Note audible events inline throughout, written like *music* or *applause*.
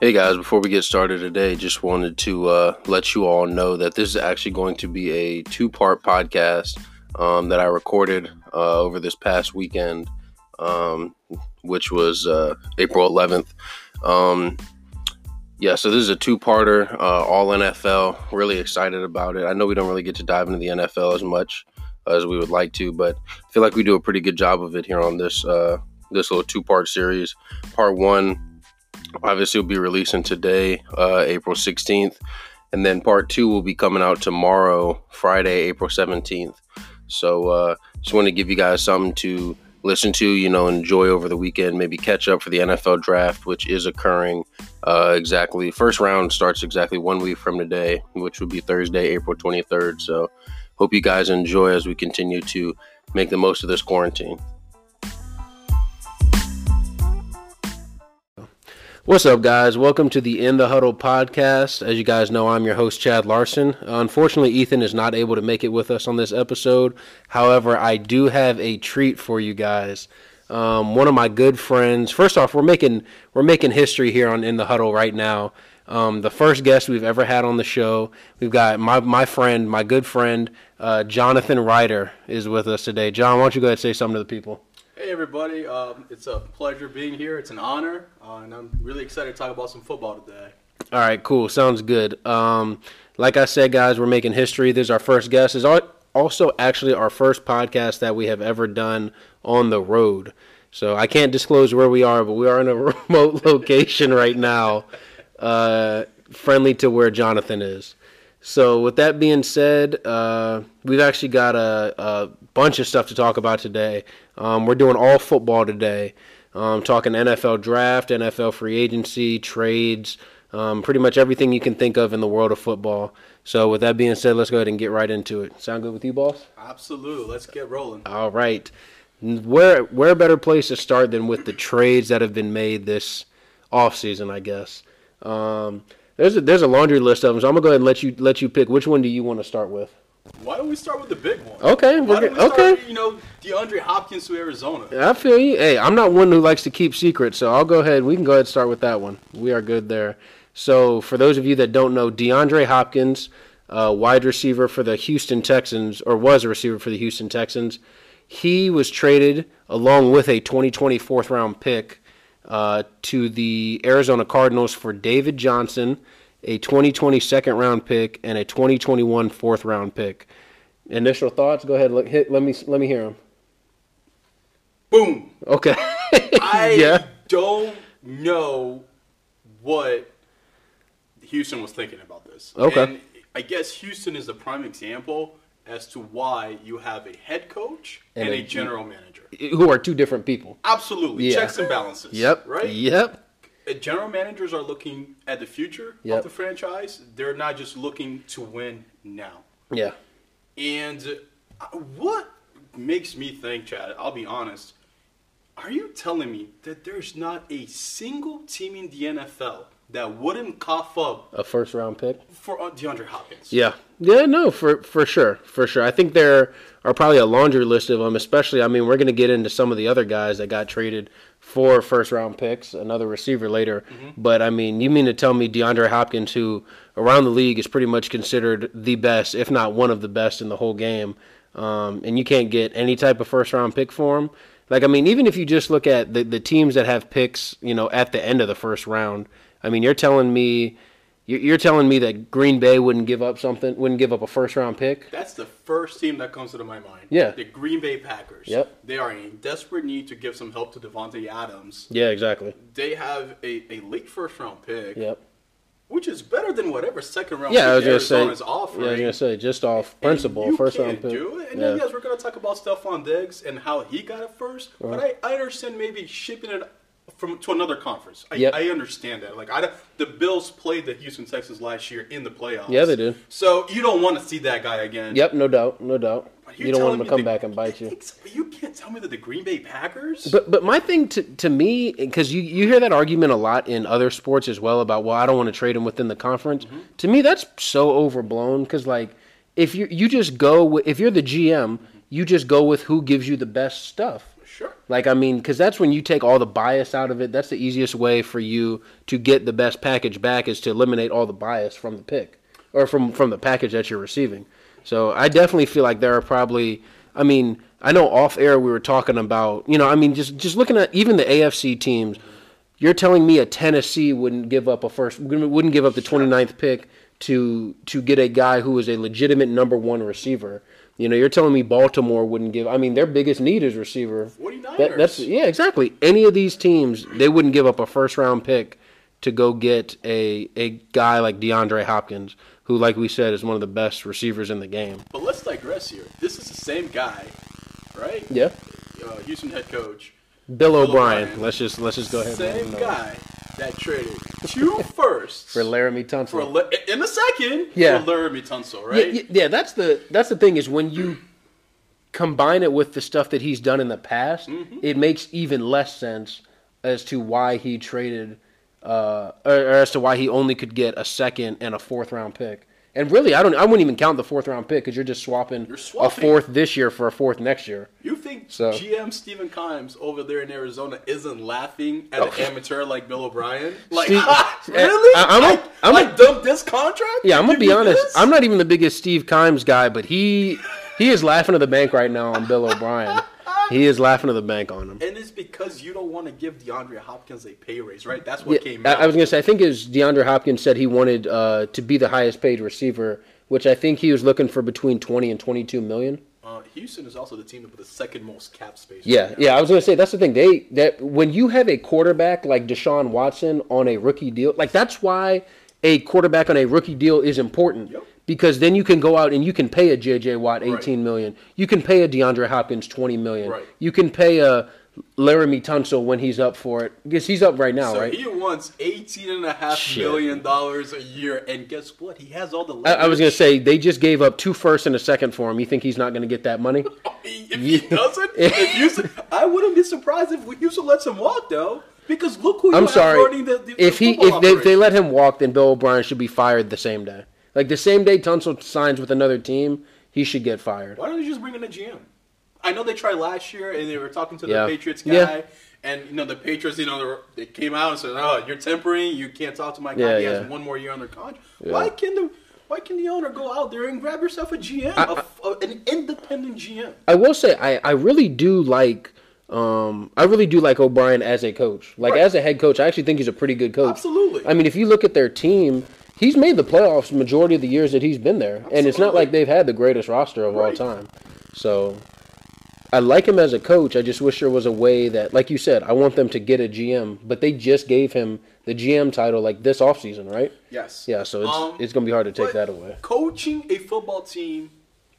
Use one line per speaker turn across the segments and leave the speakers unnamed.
Hey guys, before we get started today, just wanted to uh, let you all know that this is actually going to be a two part podcast um, that I recorded uh, over this past weekend, um, which was uh, April 11th. Um, yeah, so this is a two parter, uh, all NFL. Really excited about it. I know we don't really get to dive into the NFL as much as we would like to, but I feel like we do a pretty good job of it here on this uh, this little two part series. Part one, obviously, will be releasing today, uh, April 16th, and then part two will be coming out tomorrow, Friday, April 17th. So uh, just want to give you guys something to listen to, you know, enjoy over the weekend, maybe catch up for the NFL draft, which is occurring uh, exactly. First round starts exactly one week from today, which would be Thursday, April 23rd. So hope you guys enjoy as we continue to make the most of this quarantine. What's up, guys? Welcome to the In the Huddle podcast. As you guys know, I'm your host, Chad Larson. Unfortunately, Ethan is not able to make it with us on this episode. However, I do have a treat for you guys. Um, one of my good friends. First off, we're making we're making history here on In the Huddle right now. Um, the first guest we've ever had on the show. We've got my my friend, my good friend, uh, Jonathan Ryder is with us today. John, why don't you go ahead and say something to the people?
Hey everybody, um, it's a pleasure being here. It's an honor, uh, and I'm really excited to talk about some football today.
All right, cool. Sounds good. Um, like I said, guys, we're making history. This is our first guest. It's al- also actually our first podcast that we have ever done on the road. So I can't disclose where we are, but we are in a *laughs* remote location right now, uh, friendly to where Jonathan is. So with that being said, uh, we've actually got a, a bunch of stuff to talk about today. Um, we're doing all football today. Um, talking NFL draft, NFL free agency, trades, um, pretty much everything you can think of in the world of football. So, with that being said, let's go ahead and get right into it. Sound good with you, boss?
Absolutely, let's get rolling.
All right. Where where better place to start than with the trades that have been made this offseason, I guess. Um, there's a, there's a laundry list of them, so I'm gonna go ahead and let you let you pick. Which one do you want to start with?
Why don't we start with the big one?
Okay,
Why
Oh, we're
don't
good.
we start,
okay.
You know, DeAndre Hopkins to Arizona.
I feel you. Hey, I'm not one who likes to keep secrets, so I'll go ahead. We can go ahead and start with that one. We are good there. So, for those of you that don't know, DeAndre Hopkins, uh, wide receiver for the Houston Texans, or was a receiver for the Houston Texans, he was traded along with a 2020 fourth round pick uh, to the Arizona Cardinals for David Johnson, a 2020 second round pick, and a 2021 fourth round pick. Initial thoughts? Go ahead. Let, hit, let me let me hear them.
Boom.
*laughs* Okay.
I
yeah.
don't know what Houston was thinking about this.
Okay.
And I guess Houston is the prime example as to why you have a head coach and,
And
a,
a-
general manager.
Who are two different people.
Absolutely,
Yeah.
checks and balances.
Yep.
Right.
Yep.
Uh, general managers are looking at the future
Yep.
of the franchise. They're not just looking to win now.
Yeah.
And uh, what makes me think, Chad, I'll be honest, are you telling me that there's not a single team in the NFL that wouldn't cough up
A first round pick.
for uh, DeAndre Hopkins?
Yeah. Yeah, no, for for sure. For sure. I think there are probably a laundry list of them, especially I mean, we're going to get into some of the other guys that got traded for first round picks, another receiver later. But I mean, you mean to tell me DeAndre Hopkins who around the league is pretty much considered the best, if not one of the best in the whole game. Um, and you can't get any type of first round pick for him. Like I mean, even if you just look at the, the teams that have picks, you know, at the end of the first round, I mean, you're telling me you're, you're telling me that Green Bay wouldn't give up something, wouldn't give up a first round pick.
That's the first team that comes to my mind.
Yeah.
The Green Bay Packers.
Yep.
They are in desperate need to give some help to Devontae Adams.
Yeah, exactly.
They have a, a late first round pick,
Yep.
which is better than whatever second round
Yeah, I was
pick
gonna
Arizona
say.
is offering.
Yeah, I was gonna say just off
And
principle,
you
first
can't
round pick.
Do it. And
yeah.
then yes, we're gonna talk about Stephon Diggs and how he got it 1st
Uh-huh.
But I, I understand maybe shipping it from to another conference. I,
Yep.
I understand that. Like I, don't- the Bills played the Houston Texans last year in the playoffs.
Yeah, they did.
So you don't want to see that guy again.
Yep, no doubt, no doubt.
But
You
you're
don't want
telling
him to
me
come
the-
back and bite
*laughs*
you.
Ex- You can't tell me that the Green Bay Packers.
But but my thing to, to me, because you, you hear that argument a lot in other sports as well about well I don't want to trade him within the conference.
Mm-hmm.
To me, that's so overblown because like if you you just go with, if you're the GM, you just go with who gives you the best stuff.
sure.
Like, I mean, because that's when you take all the bias out of it. That's the easiest way for you to get the best package back is to eliminate all the bias from the pick or from, from the package that you're receiving. So I definitely feel like there are probably, I mean, I know off air we were talking about, you know, I mean, just, just looking at even the AFC teams, you're telling me a Tennessee wouldn't give up a first, wouldn't give up the 29th pick to to get a guy who is a legitimate number one receiver. You know, you're telling me Baltimore wouldn't give. I mean, their biggest need is receiver.
49ers.
That- that's yeah, exactly. Any of these teams, they wouldn't give up a first round pick to go get a a guy like DeAndre Hopkins, who, like we said, is one of the best receivers in the game.
But let's digress here. This is the same guy, right?
Yeah,
Uh, Houston head coach.
Bill, O'Brien.
O'Brien.
Let's just let's just go ahead. and let
Same
him know.
guy that traded
*laughs*
two firsts
for Laramie Tunsil.
for La- in the second
Yeah.
for Laramie Tunsil,
Yeah,
right?
yeah, yeah, that's the that's the thing is when you combine it with the stuff that he's done in the past,
Mm-hmm.
it makes even less sense as to why he traded uh, or, or as to why he only could get a second and a fourth round pick. And really, I don't. I wouldn't even count the fourth round pick because you're just swapping,
You're
a
swapping.
fourth this year for a fourth next year.
You think
So-
GM Stephen Kimes over there in Arizona isn't laughing at an amateur like
*laughs*
Bill O'Brien? Like,
Oh. Steve-
*laughs*
eh,
really?
I- I'm a-
like,
I'm a-
like dump this contract?
Yeah, I'm gonna
Give
be
you
honest.
this?
I'm not even the biggest Steve Kimes guy, but he he is laughing at the bank right now on Bill O'Brien.
*laughs*
He is laughing at the bank on him.
and it's because you don't want to give DeAndre Hopkins a pay raise, right? That's what came
I,
out.
I was gonna say I think as DeAndre Hopkins said he wanted uh, to be the highest paid receiver, which I think he was looking for between twenty and twenty two million.
uh, Houston is also the team with the second most cap space.
Yeah, yeah, I was gonna say that's the thing. They that when you have a quarterback like Deshaun Watson on a rookie deal, like that's why a quarterback on a rookie deal is important.
Yep.
Because then you can go out and you can pay a JJ Watt eighteen million. You can pay a DeAndre Hopkins twenty million.
Right.
You can pay a Laramie Tunsil when he's up for it. Because he's up right now,
So
right?
he wants eighteen and a half
Shit.
million dollars a year, and guess what? He has all the.
I, I was gonna say they just gave up two firsts and a second for him. You think he's not gonna get that
*laughs*
money?
If he
*laughs*
doesn't, if Houston, I wouldn't be surprised if Houston lets him walk though, because look who you
I'm
have
sorry.
running the, the,
if
the
he
football
if they, if they
operation.
let him walk, then Bill O'Brien should be fired the same day. Like the same day Tunsil signs with another team, he should get fired.
why don't you just bring in a GM? I know they tried last year, and they were talking to the
Yeah.
Patriots guy,
Yeah.
and you know the Patriots, you know, they were- they came out and said, "Oh, you're tempering. You can't talk to my guy.
Yeah,
he
yeah.
has one more year on their contract." Why can the why can the owner go out there and grab yourself a GM, a f- a- an independent GM?
I will say I, I really do like um I really do like O'Brien as a coach. Like
Right.
as a head coach, I actually think he's a pretty good coach.
Absolutely.
I mean, if you look at their team, he's made the playoffs majority of the years that he's been there, and it's not
Absolutely.
like they've had the greatest roster of all
Right.
time. So I like him as a coach. I just wish there was a way that, like you said, I want them to get a GM, but they just gave him the GM title like this offseason, right?
Yes.
Yeah, so it's
Um,
it's gonna be hard to take
But
that away.
Coaching a football team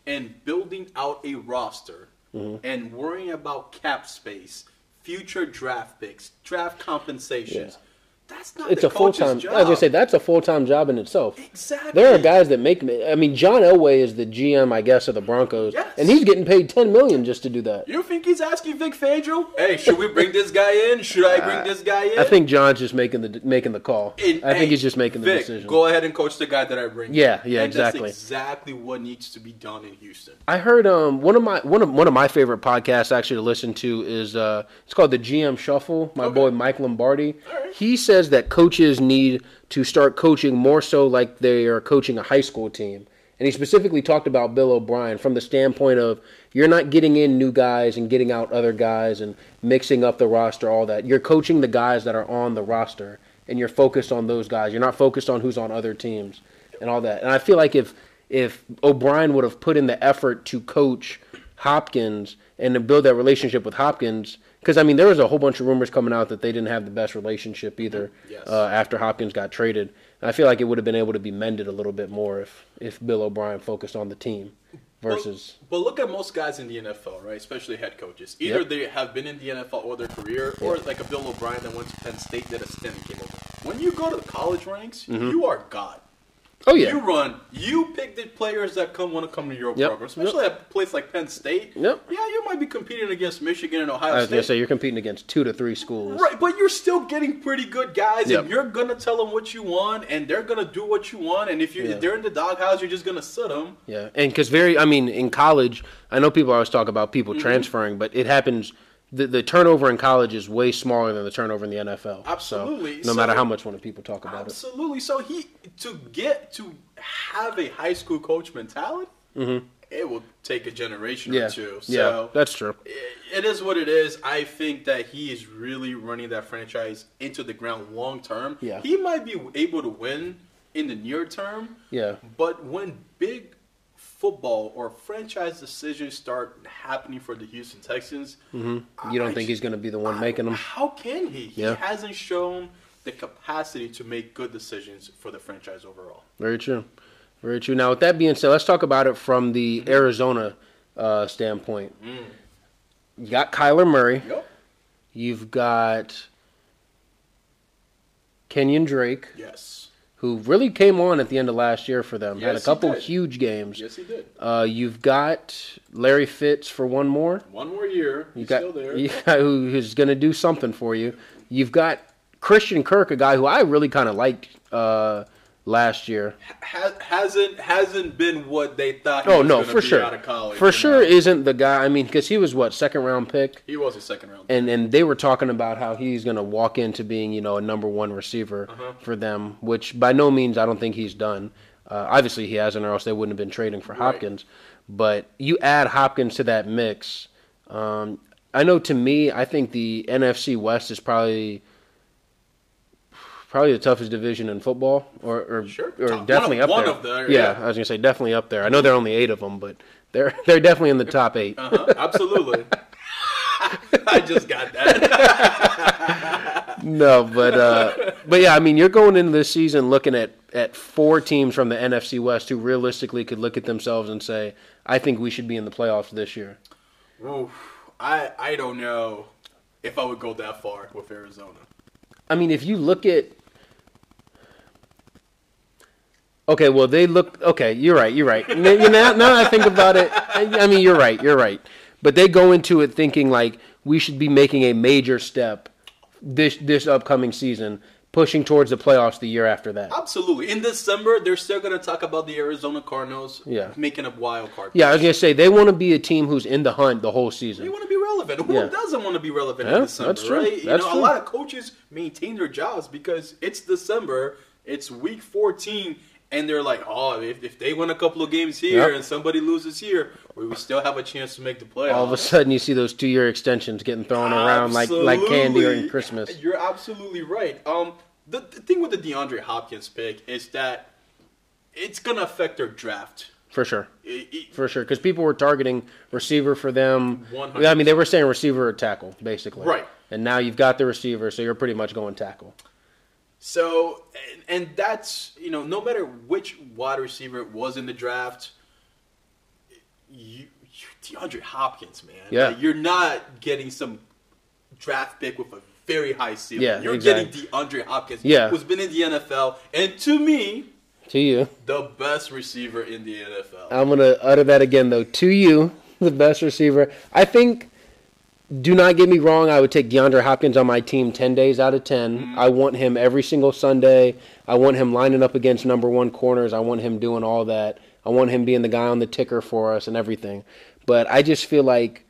and building out a roster
Mm-hmm.
and worrying about cap space, future draft picks, draft compensations. That's not
It's
the
a full
coach's
time.
job.
As I say, that's a full time job in itself.
exactly.
There are guys that make. I mean, John Elway is the GM, I guess, of the Broncos,
Yes.
and he's getting paid ten million just to do that.
You think he's asking Vic Fangio? Hey, should we bring this guy in? Should I bring this guy in?
Uh, I think John's just making the making the call.
And,
I think
hey,
he's just making the
Vic,
decision.
Go ahead and coach the guy that I bring.
Yeah,
in.
yeah,
and
exactly.
That's exactly what needs to be done in Houston.
I heard um one of my one of one of my favorite podcasts actually to listen to is uh it's called the GM Shuffle. My boy Mike Lombardi.
Alright.
He says that coaches need to start coaching more so like they are coaching a high school team. And he specifically talked about Bill O'Brien from the standpoint of you're not getting in new guys and getting out other guys and mixing up the roster, all that. You're coaching the guys that are on the roster and you're focused on those guys. You're not focused on who's on other teams and all that. And I feel like if if O'Brien would have put in the effort to coach Hopkins and to build that relationship with Hopkins, because I mean there was a whole bunch of rumors coming out that they didn't have the best relationship either
Yes.
uh, after Hopkins got traded. And I feel like it would have been able to be mended a little bit more if if Bill O'Brien focused on the team versus
But, but look at most guys in the NFL, right? Especially head coaches. Either
Yep.
they have been in the NFL all their career, or like a Bill O'Brien that went to Penn State, did a stint, and came over. When you go to the college ranks, you are God.
Mm-hmm. oh yeah
You run. You pick the players that come want to come to your
Yep.
program, especially at a place like Penn State.
Yep.
Yeah, you might be competing against Michigan and
I
Ohio
was gonna
State.
say you're competing against two to three schools
Right, but you're still getting pretty good guys,
Yep.
and you're gonna tell them what you want, and they're gonna do what you want. And if you
Yeah.
if they're in the doghouse, you're just gonna sit them. Mm-hmm.
Yeah, and because very, I mean, in college, I know people always talk about people transferring, but it happens the, the turnover in college is way smaller than the turnover in the NFL. So,
Absolutely.
no
So-
matter how much one of people talk about it.
Absolutely. So he to get to have a high school coach mentality, it will take a generation
Mm-hmm. Yeah,
or two.
yeah,
So
that's true.
i- it is what it is. I think that he is really running that franchise into the ground long term.
Yeah.
He might be able to win in the near term.
Yeah.
But when big football or franchise decisions start happening for the Houston Texans,
Mm-hmm. You don't
I
think he's going to be the one making them?
how can he? He
Yeah.
hasn't shown the capacity to make good decisions for the franchise overall.
Very true. Very true. Now, with that being said, let's talk about it from
Mm-hmm.
the Arizona uh, standpoint. You got Kyler Murray.
Yep.
You've got Kenyon Drake,
Yes.
who really came on at the end of last year for them. Had a
Yes, he
couple
did.
huge games.
Yes, he did.
Uh, you've got Larry Fitz for one more.
One more year.
You
He's
got,
still there.
you got who, who's going to do something for you. You've got Christian Kirk, a guy who I really kind of liked uh, last year.
Ha- hasn't hasn't been what they thought. He
Oh
was
no,
gonna
for
be
sure.
Out of college,
for
you
sure,
know?
isn't the guy. I mean, because he was what second round pick,
he was a second round.
and and they were talking about how he's going to walk into being you know a number one receiver
Uh-huh.
for them, which by no means I don't think he's done. Uh, obviously, he hasn't, or else they wouldn't have been trading for
Right.
Hopkins. But you add Hopkins to that mix. Um, I know to me, I think the NFC West is probably probably the toughest division in football, or or,
Sure.
or
Top-
definitely
one of-
up
one
there.
of the-
yeah,
yeah.
I was gonna say definitely up there. I know there are only eight of them, but they're *laughs* they're definitely in the top eight.
Uh-huh,
*laughs*
absolutely. *laughs* I just got that. *laughs*
No, but uh, but yeah, I mean, you're going into this season looking at at four teams from the NFC West who realistically could look at themselves and say, I think we should be in the playoffs this year.
Oof, I I don't know if I would go that far with Arizona.
I mean, if you look at Okay, well, they look okay. You're right. You're right. Now, you know, now that I think about it, I I mean, you're right. You're right. But they go into it thinking like we should be making a major step this this upcoming season, pushing towards the playoffs the year after that.
Absolutely. In December, they're still going to talk about the Arizona Cardinals
Yeah.
making a wild card.
Yeah, I was gonna say they want to be a team who's in the hunt the whole
They
season.
want to be relevant. Who
Yeah.
doesn't want to be relevant
Yeah,
in December,
that's true.
right? You
That's
know,
true.
a lot of coaches maintain their jobs because it's December, it's week 14, and they're like, oh, if, if they win a couple of games here
Yep.
and somebody loses here, we would still have a chance to make the playoffs.
All of a sudden, you see those two-year extensions getting thrown around like like candy during Christmas.
You're absolutely right. Um, the, the thing with the DeAndre Hopkins pick is that it's going to affect their draft.
For sure,
It- it-
for sure, because people were targeting receiver for them.
100%.
I mean, they were saying receiver or tackle basically.
Right.
And now you've got the receiver, so you're pretty much going tackle.
So, and, and that's, you know, no matter which wide receiver it was in the draft, you, you DeAndre Hopkins, man.
Yeah.
Like, you're not getting some draft pick with a very high ceiling.
Yeah,
You're
exactly.
getting DeAndre Hopkins,
Yeah.
who's been in the NFL, and to me,
To you,
the best receiver in the NFL.
I'm gonna utter that again though. To you, the best receiver. I think. Do not get me wrong. I would take DeAndre Hopkins on my team ten days out of 10 I want him every single Sunday. I want him lining up against number one corners. I want him doing all that. I want him being the guy on the ticker for us and everything. But I just feel like,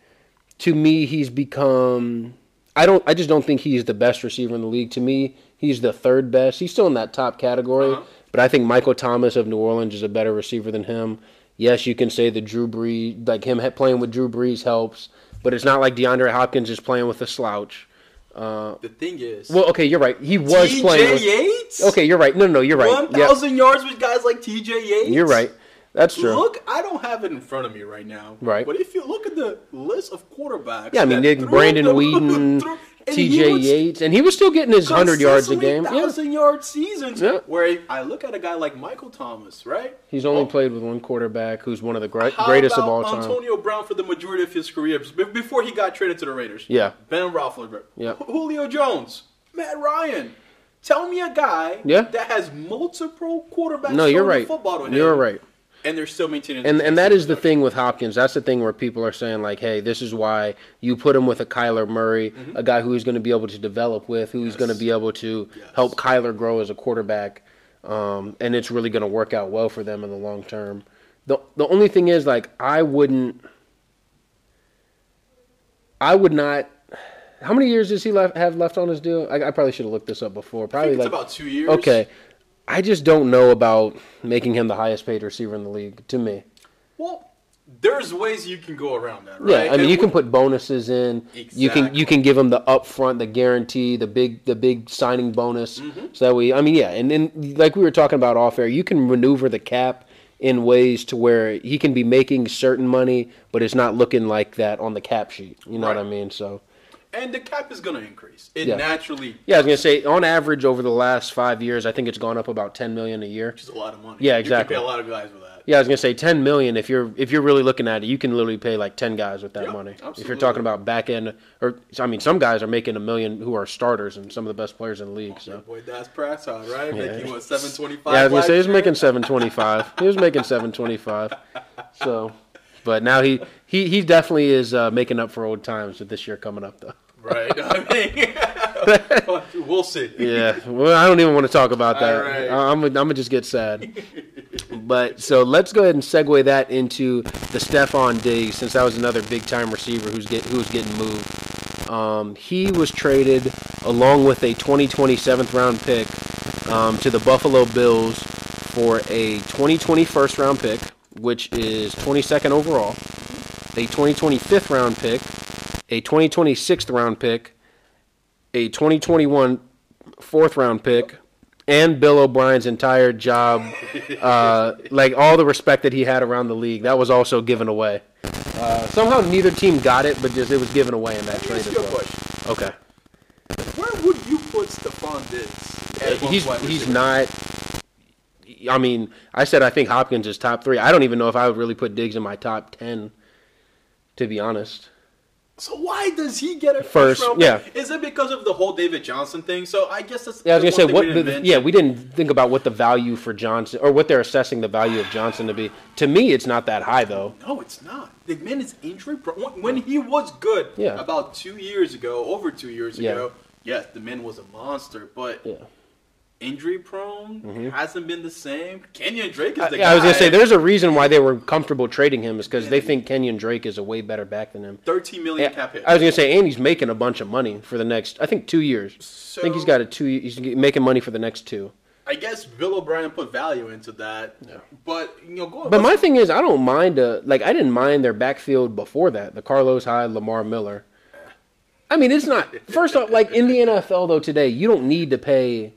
to me, he's become. I don't. I just don't think he's the best receiver in the league. To me, he's the third best. He's still in that top category.
Uh-huh.
But I think Michael Thomas of New Orleans is a better receiver than him. Yes, you can say the Drew Brees, like him he- playing with Drew Brees helps, but it's not like DeAndre Hopkins is playing with a slouch.
the thing is,
Oh. Well, okay, you're right. He was
TJ
playing. With,
Yates?
Okay, you're right. No, no, no, you're right. Yeah,
1,000 yards with guys like TJ Yates?
you're right. That's true.
Look, I don't have it in front of me right now.
Right.
But if you look at the list of quarterbacks,
yeah, I mean,
that
Nick,
threw
Brandon
the-
Whedon,
*laughs* threw- and he
T.J.
was
Yates, and he was still getting his hundred yards a game. Yeah,
Thousand yard seasons.
Yeah.
Where I look at a guy like Michael Thomas, right?
he's only
Oh,
played with one quarterback, who's one of the great,
how
greatest
about
of all time.
Antonio Brown for the majority of his career be- before he got traded to the Raiders.
Yeah.
Ben Roethlisberger.
Yeah.
Ju- Julio Jones. Matt Ryan. Tell me a guy
Yeah.
that has multiple quarterbacks.
no, you're
throwing the
right.
Football to him,
You're right.
And they're still maintaining.
And and that is the thing with Hopkins. That's the thing where people are saying like, "Hey, this is why you put him with a Kyler Murray, a guy who he's going to be able to develop with, who he's going to be able to
Mm-hmm. Yes.
help Kyler grow as a quarterback, um, and it's really going to work out well for them in the long term." the The only thing is like, I wouldn't, I would not. How many years does he left, have left on his deal? I, I probably should have looked this up before.
I think
Probably
it's
like
about two years.
okay. I just don't know about making him the highest paid receiver in the league. To me,
Well, there's ways you can go around that,
yeah.
right?
I mean,
And
you can
we-
put bonuses in. You can you
Exactly.
can give him the upfront, the guarantee, the big the big signing bonus.
Mm-hmm.
So that way, I mean, yeah. And then like we were talking about off air, you can maneuver the cap in ways to where he can be making certain money, but it's not looking like that on the cap sheet. You know what
Right.
I mean? So.
and the cap is going to increase. It
Yeah.
naturally,
Yeah, I was gonna say on average over the last five years, I think it's gone up about ten million a year.
which is a lot of money.
Yeah,
You
exactly.
can pay a lot of guys with that.
Yeah, I was gonna say ten million. If you're if you're really looking at it, you can literally pay like ten guys with that
Yeah,
money. If you're
absolutely.
talking about back end, or I mean, some guys are making a million who are starters and some of the best players in the league. So
Your boy, that's price out, right?
Yeah.
Making what seven twenty-five.
yeah, I was gonna say he's making seven twenty five. he was making seven twenty five. So, but now he he he definitely is uh, making up for old times with this year coming up though.
Right.
*laughs*
I mean, *laughs* we'll see.
Yeah, well, I don't even want to talk about that.
All right.
I- I'm gonna- I'm gonna just get sad. but so let's go ahead and segue that into the Stephon Diggs, since that was another big time receiver who's get who was getting moved. Um, he was traded along with a 2020 seventh round pick um, to the Buffalo Bills for a 2020 first round pick, which is 22nd overall, a 2020 fifth round pick, a 2020 sixth round pick, a 2021 fourth round pick, and Bill O'Brien's entire job,
*laughs*
uh, like all the respect that he had around the league, that was also given away. Uh, somehow neither team got it, but just it was given away in that
Let me
trade
ask
as
you a
well.
question.
Okay,
Where would you put Stephon Diggs? as one
he's
wide
he's
receiver?
not. I mean, I said I think Hopkins is top three. I don't even know if I would really put Diggs in my top ten, to be honest.
So why does he get a
First,
first, round pick?
yeah.
Is it because of the whole David Johnson thing? So I guess that's
Yeah, I was
the
gonna say
one
what.
thing we
the-
didn't mention.
yeah, we didn't think about what the value for Johnson or what they're assessing the value of Johnson to be. To me, it's not that high though.
No, it's not. The man is injury pro- when- When he was good,
Yeah.
about two years ago, over two years
Yeah.
ago, yes, the man was a monster. But
Yeah.
injury prone hasn't been the same. Kenyon Drake is the guy.
Yeah, I was gonna say there's a reason why they were comfortable trading him is because they think Kenyon Drake is a way better back than him.
thirteen million
Yeah,
cap hit.
I was gonna say, and he's making a bunch of money for the next, I think, two years. I think he's
So-
got a two. He's making money for the next two.
I guess Bill O'Brien put value into that. But you know, go
But my thing is, I don't mind. Uh, like, I didn't mind their backfield before that. The Carlos Hyde, Lamar Miller. I mean, it's not. First off, like in the NFL though, today you don't need to pay.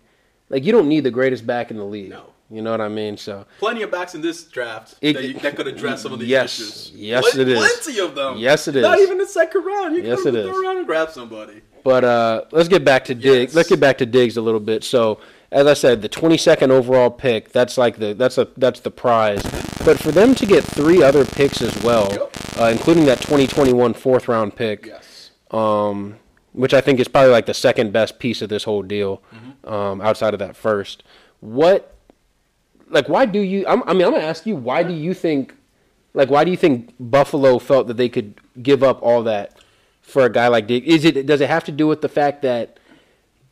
Like, you don't need the greatest back in the league.
No.
You know what I mean? So
plenty of backs in this draft
It-
that, you, that could address some of these
Yes.
issues.
Yes, it
Plen-
is.
Plenty of them.
Yes, it
Not
is.
even the second round. You
Yes,
can go
it
to the
is.
third round and grab somebody.
But uh, let's get back to Diggs.
Yes.
Let's get back to Diggs a little bit. So, as I said, the 22nd overall pick. That's like the that's a that's the prize. But for them to get three other picks as well,
Yep.
uh, including that 2021 fourth round pick,
Yes.
um, which I think is probably like the second best piece of this whole deal,
Mm-hmm.
um, outside of that first. What, like, why do you? I'm, I mean, I'm gonna ask you. Why do you think, like, why do you think Buffalo felt that they could give up all that for a guy like Dick? Is it does it have to do with the fact that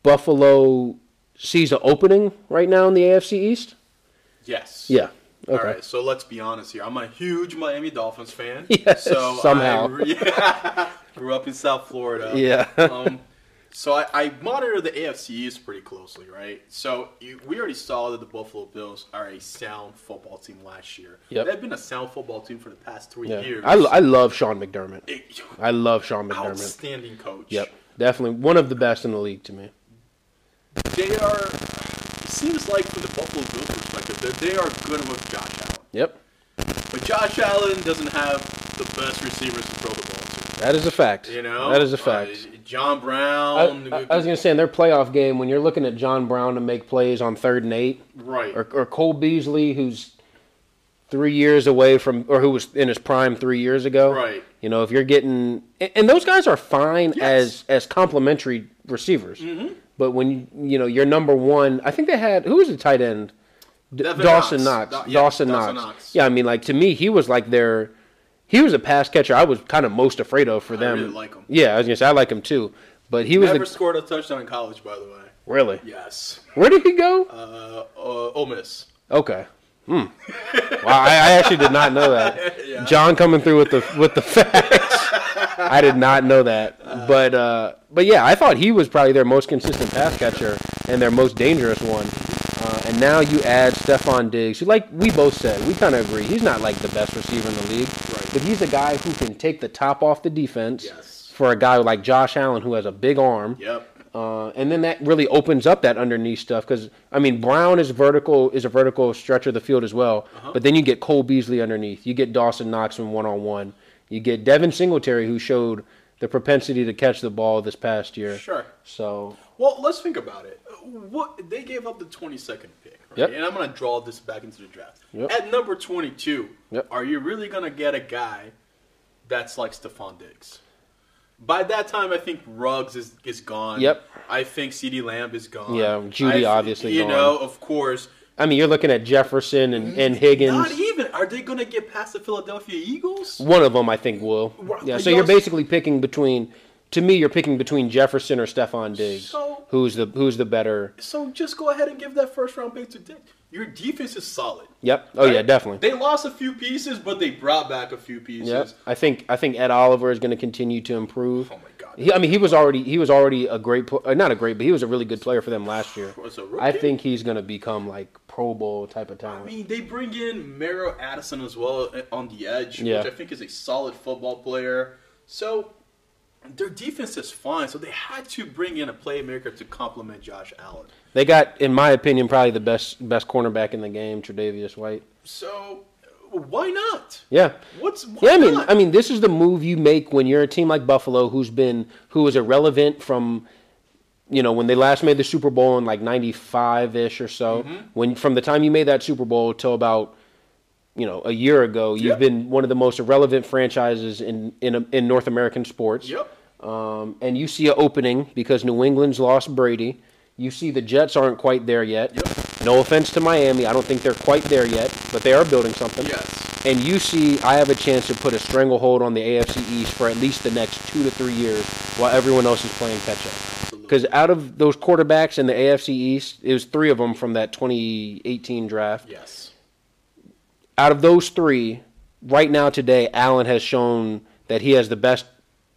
Buffalo sees an opening right now in the AFC East?
Yes.
Yeah. Okay.
All right, so let's be honest here. I'm a huge Miami Dolphins fan.
*laughs* Yes,
so
somehow.
I re- *laughs* grew up in South Florida.
Yeah.
um, so I, I monitor the AFC East pretty closely, right? So you, we already saw that the Buffalo Bills are a sound football team last year.
Yep.
They've been a sound football team for the past three
Yeah.
years.
I, I love Sean McDermott.
It-
I love Sean McDermott.
outstanding coach.
Yep. Definitely one of the best in the league to me.
They are. It seems like from the Buffalo Bills perspective, that they are good with Josh Allen.
Yep.
But Josh Allen doesn't have the best receivers to throw the ball to.
That is a fact.
You know,
that is a
Uh,
fact.
John
I,
Brown.
I- I was gonna say in their playoff game when you're looking at John Brown to make plays on third and eight,
right.
or, or Cole Beasley who's three years away from, or who was in his prime three years ago.
Right.
You know, if you're getting, and, and those guys are fine
Yes. Mm-hmm.
as as complementary receivers. But when you you know your number one, I think they had who was the tight end? D-
Devin
Dawson Knox.
Knox. Da- yeah,
Dawson,
Dawson
Knox.
Knox.
Yeah, I mean, like to me, he was like their. He was a pass catcher. I was kind of most afraid of for them.
really like him.
Yeah, I was gonna say I like him too, but he was
Never
the,
scored a touchdown in college, by the way.
really.
Yes.
Where did he go?
Uh, uh, Ole Miss.
Okay. Hmm. Wow, I, I actually did not know that.
*laughs* Yeah.
John coming through with the with the facts. I did not know that. But uh, but yeah, I thought he was probably their most consistent pass catcher and their most dangerous one. Uh, and now you add Stephon Diggs, who, like we both said, we kind of agree, he's not like the best receiver in the league,
Right.
but he's a guy who can take the top off the defense
Yes.
for a guy like Josh Allen, who has a big arm.
Yep.
Uh, and then that really opens up that underneath stuff because I mean Brown is vertical is a vertical stretcher of the field as well,
Uh-huh.
but then you get Cole Beasley underneath, you get Dawson Knox from one on one, you get Devin Singletary who showed the propensity to catch the ball this past year.
Sure.
So
Well, let's think about it. What they gave up the 22nd pick, right?
Yep.
and I'm going to draw this back into the draft.
Yep.
At number 22,
Yep.
are you really going to get a guy that's like Stephon Diggs? By that time, I think Ruggs is, is gone.
Yep.
I think C.D. Lamb is gone.
Yeah, Judy
I-
obviously
You
gone.
know, of course.
I mean you're looking at Jefferson and, and Higgins.
Not even. Are they going to get past the Philadelphia Eagles?
One of them I think will.
Wha-
Yeah.
but
So you're
y'all s-
basically picking between. To me, you're picking between Jefferson or Stephon Diggs.
So-
who's the who's the better?
So just go ahead and give that first round pick to Dick. Your defense is solid.
Yep. Oh yeah,
Right?
definitely.
They lost a few pieces, but they brought back a few pieces.
Yep. I think I think Ed Oliver is going to continue to improve.
Oh my God.
He, I mean, he was already he was already a great pl- uh, not a great, but he was a really good player for them last year.
Was a rookie?
I think he's going to become like Pro Bowl type of
I
talent.
mean, they bring in Merrill Addison as well uh, on the edge,
Yeah.
which I think is a solid football player. So their defense is fine. So they had to bring in a playmaker to complement Josh Allen.
they got, in my opinion, probably the best best cornerback in the game, Tre'Davious White.
So uh, why not?
Yeah.
What's why
Yeah, I mean,
not?
I mean, this is the move you make when you're a team like Buffalo, who's been who is irrelevant from, you know, when they last made the Super Bowl in like '95 ish or so.
Mm-hmm.
When from the time you made that Super Bowl till about, you know, a year ago, you've
Yep.
been one of the most irrelevant franchises in in in North American sports.
Yep.
Um, and you see an opening because New England's lost Brady. You see the Jets aren't quite there yet.
Yep.
No offense to Miami, I don't think they're quite there yet, but they are building something
Yes.
and you see I have a chance to put a stranglehold on the AFC East for at least the next two to three years while everyone else is playing catch up. Because out of those quarterbacks in the AFC East, it was three of them from that 2018 draft.
Yes.
Out of those three, right now today, Allen has shown that he has the best,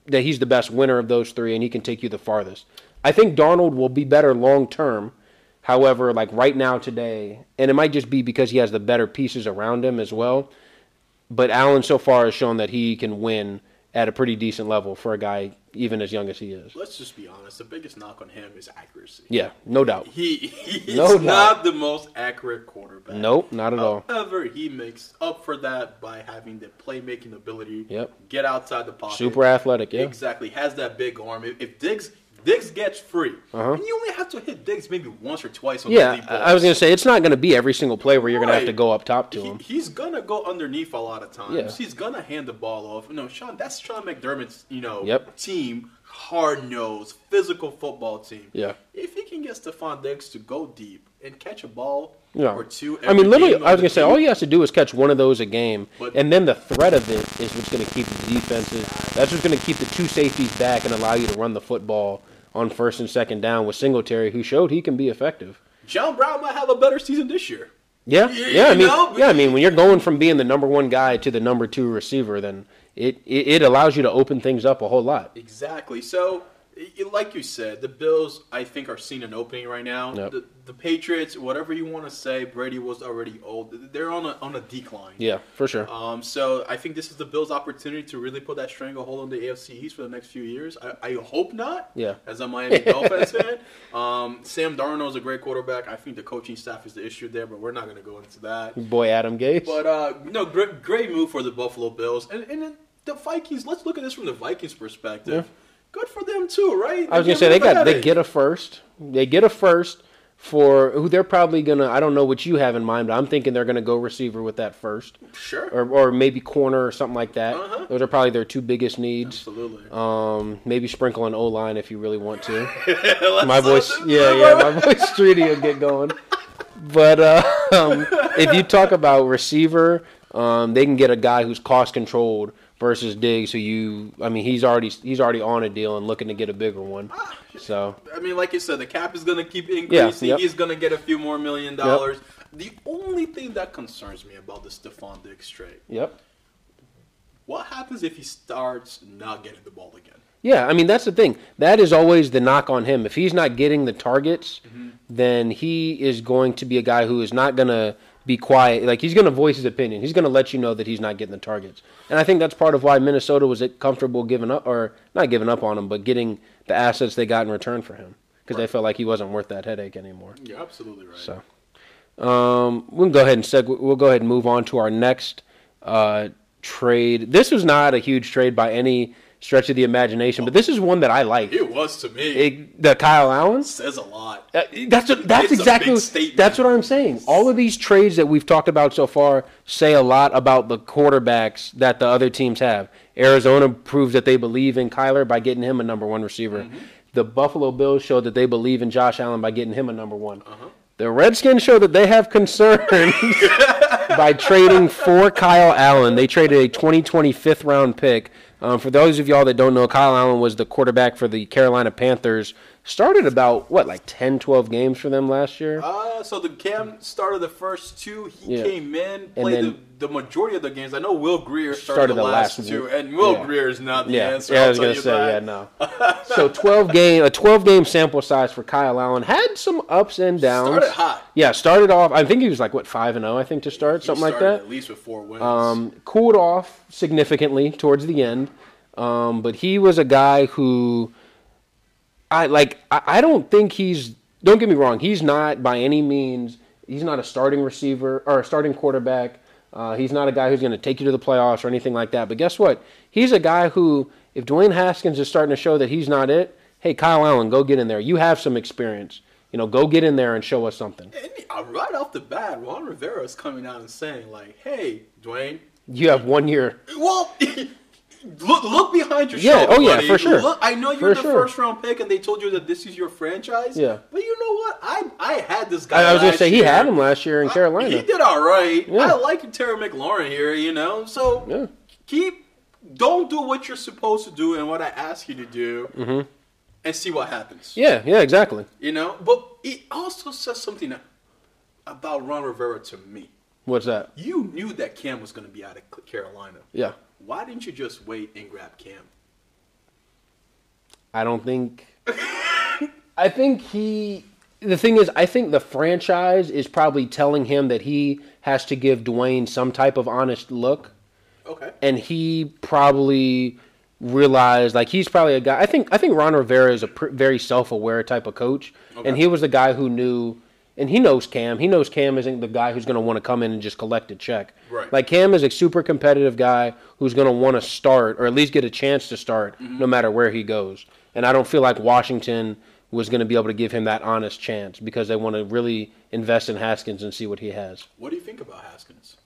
that he's the best winner of those three, and he can take you the farthest. I think Darnold will be better long term. However, like right now today, and it might just be because he has the better pieces around him as well but Allen so far has shown that he can win at a pretty decent level for a guy even as young as he is.
Let's just be honest. The biggest knock on him is accuracy.
Yeah, no doubt.
*laughs* He he's
No doubt.
not the most accurate quarterback.
Nope, not at all.
However, he makes up for that by having the playmaking ability.
Yep.
Get outside the pocket.
Super athletic, yeah.
Exactly. Has that big arm. If, if Diggs Diggs gets free,
Uh-huh.
and you only have to hit Diggs maybe once or twice on the
Yeah,
deep
I
balls.
I was going to say it's not going to be every single play where you're going to have to
Oh, Right.
go up top to
He,
him.
he's gonna go underneath a lot of times.
Yeah.
He's gonna hand the ball off. No, Sean, that's Sean McDermott's, you know,
Yep.
team, hard nosed, physical football team.
Yeah.
If he can get Stephon Diggs to go deep and catch a ball
Yeah.
or two,
I mean, literally,
game
I was
on the
going to say
field,
all you have to do is catch one of those a game,
But-
and then the threat of it is what's going to keep the defenses. That's what's going to keep the two safeties back and allow you to run the football on first and second down with Singletary, who showed he can be effective.
John Brown might have a better season this year.
Yeah,
You-
yeah. I
you
mean,
know?
yeah. I mean, when you're going from being the number one guy to the number two receiver, then it it, it allows you to open things up a whole lot.
Exactly. So, i- i- like you said, the Bills, I think, are seeing an opening right now.
Yep.
The, the Patriots, whatever you want to say, Brady was already old. They're on a on a decline.
Yeah, for sure.
Um, so I think this is the Bills' opportunity to really put that stranglehold on the AFC East for the next few years. I, I hope not.
Yeah.
As a Miami Dolphins fan, um, Sam Darnold's a great quarterback. I think the coaching staff is the issue there, but we're not going to go into that.
Boy, Adam Gase.
But uh, no, great, great move for the Buffalo Bills and and then the Vikings. Let's look at this from the Vikings' perspective. Good for them too, right?
I was
They're
gonna say they
giving
got
up a
they
headache.
get a first. They get a first for who they're probably gonna. I don't know what you have in mind, but I'm thinking they're gonna go receiver with that first,
sure,
or or maybe corner or something like that.
Uh-huh.
Those are probably their two biggest needs. *laughs*
absolutely.
Um, maybe sprinkle an O line if you really want
*laughs*
to.
Let's
my
not
voice,
do
yeah,
that.
yeah, my
*laughs*
voice Streety will get going. But uh, um, if you talk about receiver, um, they can get a guy who's cost controlled versus Diggs, who you, I mean, he's already he's already on a deal and looking to get a bigger one. So
I mean, like you said, the cap is going to keep increasing.
yep.
He's going to get a few more million dollars. The only thing that concerns me about the Stephon Diggs trade,
yep,
What happens if he starts not getting the ball again?
Yeah, I mean that's the thing. That is always the knock on him. If he's not getting the targets, then he is going to be a guy who is not going to be quiet. Like he's going to voice his opinion. He's going to let you know that he's not getting the targets. And I think that's part of why Minnesota was comfortable giving up or not giving up on him, but getting the assets they got in return for him because they felt like he wasn't worth that headache anymore.
You're absolutely right.
So, um, we can go ahead and seg- we'll go ahead and move on to our next uh, trade. This was not a huge trade by any stretch of the imagination, but this is one that I like.
It was to me. It
It- the Kyle Allens.
says a lot.
Uh, That's what, that's
It's a big
exactly
statement.
that's what I'm saying. All of these trades that we've talked about so far say a lot about the quarterbacks that the other teams have. Arizona proves that they believe in Kyler by getting him a number one receiver.
Mm-hmm.
The Buffalo Bills showed that they believe in Josh Allen by getting him a number one.
Uh-huh.
The Redskins show that they have concerns
*laughs*
by trading for Kyle Allen. They traded a 2020 fifth round pick. Um, for those of y'all that don't know, Kyle Allen was the quarterback for the Carolina Panthers. Started about, what, like 10, 12 games for them last year?
Uh, so the Cam started the first two. He
Yeah.
came in, played
then-
the, the majority of the games. I know Will Greer started,
Started
the,
the
last,
last
two,
one.
and Will
Yeah.
Greer is not the
yeah,
answer.
yeah,
I'll
I was
tell
gonna
you
say yeah,
that.
no.
*laughs*
so twelve game, a twelve game sample size for Kyle Allen had some ups and downs.
Started hot.
Yeah, started off. I think he was like what five and zero. I think to start
He
something like
started
that.
At least with four wins.
Um, cooled off significantly towards the end, um, but he was a guy who, I like. I, I don't think he's. Don't get me wrong. He's not by any means. He's not a starting receiver or a starting quarterback. Uh, he's not a guy who's going to take you to the playoffs or anything like that. But guess what? He's a guy who, if Dwayne Haskins is starting to show that he's not it, hey Kyle Allen, go get in there. You have some experience. You know, go get in there and show us something.
and uh, right off the bat, Juan Rivera is coming out and saying like, "Hey, Dwayne,
You have one year.
Well, *laughs* look, look behind your
Yeah,
shoulder.
oh yeah,
buddy.
for sure.
Look, I know you're
For
the
sure.
first round pick, and they told you that this is your franchise.
Yeah.
but you know what? I I had this guy.
I, I was going to
last
say he
year.
had him last year in
I-
Carolina.
He did all right.
Yeah.
I like Terry McLaurin here, you know. So
Yeah.
keep don't do what you're supposed to do and what I ask you to do,
Mm-hmm.
and see what happens.
Yeah, yeah, exactly.
You know, but it also says something about Ron Rivera to me.
What's that?
You knew that Cam was going to be out of Carolina.
Yeah.
Why didn't you just wait and grab Cam?
I don't think. I think he. The thing is, I think the franchise is probably telling him that he has to give Dwayne some type of honest look,
Okay.
and he probably realized like he's probably a guy. I think I think Ron Rivera is a pr- very self-aware type of coach,
Okay.
and he was the guy who knew, and he knows Cam. He knows Cam isn't the guy who's going to want to come in and just collect a check.
Right.
Like Cam is a super competitive guy who's going to want to start or at least get a chance to start
Mm-hmm.
no matter where he goes. And I don't feel like Washington was going to be able to give him that honest chance because they want to really invest in Haskins and see what he has.
What do you think about Haskins?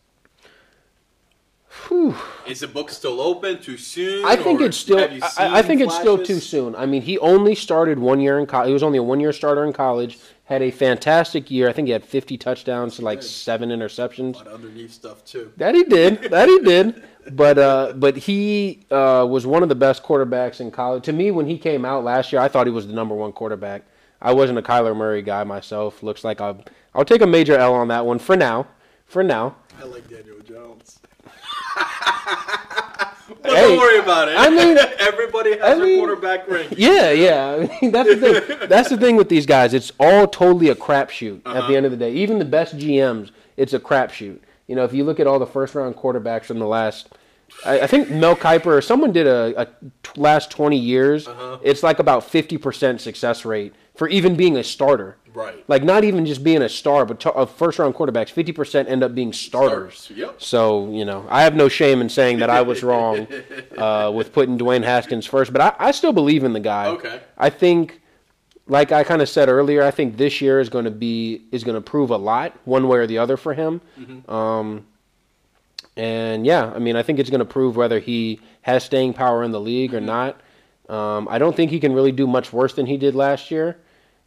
Whew.
Is the book still open? Too soon?
I think
or
it's still.
have you
I,
seen
I think it's still too
flashes?
soon. I mean, he only started one year in college. He was only a one-year starter in college. Had a fantastic year. I think he had 50 touchdowns to like
Good.
seven interceptions.
A lot of underneath stuff too.
That he did. That he did. But uh, but he uh, was one of the best quarterbacks in college. To me, when he came out last year, I thought he was the number one quarterback. I wasn't a Kyler Murray guy myself. Looks like I'll I'll take a major L on that one for now. For now,
I like Daniel *laughs* Jones. but
Hey,
don't worry about it.
I mean-
*laughs* everybody has
I
their
mean- *laughs*
quarterback ring.
yeah, yeah. *laughs* I mean, that's the thing. That's the thing with these guys. It's all totally a crapshoot at the end of the day. Even the best GMs, it's a crapshoot. You know, if you look at all the first round quarterbacks from the last, I, I think Mel Kiper or someone did a, a t- last twenty years. It's like about fifty percent success rate for even being a starter.
Right.
Like not even just being a star, but to, of first round quarterbacks, fifty percent end up being starters.
Starters, yep.
So you know, I have no shame in saying that I
*laughs*
was wrong uh, with putting Dwayne Haskins first, but I, I still believe in the guy.
Okay.
I think, like I kind of said earlier, I think this year is going to be is going to prove a lot one way or the other for him.
Mm-hmm.
Um, and yeah, I mean, I think it's going to prove whether he has staying power in the league
Mm-hmm.
or not. Um, I don't think he can really do much worse than he did last year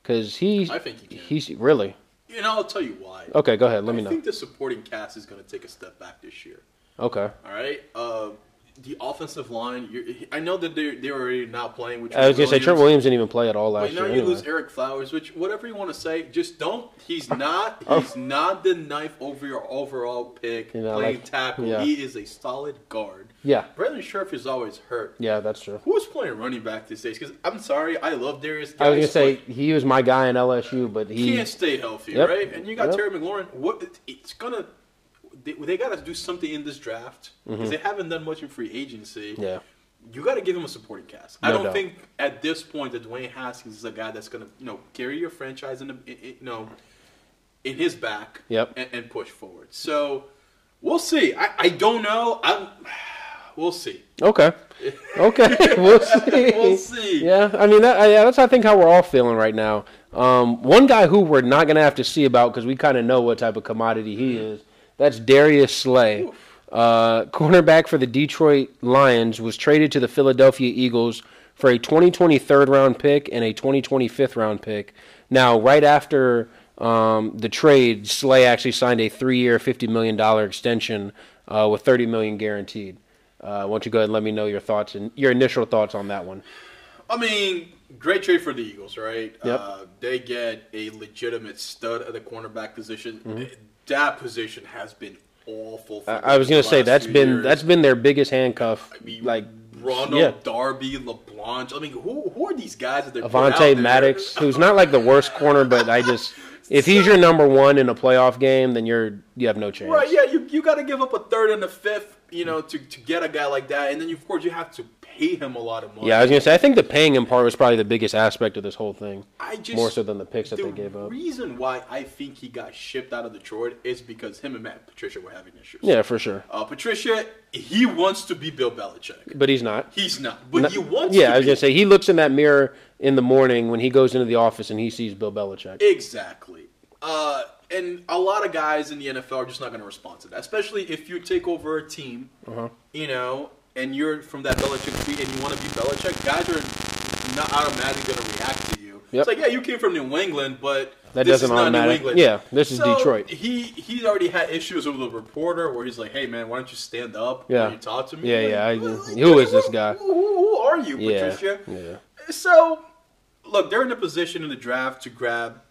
because he.
I think he can.
He's really
You know, I'll tell you why.
okay. Go ahead. Let me
I
know.
think the supporting cast is going to take a step back this year.
Okay.
All right. Uh, the offensive line. You're, I know that they're they're already not playing. Which
I was gonna say Trent Williams didn't even play at all last
But now
year.
you
anyway.
lose Eric Flowers, which whatever you want to say, just don't.
*laughs*
He's not. He's not the knife over your overall pick.
Oh. You know,
playing
like-
tackle.
yeah.
He is a solid guard.
Yeah,
Brandon Scherf is always hurt.
yeah, that's true.
Who's playing running back these days? Because I'm sorry, I love Darius.
I was gonna
Geis,
say
but
he was my guy in LSU, but
he
he
can't stay healthy,
Yep.
right? And you got
Yep.
Terry McLaurin. What it's gonna. They, they got to do something in this draft because they haven't done much in free agency.
Mm-hmm. yeah.
You got to give him a supporting cast. I
No
don't
doubt.
think at this point that Dwayne Haskins is a guy that's gonna you know carry your franchise in, the, in, in- you know in his back.
Yep.
And, and push forward. So we'll see. I, I don't know. I'm. *sighs*
*laughs*
We'll see. *laughs*
Okay. Okay. *laughs* we'll see.
We'll see.
Yeah, I mean that, yeah, that's I think how we're all feeling right now. Um, one guy who we're not gonna have to see about because we kind of know what type of commodity he is. That's Darius Slay, uh, cornerback for the Detroit Lions, was traded to the Philadelphia Eagles for a 2020 third round pick and a 2020 fifth round pick. Now, right after um, the trade, Slay actually signed a three year, $50 million extension uh, with $30 million guaranteed. Uh, why don't you go ahead and let me know your thoughts and your initial thoughts on that one?
I mean, great trade for the Eagles, right?
Yep.
Uh, they get a legitimate stud at the cornerback position. That position has been awful. For
Mm-hmm. I, I was
them
gonna
the
say
last
that's
few
been
years.
that's been their biggest handcuff.
I mean,
like
Rondo,
yeah.
Darby, LeBlanc. I mean, who who are these guys that they're putting out
Avante
there?
Maddox,
*laughs*
who's not like the worst corner, but I just if he's your number one in a playoff game, then you're you have no chance.
Right? Yeah, you you got to give up a third and a fifth, you know, to to get a guy like that, and then you, of course you have to pay him a lot of money.
Yeah, I was gonna say I think the paying in part was probably the biggest aspect of this whole thing,
I just
more so than the picks that
the
they gave up.
reason why I think he got shipped out of Detroit is because him and Matt Patricia were having issues.
Yeah, for sure.
Uh, Patricia, he wants to be Bill Belichick.
But he's not.
He's not, but
No-
he wants.
yeah,
to
I was
be.
gonna say he looks in that mirror in the morning when he goes into the office and he sees Bill Belichick.
Exactly. Uh, and a lot of guys in the NFL are just not going to respond to that, especially if you take over a team,
Uh-huh.
you know, and you're from that Belichick tweet and you want to be Belichick, guys are not automatically going to react to you.
Yep.
It's like, yeah, you came from New England, but
That
this
doesn't
is not New
automatic-
England.
yeah, this is
So,
Detroit.
He he already had issues with a reporter where he's like, hey man, why don't you stand up
Yeah.
when you talk to me?
Yeah,
Like,
yeah, I-
what- like,
who is this guy?
Who, who- who are you,
Yeah,
Patricia?
yeah.
So, look, they're in a position in the draft to grab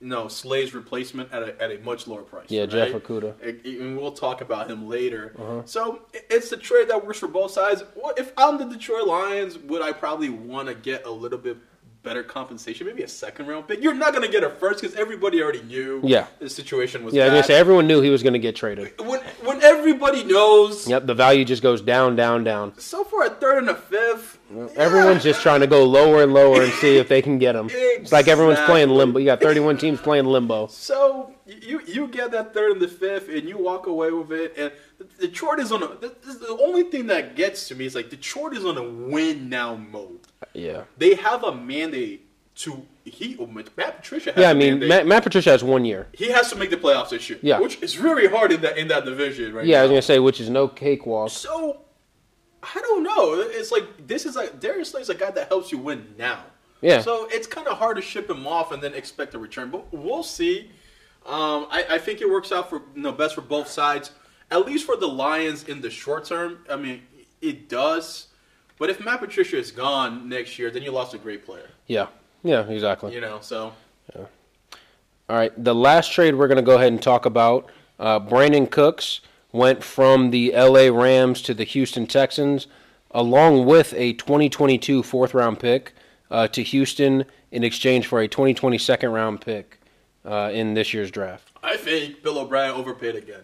no Slay's replacement at a, at a much lower price.
Yeah,
right?
Jeff Okuda. Uh-huh.
And- And we'll talk about him later. So i- it's a trade that works for both sides. Well, If I'm the Detroit Lions, would I probably want to get a little bit better compensation, maybe a second round pick? You're not going to get a first because everybody already knew.
Yeah.
the situation was.
Yeah, I was gonna
bad.
say everyone knew he was gonna get traded.
when when everybody knows.
Yep, the value just goes down, down, down.
So far, a third and a fifth.
Everyone's just trying to go lower and lower and see if they can get him. It's like everyone's playing
Exactly.
limbo. You got 31 teams playing limbo.
So you you get that third and the fifth, and you walk away with it. And Detroit is on a. This is the only thing that gets to me is like Detroit is on a win now mode.
Yeah.
They have a mandate to he oh, Matt Patricia. Has
Yeah, I
a
mean,
mandate.
Matt, Matt Patricia has one year.
he has to make the playoffs this year.
Yeah.
which is really hard in that in that division right
Yeah, I
now.
was going to say, which is no cakewalk.
So I don't know. It's like this is like Darius Slay's a guy that helps you win now.
Yeah.
So it's kind of hard to ship him off and then expect a return, but we'll see. Um, I, I think it works out for you know, best for both sides. At least for the Lions in the short term, I mean, it does. But if Matt Patricia is gone next year, then you lost a great player.
Yeah. Yeah, exactly.
You know, so
All right, the last trade we're going to go ahead and talk about uh, Brandon Cooks went from the LA Rams to the Houston Texans, along with a 2022 fourth round pick uh, to Houston in exchange for a 2020 second round pick uh, in this year's draft.
I think Bill O'Brien overpaid again.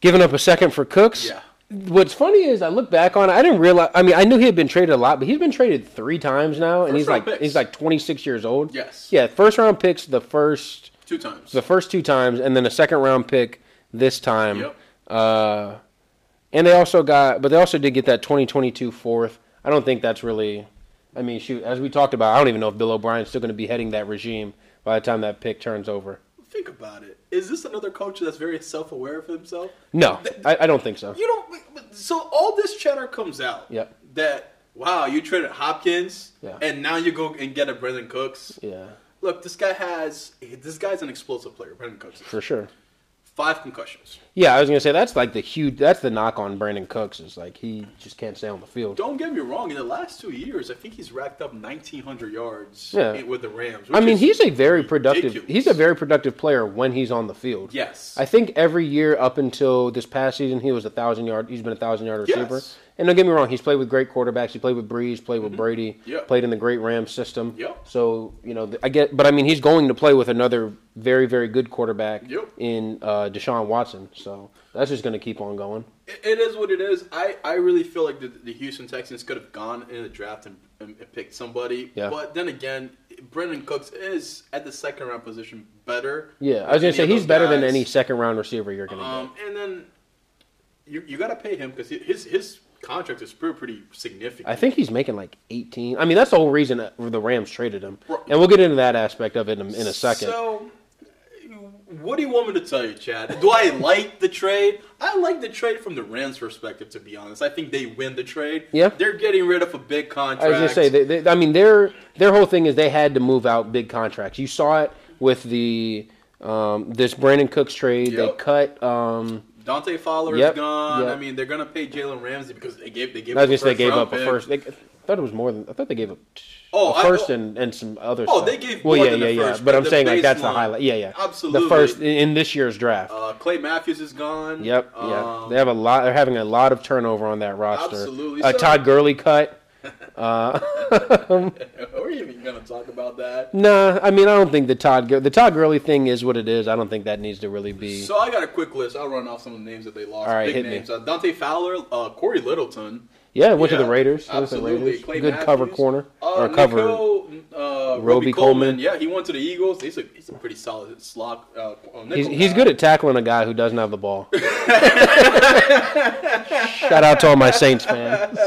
giving up a second for Cooks.
Yeah.
What's funny is I look back on it, I didn't realize I mean I knew he had been traded a lot, but he's been traded three times now and
First
he's like
round picks.
he's like twenty six years old.
Yes.
Yeah, first round picks the first
Two times.
the first two times and then a second round pick this time.
Yep.
Uh and they also got but they also did get that 2022 fourth. I don't think that's really I mean shoot, as we talked about, I don't even know if Bill O'Brien's still gonna be heading that regime by the time that pick turns over.
Think about it. Is this another coach that's very self-aware of himself?
No, I, I don't think so.
You don't. So all this chatter comes out.
Yep.
That wow, you traded Hopkins,
Yeah.
and now you go and get a Brendan Cooks.
Yeah.
Look, this guy has. This guy's an explosive player, Brendan Cooks.
For sure.
five concussions.
Yeah, I was gonna say that's like the huge. That's the knock on Brandon Cooks is like he just can't stay on the field.
Don't get me wrong. In the last two years, I think he's racked up 1,900 yards
Yeah.
in- with the Rams.
I
which
mean,
is
he's a very productive.
ridiculous.
He's a very productive player when he's on the field.
yes.
I think every year up until this past season, he was a thousand yard. He's been a thousand yard
Yes.
receiver. And don't get me wrong, he's played with great quarterbacks. He played with Breeze, played with Brady,
Mm-hmm. Yep.
played in the great Rams system.
Yep.
So you know, th- I get, but I mean, he's going to play with another very, very good quarterback
Yep.
in uh, Deshaun Watson. So that's just going to keep on going.
It- it is what it is. I, I really feel like the, the Houston Texans could have gone in the draft and, and picked somebody.
Yeah.
But then again, Brendan Cooks is at the second round position better.
Yeah, I was going
than
to say
any of
he's
those
better than
guys.
any second round receiver you're going to
Um, and then you you got to pay him because his his contract is pretty pretty significant.
get. I think he's making like 18. I mean, that's the whole reason that the Rams traded him,
Bro-
and we'll get into that aspect of it in a, in a second.
So, what do you want me to tell you, Chad? Do I like the trade? I like the trade from the Rams' perspective, to be honest. I think they win the trade.
Yeah.
they're getting rid of a big contract.
I was gonna say, they, they, I mean, their their whole thing is they had to move out big contracts. You saw it with the um, this Brandon Cooks trade.
Yep.
They cut. Um,
Dante Fowler
Yep,
is gone.
yep.
I mean, they're gonna pay Jalen Ramsey because they gave they gave.
I was
up a
gonna say they gave
first-round
up a
pick.
first. They, I thought it was more than. I thought they gave up t-
Oh,
a
I-
first
oh.
and, and some other.
Oh,
stuff.
they gave
Well,
more
yeah,
than
yeah,
the
yeah.
first,
but
but
I'm
the
saying like that's the
baseline.
highlight. Yeah, yeah. The
Absolutely.
first in, in this year's draft.
Uh, Clay Matthews is gone.
Yep. yeah.
Um,
They have a lot. They're having a lot of turnover on that roster.
Absolutely.
Uh,
So-
Todd Gurley cut.
*laughs* We're even gonna talk about that.
Nah, I mean I don't think the Todd Gur- the Todd Gurley thing is what it is. I don't think that needs to really be.
So I got a quick list. I'll run off some of the names that they lost.
All right,
Big
hit me.
names. Uh, Dante Fowler, uh, Corey Littleton.
Yeah, went to
Yeah,
the Raiders. Went to the
Absolutely.
Raiders.
Clay
Good
Matthews.
cover corner
Uh,
or cover.
Nico, uh, Roby,
Roby
Coleman.
Coleman.
Yeah, he went to the Eagles. He's a, he's a pretty solid slot. Uh, uh, nickel
He's, he's
guy.
good at tackling a guy who doesn't have the
*laughs*
ball. Shout out to all my Saints fans.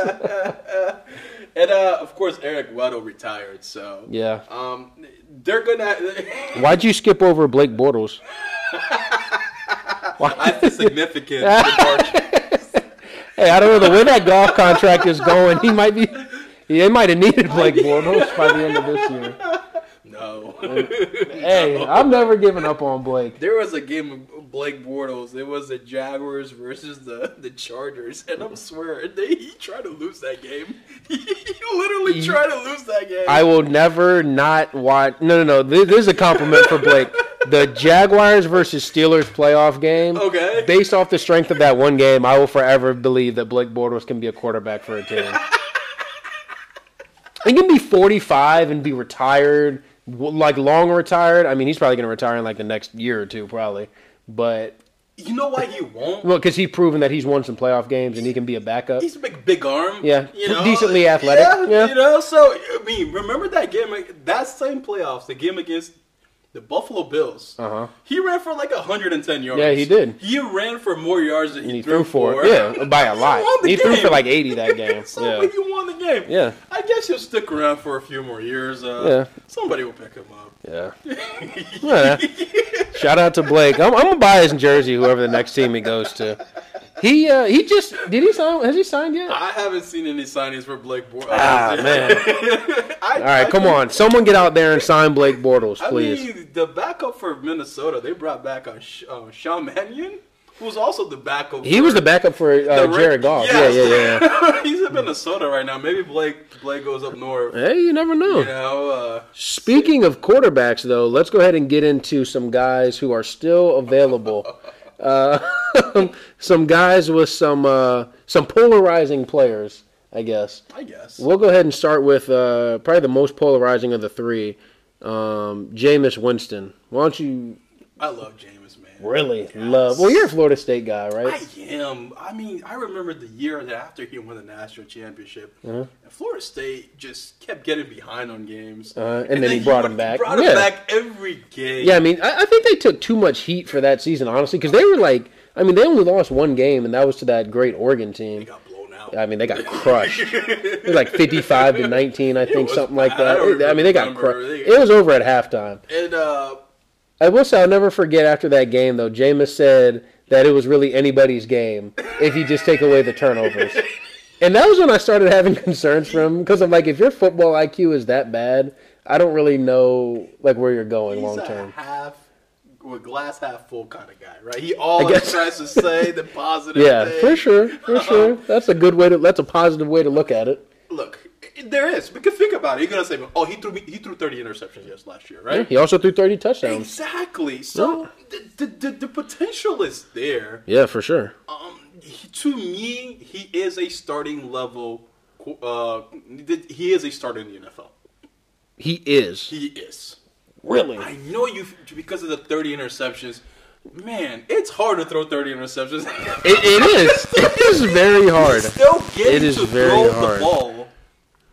And uh, of course, Eric Weddle retired. So
Yeah.
um, they're gonna. *laughs*
Why'd you skip over Blake Bortles?
That's the significant departure.
Hey, I don't know the way that golf contract is going. He might be. They might have needed Blake Bortles by the end of this year.
No,
*laughs* Hey, I'm never giving up on Blake.
there was a game of Blake Bortles. It was the Jaguars versus the the Chargers, and I'm swearing they, he tried to lose that game. *laughs* he literally tried to lose that game.
I will never not watch. No, no, no. This, this is a compliment for Blake. The Jaguars versus Steelers playoff game.
Okay.
Based off the strength of that one game, I will forever believe that Blake Bortles can be a quarterback for a team. he can be 45 and be retired, w- like long retired. I mean, he's probably going to retire in like the next year or two, probably. But
you know why he won't?
well, because he's proven that he's won some playoff games and he can be a backup.
He's a big, big arm.
Yeah, decently athletic, yeah.
you know. So I mean, remember that game? like, That same playoffs, the game against the Buffalo Bills.
Uh-huh.
He ran for like 110 yards.
Yeah, he did.
He ran for more yards than
And
he,
he threw for
for.
it. Yeah, by
*laughs*
a
He
lot.
won the
He threw
game.
for like 80
*laughs*
that game.
so
yeah.
but he won the game.
Yeah.
I guess he'll stick around for a few more years. Uh,
Yeah.
Somebody will pick him up.
Yeah. Yeah. Shout out to Blake. I'm, I'm gonna buy his jersey. Whoever the next team he goes to, he uh, he just did he sign? Has he signed yet?
I haven't seen any signings for Blake Bortles. *laughs*
Ah man!
I,
All right, come on, someone get out there and sign Blake Bortles,
I
please.
mean, the backup for Minnesota, they brought back uh, Sh- uh, Sean Mannion, who was also the backup.
He
for
was the backup for uh,
the Ra-
Jared Goff. Yeah, yeah, yeah.
*laughs* He's in Minnesota right now. Maybe Blake Blake goes up north.
Hey, you never know.
You know, uh,
Speaking of quarterbacks, though, let's go ahead and get into some guys who are still available. uh, *laughs* some guys with some uh, some polarizing players, I guess.
I guess.
We'll go ahead and start with uh, probably the most polarizing of the three, um, Jameis Winston. Why don't you
I love Jameis, man.
really love? Well, you're a Florida State guy, right?
I am. I mean, I remember the year that after he won the national championship,
Uh-huh.
and Florida State just kept getting behind on games.
Uh, and then he brought him
would-
back.
Brought him
Yeah.
back every game.
yeah, I mean, I, I think they took too much heat for that season, honestly, because they were like, I mean, they only lost one game, and that was to that great Oregon
He
team.
got blown out.
I mean, they got crushed. It was like 55 to 19,
*laughs*
I think,
was
something like
bad.
that.
I don't
I mean, they got
remember.
crushed.
They-
It was over at halftime.
and uh,
I will say I'll never forget after that game though. Jameis said that it was really anybody's game if you just take away the
*laughs*
turnovers. and that was when I started having concerns for him because I'm like, if your football IQ is that bad, I don't really know like where you're going
he's
long
a
term.
half a glass half full kind of guy, right? He always
guess-
tries to
*laughs*
say the positive.
Yeah,
thing.
for sure, for sure. That's a good way to. That's a positive way to look at it.
Look, i- there is because think about it. You're gonna say, "Oh, he threw me, he threw 30 interceptions yes last year, right?"
He also threw 30 touchdowns.
Exactly. So the, the, the, the potential is there.
Yeah, for sure.
Um, he, to me, he is a starting level. qu- Uh, th- he is a starter in the NFL.
He is.
He is.
Really?
I know you because of the 30 interceptions. Man, it's hard to throw 30 interceptions. *laughs*
It, it is. It is very hard.
still getting
It is
to
very
throw
hard.
the ball.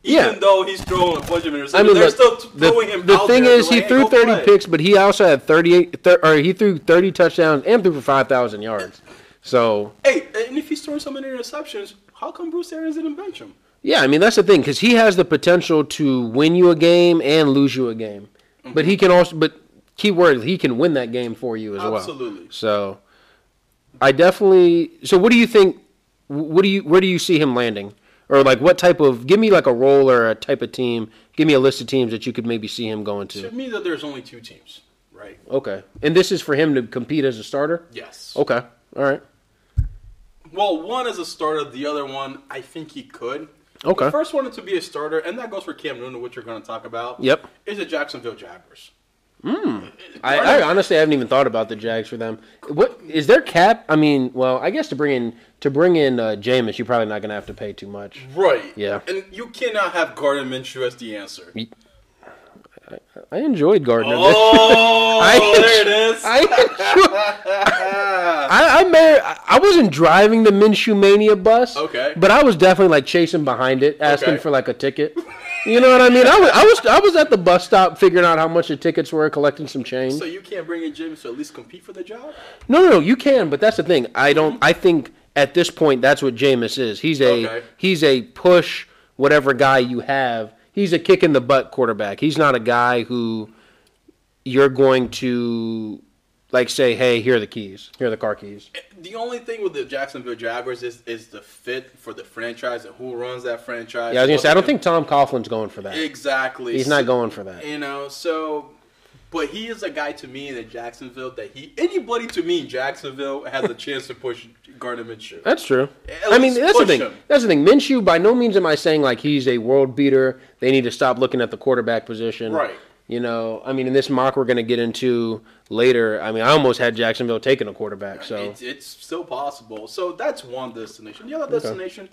Yeah.
Even though he's throwing a bunch of interceptions,
I mean,
they're
look,
still t-
the,
throwing him
the
out
thing
there,
is, he
like,
threw
"Go
30
play."
picks, but he also had 38, thir- or he threw 30 touchdowns and threw for 5,000 yards. So,
Hey, and if he's throwing so many interceptions, how come Bruce Arians didn't bench him?
yeah, I mean, that's the thing, because he has the potential to win you a game and lose you a game. But
Mm-hmm.
he can also, but key word, he can win that game for you as well.
Absolutely.
So, I definitely, so what do you think, what do you, where do you see him landing? Or like what type of, give me like a role or a type of team, give me a list of teams that you could maybe see him going to.
To me, that there's only two teams, right?
Okay. And this is for him to compete as a starter?
Yes.
Okay. All right.
Well, one is a starter. The other one, I think he could.
Okay.
The first one to be a starter, and that goes for Cam Newton, which you're going to talk about.
Yep.
Is the Jacksonville Jaguars.
I, I honestly haven't even thought about the Jags for them. What is their cap? I mean, well, I guess to bring in to bring in uh, Jameis, you're probably not going to have to pay too much.
Right.
Yeah.
And you cannot have Gardner Minshew as the answer.
*laughs* I enjoyed Gardner.
Oh,
*laughs* I-
there it is.
I, enjoyed, I, I, may, I wasn't driving the Minshew Mania bus.
Okay.
But I was definitely like chasing behind it, asking
Okay.
for like a ticket. You know what I mean? I was, I was I was at the bus stop figuring out how much the tickets were, collecting some change.
so you can't bring in James to at least compete for the job?
No, no, no, you can, but that's the thing. I don't. I think at this point, that's what Jameis is. He's a
Okay.
he's a push whatever guy you have. He's a kick in the butt quarterback. He's not a guy who you're going to like say, hey, here are the keys, here are the car keys.
The only thing with the Jacksonville Jaguars is is the fit for the franchise and who runs that franchise.
Yeah, I was gonna say, I don't think Tom Coughlin's going for that.
exactly.
He's not
So-
going for that.
You know, so but he is a guy to me in Jacksonville that he anybody to me in Jacksonville has a chance to push Gardner Minshew.
That's true.
At
I mean,
least
that's the
push
thing.
him.
That's the thing. Minshew, by no means am I saying like he's a world beater. They need to stop looking at the quarterback position.
Right.
You know, I mean, in this mock we're going to get into later. I mean, I almost had Jacksonville taking a quarterback. *laughs* So
It's, it's still possible. So that's one destination. The other destination,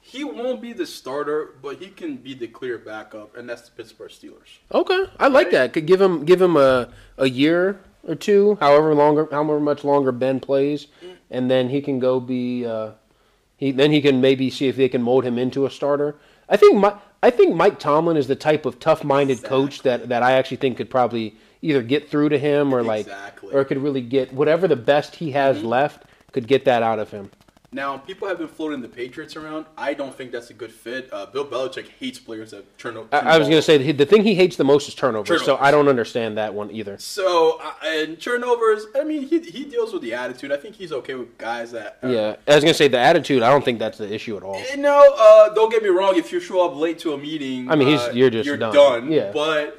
he won't be the starter, but he can be the clear backup, and that's the Pittsburgh Steelers.
okay, I like that. Could give him give him a a year or two, however longer, however much longer Ben plays, and then he can go be. Uh, he then he can maybe see if they can mold him into a starter. I think my. I think Mike Tomlin is the type of tough-minded coach that, that I actually think could probably either get through to him or like
Exactly. Mm-hmm.
or could really get whatever the best he has left could get that out of him.
Now, people have been floating the Patriots around. I don't think that's a good fit. Uh, Bill Belichick hates players that turn over.
I, I was going to say that he- the thing he hates the most is turnovers, so
Turnovers.
I don't understand that one either.
So uh, and turnovers. I mean, he he deals with the attitude. I think he's okay with guys that. Uh,
Yeah, I was going to say the attitude. I don't think that's the issue at all.
You know, uh, don't get me wrong. If you show up late to a meeting,
I mean, he's-
uh,
you're just
you're
done.
done.
Yeah.
but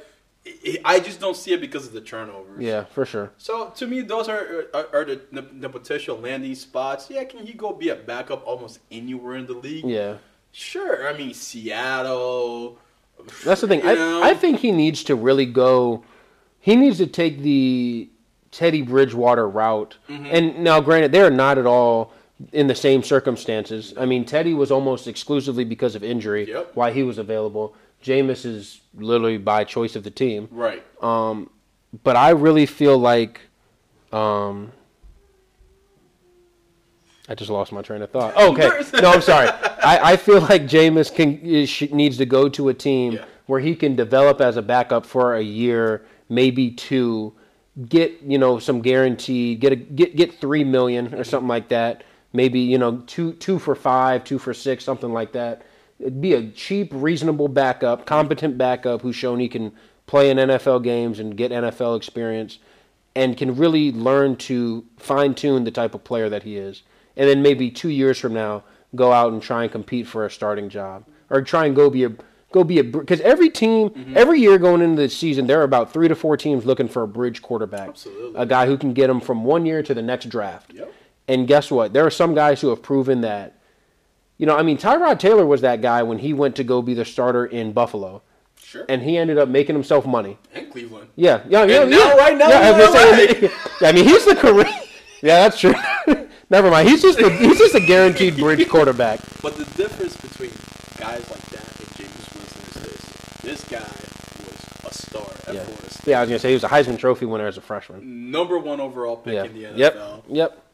i I just don't see it because of the turnovers.
Yeah, for sure.
So to me, those are are, are the, the the potential landing spots. Yeah, can he go be a backup almost anywhere in the league?
Yeah,
Sure. I mean, Seattle.
that's the thing.
you know?
I I think he needs to really go. He needs to take the Teddy Bridgewater route.
Mm-hmm.
And now, granted, they're not at all in the same circumstances. I mean, Teddy was almost exclusively because of injury
Yep.
why he was available. Jameis is literally by choice of the team.
right.
Um, but I really feel like um I just lost my train of thought. Oh, Okay, no, I'm sorry. I, I feel like Jameis can is- sh- needs to go to a team
Yeah.
where he can develop as a backup for a year, maybe two, get you know some guaranteed, get a get get three million or something like that. Maybe you know two two for five, two for six, something like that. It'd be a cheap, reasonable backup, competent backup who's shown he can play in NFL games and get NFL experience and can really learn to fine tune the type of player that he is. And then maybe two years from now, go out and try and compete for a starting job or try and go be a Go be a because every team
Mm-hmm.
every year going into the season there are about three to four teams looking for a bridge quarterback,
Absolutely.
a guy who can get them from one year to the next draft.
Yep.
And guess what? There are some guys who have proven that. You know, I mean, Tyrod Taylor was that guy when he went to go be the starter in Buffalo,
Sure.
and he ended up making himself money.
and Cleveland.
Yeah, yeah, yeah.
And now,
yeah.
right now,
yeah,
he's
I was
in
saying- yeah, *laughs* I mean, he's the career. Yeah, that's true. *laughs* Never mind. He's just a, he's just a
*laughs*
guaranteed bridge quarterback.
But the difference between guys like that and James Winston is this: this guy was a star at
Yeah.
Florida State.
yeah, I was gonna say he was a Heisman Trophy winner as a freshman.
Number one overall pick
Yeah.
in the NFL.
Yep. Yep.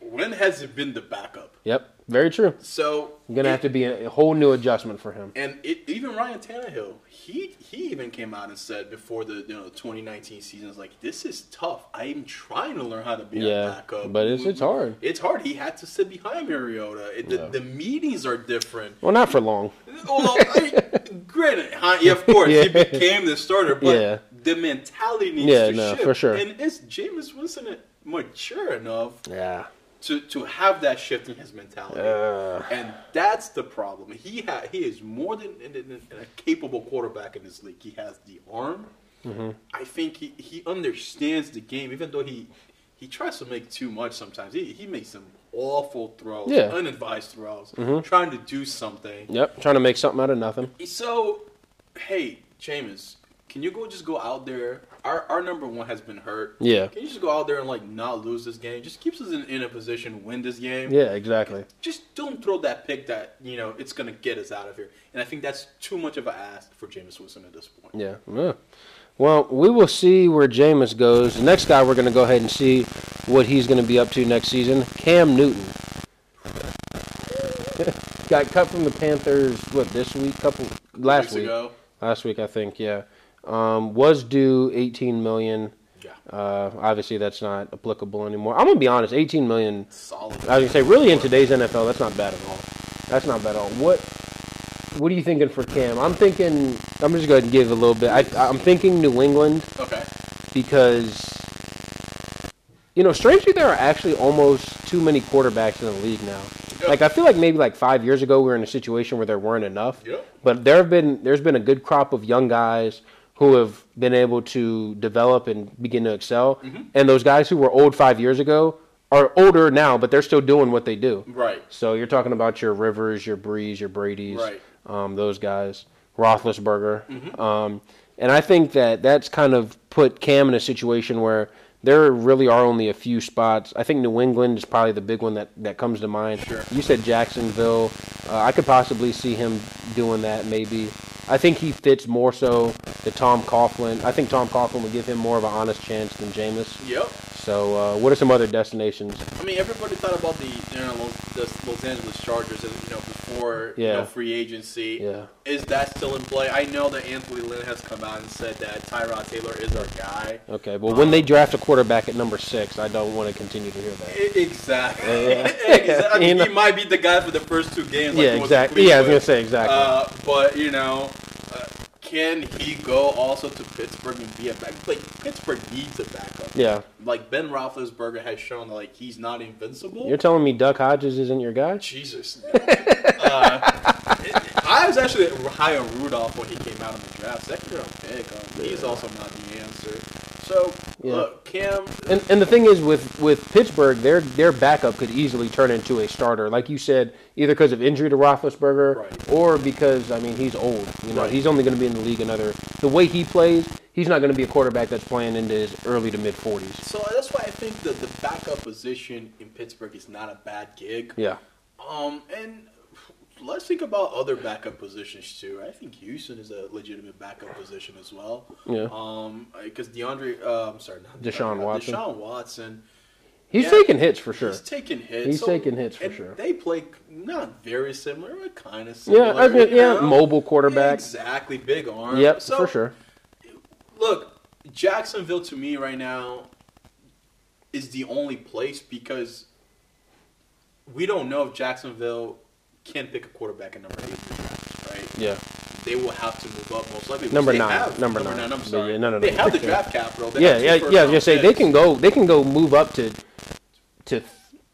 When has it been the backup?
Yep. Very true.
So
It's gonna
it-
have to be a, a whole new adjustment for him.
And it, even Ryan Tannehill, he he even came out and said before the you know 2019 season, is like this is tough. I'm trying to learn how to be
Yeah,
a backup,
but it's- it's hard.
It's hard. He had to sit behind Mariota. It, the,
Yeah.
the meetings are *laughs* different.
Well, not for long.
Although, I, granted, huh, yeah, of course, he
*laughs* Yeah.
became the starter, but
Yeah.
the mentality needs
Yeah,
to
no,
shift.
for sure.
And is Jameis Winston mature enough
Yeah.
to to have that shift in his mentality?
Uh,
And that's the problem. He ha- he is more than than- than a capable quarterback in this league. He has the arm.
Mm-hmm.
I think he, he understands the game, even though he he tries to make too much sometimes. He, he makes some awful throws,
Yeah. Mm-hmm.
unadvised throws, trying to do something.
yep. Trying to make something out of nothing.
So, hey, Jameis, can you go just go out there? Our, our number one has been hurt.
Yeah.
Can you just go out there and like not lose this game? Just keeps us in, in a position to win this game
Yeah. Exactly.
just don't throw that pick that you know it's gonna get us out of here. And I think that's too much of an ask for Jameis Winston at this point.
Yeah. yeah. Well, we will see where Jameis goes. The next guy we're going to go ahead and see what he's going to be up to next season. Cam Newton *laughs* got cut from the Panthers. What this week? Couple last
Weeks
week.
ago,
Last week, I think. Yeah. Um, was due 18 million.
yeah,
Uh, obviously, that's not applicable anymore. I'm gonna be honest. 18 million.
solid.
I was gonna say, really, in today's NFL, that's not bad at all. That's not bad at all. What What are you thinking for Cam? I'm thinking. I'm just going to give a little bit. I, I'm thinking New England
okay,
because you know, strangely, there are actually almost too many quarterbacks in the league now. Like I feel like maybe like five years ago we were in a situation where there weren't enough.
Yep.
But there have been there's been a good crop of young guys who have been able to develop and begin to excel. And those guys who were old five years ago are older now, but they're still doing what they do.
right.
So you're talking about your Rivers, your Breeze, your Brady's,
Right. Mm-hmm.
um, those guys, Roethlisberger, um, and I think that that's kind of put Cam in a situation where there really are only a few spots. I think New England is probably the big one that, that comes to mind.
Sure.
You said Jacksonville. Uh, I could possibly see him doing that. Maybe I think he fits more so the Tom Coughlin. I think Tom Coughlin would give him more of an honest chance than Jameis.
Yep.
So uh, what are some other destinations?
I mean, everybody thought about the you know Los, the Los Angeles Chargers, as, you know, before you
Yeah.
know free agency.
Yeah.
Is that still in play? I know that Anthony Lynn has come out and said that Tyrod Taylor is our guy.
Okay, well, when they draft a quarterback at number six, I don't want to continue to hear that.
E- Exactly.
Yeah.
*laughs* Exactly. I
*laughs*
mean,
You know.
he might be the guy for the first two games. like
yeah,
he was
exactly.
in
Yeah, I was gonna
Cleveland.
say exactly.
Uh, but you know, uh, can he go also to Pittsburgh and be a back? Like Pittsburgh needs a backup.
yeah,
Like Ben Roethlisberger has shown, like he's not invincible.
you're telling me Duck Hodges isn't your guy?
Jesus. no. *laughs* uh, I was actually high on Rudolph when he came out in the draft. Second round pick. Um, he's also not the answer. So
Yeah.
look, Cam.
And and the thing is with with Pittsburgh, their their backup could easily turn into a starter, like you said, either because of injury to Roethlisberger
Right.
or because I mean he's old. You know,
Right.
he's only going to be in the league another. The way he plays, he's not going to be a quarterback that's playing into his early to mid 40s.
So that's why I think that the backup position in Pittsburgh is not a bad gig.
Yeah.
Um, and let's think about other backup positions too. I think Houston is a legitimate backup position as well.
Yeah.
Um, because DeAndre, uh, I'm sorry, not
Deshaun
DeAndre,
Watson.
Deshaun Watson.
He's
Yeah.
taking hits for sure.
He's taking hits.
He's taking hits for
and
sure.
They play not very similar, but kind of similar.
yeah, I mean,
you
yeah,
know?
mobile quarterback.
Exactly, big arm.
Yep,
So,
for sure.
Look, Jacksonville to me right now is the only place because we don't know if Jacksonville can pick a quarterback at number eight, in the draft, right?
Yeah.
they will have to move up most likely. which
Number
they
nine.
have.
Number nine.
I'm sorry.
Yeah, no, no,
They
no. *laughs*
have the draft capital. They
yeah,
have two
yeah,
first
yeah. I was
round
gonna say they
picks.
can go. They can go move up to, to.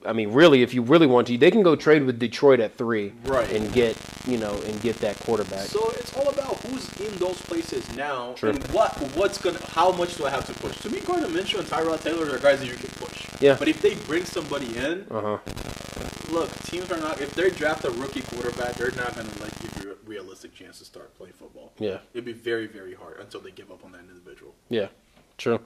I mean, really, if you really want to, they can go trade with Detroit at three,
Right.
and get you know, and get that quarterback.
So it's all about who's in those places now
True.
and what what's gonna how much do I have to push. To me, Gardner Minshew and Tyrod Taylor are guys that you can push.
Yeah.
But if they bring somebody in,
uh huh.
look, teams are not if they draft a rookie quarterback, they're not gonna like give you a realistic chance to start playing football.
Yeah.
It'd be very, very hard until they give up on that individual.
Yeah, true.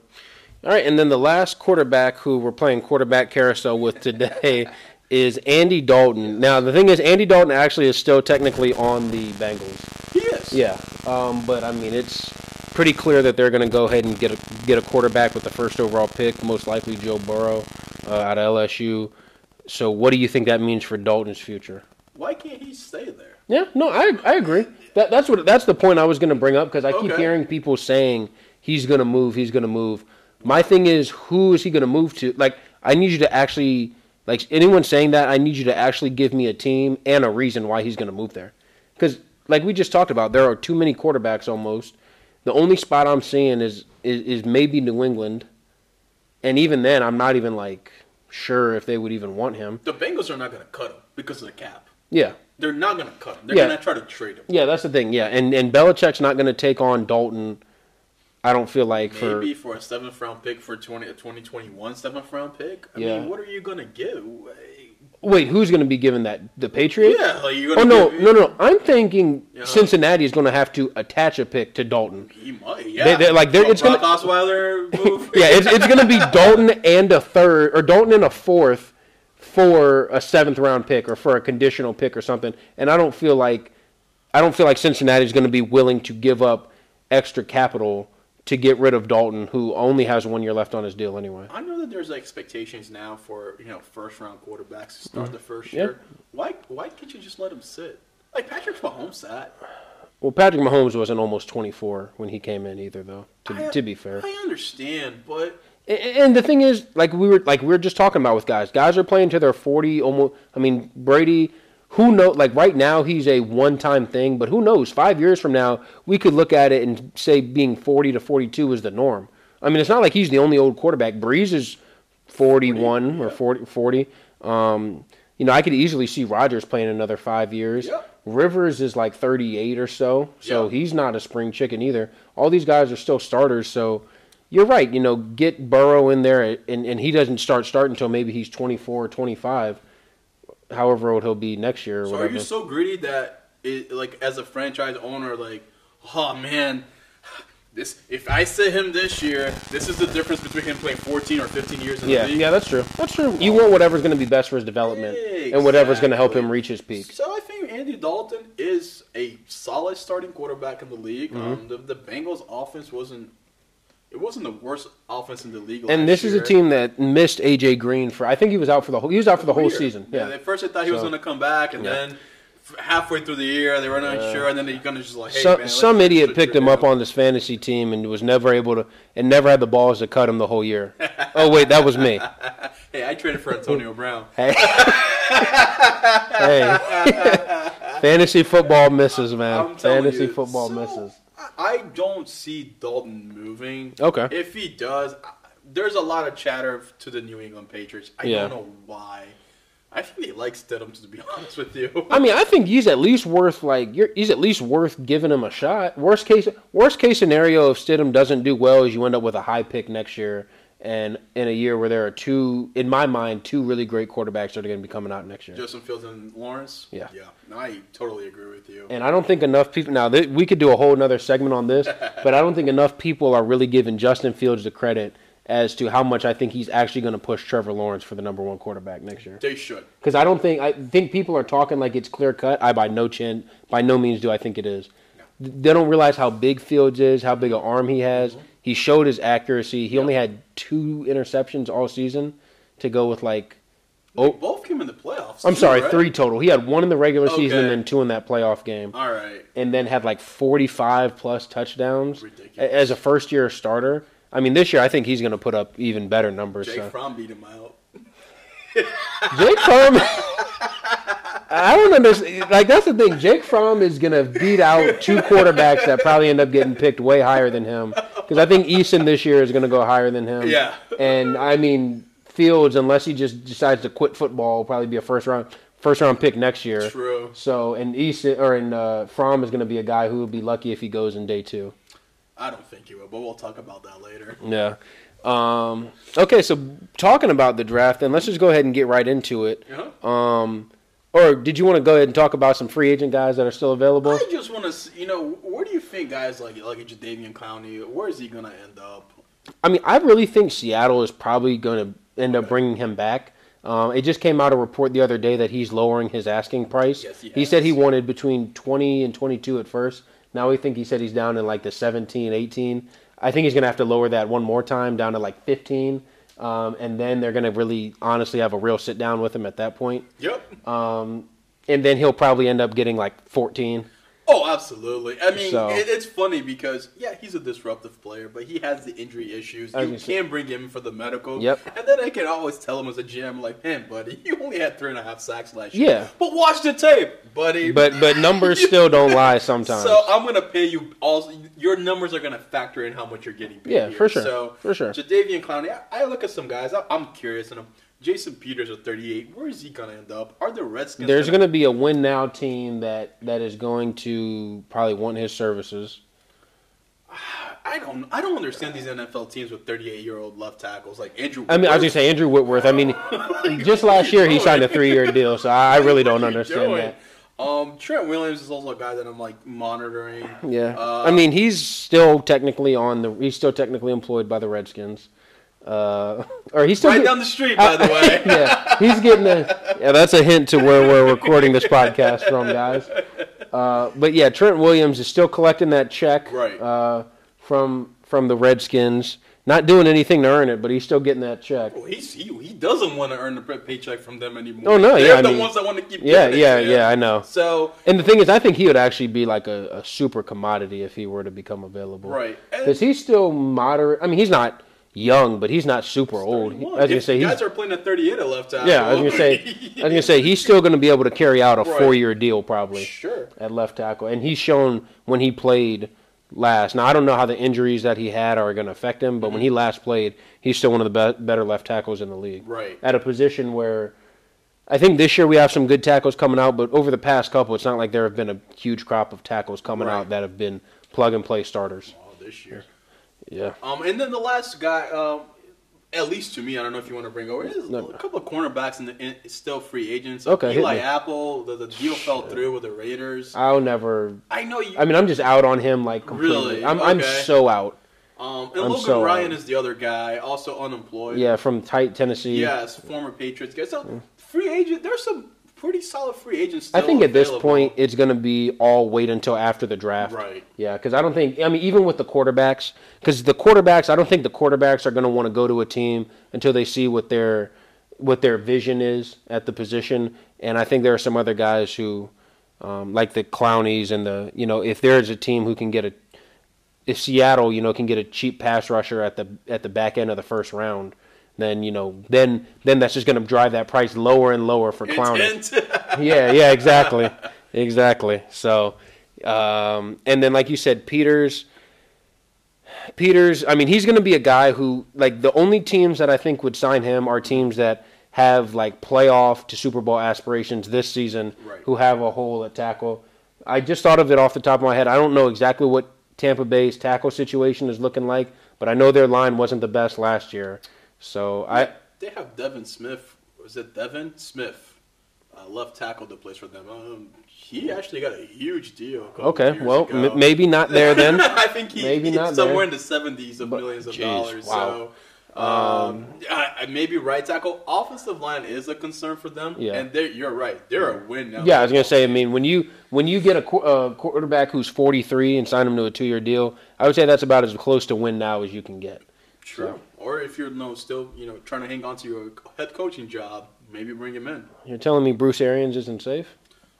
All right, and then the last quarterback who we're playing quarterback carousel with today *laughs* is Andy Dalton. Now the thing is, Andy Dalton actually is still technically on the Bengals.
He is.
Yeah, um, but I mean it's pretty clear that they're going to go ahead and get a get a quarterback with the first overall pick, most likely Joe Burrow uh, out of LSU. So what do you think that means for Dalton's future?
Why can't he stay there?
Yeah, no, I I agree. That that's what that's the point I was going to bring up because I keep
Okay.
hearing people saying he's going to move, he's going to move. My thing is, who is he going to move to? Like, I need you to actually like anyone saying that. I need you to actually give me a team and a reason why he's going to move there. Because like we just talked about, there are too many quarterbacks almost. The only spot I'm seeing is is, is maybe New England, and even then, I'm not even like sure if they would even want him.
The Bengals are not gonna cut him because of the cap.
Yeah.
They're not gonna cut him. They're
Yeah.
gonna try to trade him.
Yeah, that's the thing. Yeah, and and Belichick's not going to take on Dalton. I don't feel like for
Maybe for a seventh round pick for 20, a 2021 seventh round pick. I
Yeah.
mean, what are you gonna give?
wait, who's going to be given that the Patriots?
Yeah, like you're
Oh
gonna.
no,
give,
no, no! I'm thinking
Yeah.
Cincinnati is going to have to attach a pick to
*laughs*
Dalton.
He might. Yeah.
They- they're like- they're-
A
it's gonna-
Brock Osweiler move.
*laughs* Yeah, it's it's going to be Dalton and a third, or Dalton and a fourth for a seventh round pick, or for a conditional pick, or something. And I don't feel like I don't feel like Cincinnati is going to be willing to give up extra capital to get rid of Dalton, who only has one year left on his deal anyway.
I know that there's expectations now for you know first round quarterbacks to start the first
Mm-hmm. Yeah.
year. Why why can't you just let him sit? Like Patrick Mahomes sat.
Well, Patrick Mahomes wasn't almost 24 when he came in either, though. To,
I-
to be fair,
I understand, but
A- a- and the thing is, like we were like we were just talking about with guys, guys are playing to their 40. Almost, I mean Brady. Who know? Like right now, he's a one-time thing, but who knows? Five years from now, we could look at it and say being 40 to 42 is the norm. I mean, it's not like he's the only old quarterback. Breeze is 41 or 40. 40. Um, you know, I could easily see Rodgers playing another five years.
Yeah.
Rivers is like 38 or so, so
Yeah.
he's not a spring chicken either. All these guys are still starters, so you're right. You know, get Burrow in there, and, and he doesn't start starting until maybe he's 24 or 25, however old he'll be next year or
so are
whatever.
you so greedy that it, like as a franchise owner, like oh man. This, if I sit him this year, this is the difference between him playing 14 or 15 years in
yeah,
the league.
yeah, that's true. That's true. You want whatever's going to be best for his development and whatever's going to help him
Exactly.
reach his peak.
So I think Andy Dalton is a solid starting quarterback in the league.
Mm-hmm.
Um, the, the Bengals' offense wasn't it wasn't the worst offense in the league.
And
last
this is a
year.
team that missed AJ Green for I think he was out for the whole he was out for the whole
Weird.
season.
Yeah.
Yeah.
At first, I thought he was
So-
going to come back, and
Yeah.
then f- halfway through the year, they were not sure, and then they kind of just like hey,
some
man, let's
some
just
idiot
switch
picked
it
him up
down.
on this fantasy team and was never able to and never had the balls to cut him the whole
*laughs*
year. oh wait, that was me.
Hey, I traded for Antonio Brown.
Hey. hey.
*laughs*
fantasy football misses, man.
I'm telling
fantasy
you.
football
So,
misses.
I- I don't see Dalton moving.
Okay.
If he does, I- there's a lot of chatter f- to the New England Patriots. I
Yeah.
don't know why. I think they like Stidham, to be *laughs* honest with you.
I mean, I think he's at least worth like you're, he's at least worth giving him a shot. Worst case, worst case scenario, if Stidham doesn't do well, is you end up with a high pick next year, and in a year where there are two, in my mind, two really great quarterbacks that are going to be coming out next year.
Justin Fields and Lawrence.
Yeah.
Yeah. No, I totally agree with you.
and I don't think enough people. Now th- we could do a whole another segment on
*laughs*
this, but I don't think enough people are really giving Justin Fields the credit as to how much I think he's actually going to push Trevor Lawrence for the number one quarterback next year.
they should.
because I don't think I think people are talking like it's clear cut. I by no chin by no means do I think it is. Th- They don't realize how big Fields is, how big an arm he has.
Mm-hmm.
He showed his accuracy. He only had two interceptions all season to go with like Oh.
Both came in the playoffs.
I'm
too,
sorry,
right?
three total. He had one in the regular season and
Okay.
then two in that playoff game.
All right.
And then had like 45 plus touchdowns
Ridiculous.
a- as a first year starter. I mean, this year I think he's going to put up even better numbers.
Jake
so.
Fromm beat him out.
Jake Fromm. I don't understand. Like that's the thing. Jake Fromm is gonna beat out two quarterbacks that probably end up getting picked way higher than him. Because I think Eason this year is gonna go higher than him.
Yeah.
And I mean Fields, unless he just decides to quit football, will probably be a first round first round pick next year.
True.
So and Easton or and uh, Fromm is going to be a guy who would be lucky if he goes in day two.
I don't think he will, but we'll talk about that later.
Yeah. Um, okay, so talking about the draft, then let's just go ahead and get right into it.
Uh-huh.
Um, or did you want to go ahead and talk about some free agent guys that are still available?
I just want to, you know, where do you think guys like like a Jadavian Clowney, where is he gonna end up?
I mean, I really think Seattle is probably going to end up bringing him back. Um, it just came out a report the other day that he's lowering his asking price.
Yes, he
said
has.
he wanted between 20 and 22 at first. Now we think he said he's down in like the 17, 18. I think he's going to have to lower that one more time down to like 15. Um, and then they're going to really honestly have a real sit down with him at that point.
Yep.
Uh, And then he'll probably end up getting like 14.
oh, absolutely. I mean,
So-
it, it's funny because yeah, he's a disruptive player, but he has the injury issues.
I was
You
gonna say-
can bring him for the medical.
Yep.
And then I can always tell him as a GM, like, man, buddy, *laughs* you only had three and a half sacks last year.
Yeah.
But watch the tape, buddy.
But
*laughs*
but numbers still don't lie sometimes.
So I'm gonna pay you all. Your numbers are gonna factor in how much you're getting paid.
Yeah,
here.
for sure,
So
for sure.
Jadavian Clowney. I, I look at some guys. I, I'm curious, and I'm Jason Peters at 38. Where is he gonna end up? Are the Redskins?
There's going to be a win now team that that is going to probably want his services.
I don't. I don't understand these NFL teams with 38 year old left tackles like Andrew.
I mean, I was going to say Andrew Whitworth. I
*laughs*
mean, just last year he signed a three-year deal, so I I really don't understand that.
Um, Trent Williams is also a guy that I'm like monitoring.
Yeah,
Uh,
I mean, he's still technically on the. He's still technically employed by the Redskins, uh, *laughs* or he's still
right
get-
down the street,
*laughs*
by the way.
yeah, he's getting a. Yeah, that's a hint to where we're recording this podcast from, guys. Uh, but yeah, Trent Williams is still collecting that check
Right.
uh, from from the Redskins. Not doing anything to earn it, but he's still getting that check.
Well, Oh, he's, he, he doesn't want to earn a paycheck from them anymore.
Oh, no,
They're
yeah, I
the
mean-
ones that want to keep.
Yeah,
giving it
yeah,
to him.
yeah, I know.
So
And the thing is, I think he would actually be like a, a super commodity if he were to become available.
Right. And-
Because he's still moderate. I mean, he's not young, but he's not super old. Oh, He- I was
If
gonna say he's.
guys are playing at 38 at left tackle.
yeah, I was gonna say.
*laughs*
I was gonna say he's still gonna be able to carry out a
Right.
four-year deal probably
sure.
at left tackle, and he's shown when he played last. Now I don't know how the injuries that he had are gonna affect him, but when he last played, he's still one of the be- better left tackles in the league.
Right.
At a position where. I think this year we have some good tackles coming out, but over the past couple, it's not like there have been a huge crop of tackles coming
Right.
out that have been plug and play starters.
Oh, this year.
Yeah.
Um, and then the last guy, um, at least to me, I don't know if you want to bring over. There's
No.
a couple of cornerbacks in the in, still free agents.
Okay, hit
Eli
me.
Apple, the, the deal fell through with the Raiders.
I'll never.
I know you.
I mean, I'm just out on him like completely.
Really?
I'm I'm
Okay.
so out.
um, and
I'm
Logan
so
Ryan
out.
is the other guy, also unemployed.
Yeah, from tight Tennessee.
Yes, former Patriots guy. So free agent. There's some pretty solid free agents.
I
Still
think at this
available.
point it's going to be all wait until after the draft.
Right.
Yeah, because I don't think I mean even with the quarterbacks because the quarterbacks I don't think the quarterbacks are going to want to go to a team until they see what their what their vision is at the position, and I think there are some other guys who um, like the Clownies and the you know if there is a team who can get a if Seattle, you know, can get a cheap pass rusher at the at the back end of the first round, then you know, then then that's just going to drive that price lower and lower for Clowney.
Intent.
yeah, yeah, exactly, exactly. So, um, and then like you said, Peters. Peters, I mean, he's going to be a guy who, like, the only teams that I think would sign him are teams that have, like, playoff to Super Bowl aspirations this season
Right.
who have a hole at tackle. I just thought of it off the top of my head. I don't know exactly what Tampa Bay's tackle situation is looking like, but I know their line wasn't the best last year. So I,
*laughs* They have Devin Smith. Was it Devin Smith? Uh, left tackle to plays for them. Um, he actually got a huge deal. a couple
okay,
years
well,
ago.
m- maybe not there then.
*laughs* I think he,
Maybe
he's
not
somewhere
there.
in the seventies of millions of
jeez,
dollars.
wow.
So um, I, I- maybe right tackle. Offensive line is a concern for them.
Yeah.
and they're, you're right. They're a win now.
Yeah, I was gonna say. I mean, when you when you get a qu- uh, quarterback who's 43 and sign him to a two year deal, I would say that's about as close to win now as you can get.
true. Or if you're no still you know trying to hang on to your head coaching job, maybe bring him in.
You're telling me Bruce Arians isn't safe?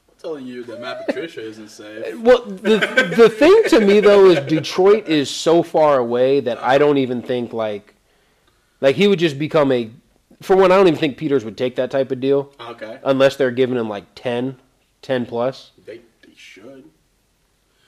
I'm telling you that Matt Patricia
*laughs*
isn't safe.
Well, the the thing to me though is Detroit is so far away that I don't even think like like he would just become a. For one, I don't even think Peters would take that type of deal
Okay,
unless they're giving him like 10, 10 plus.
they they should.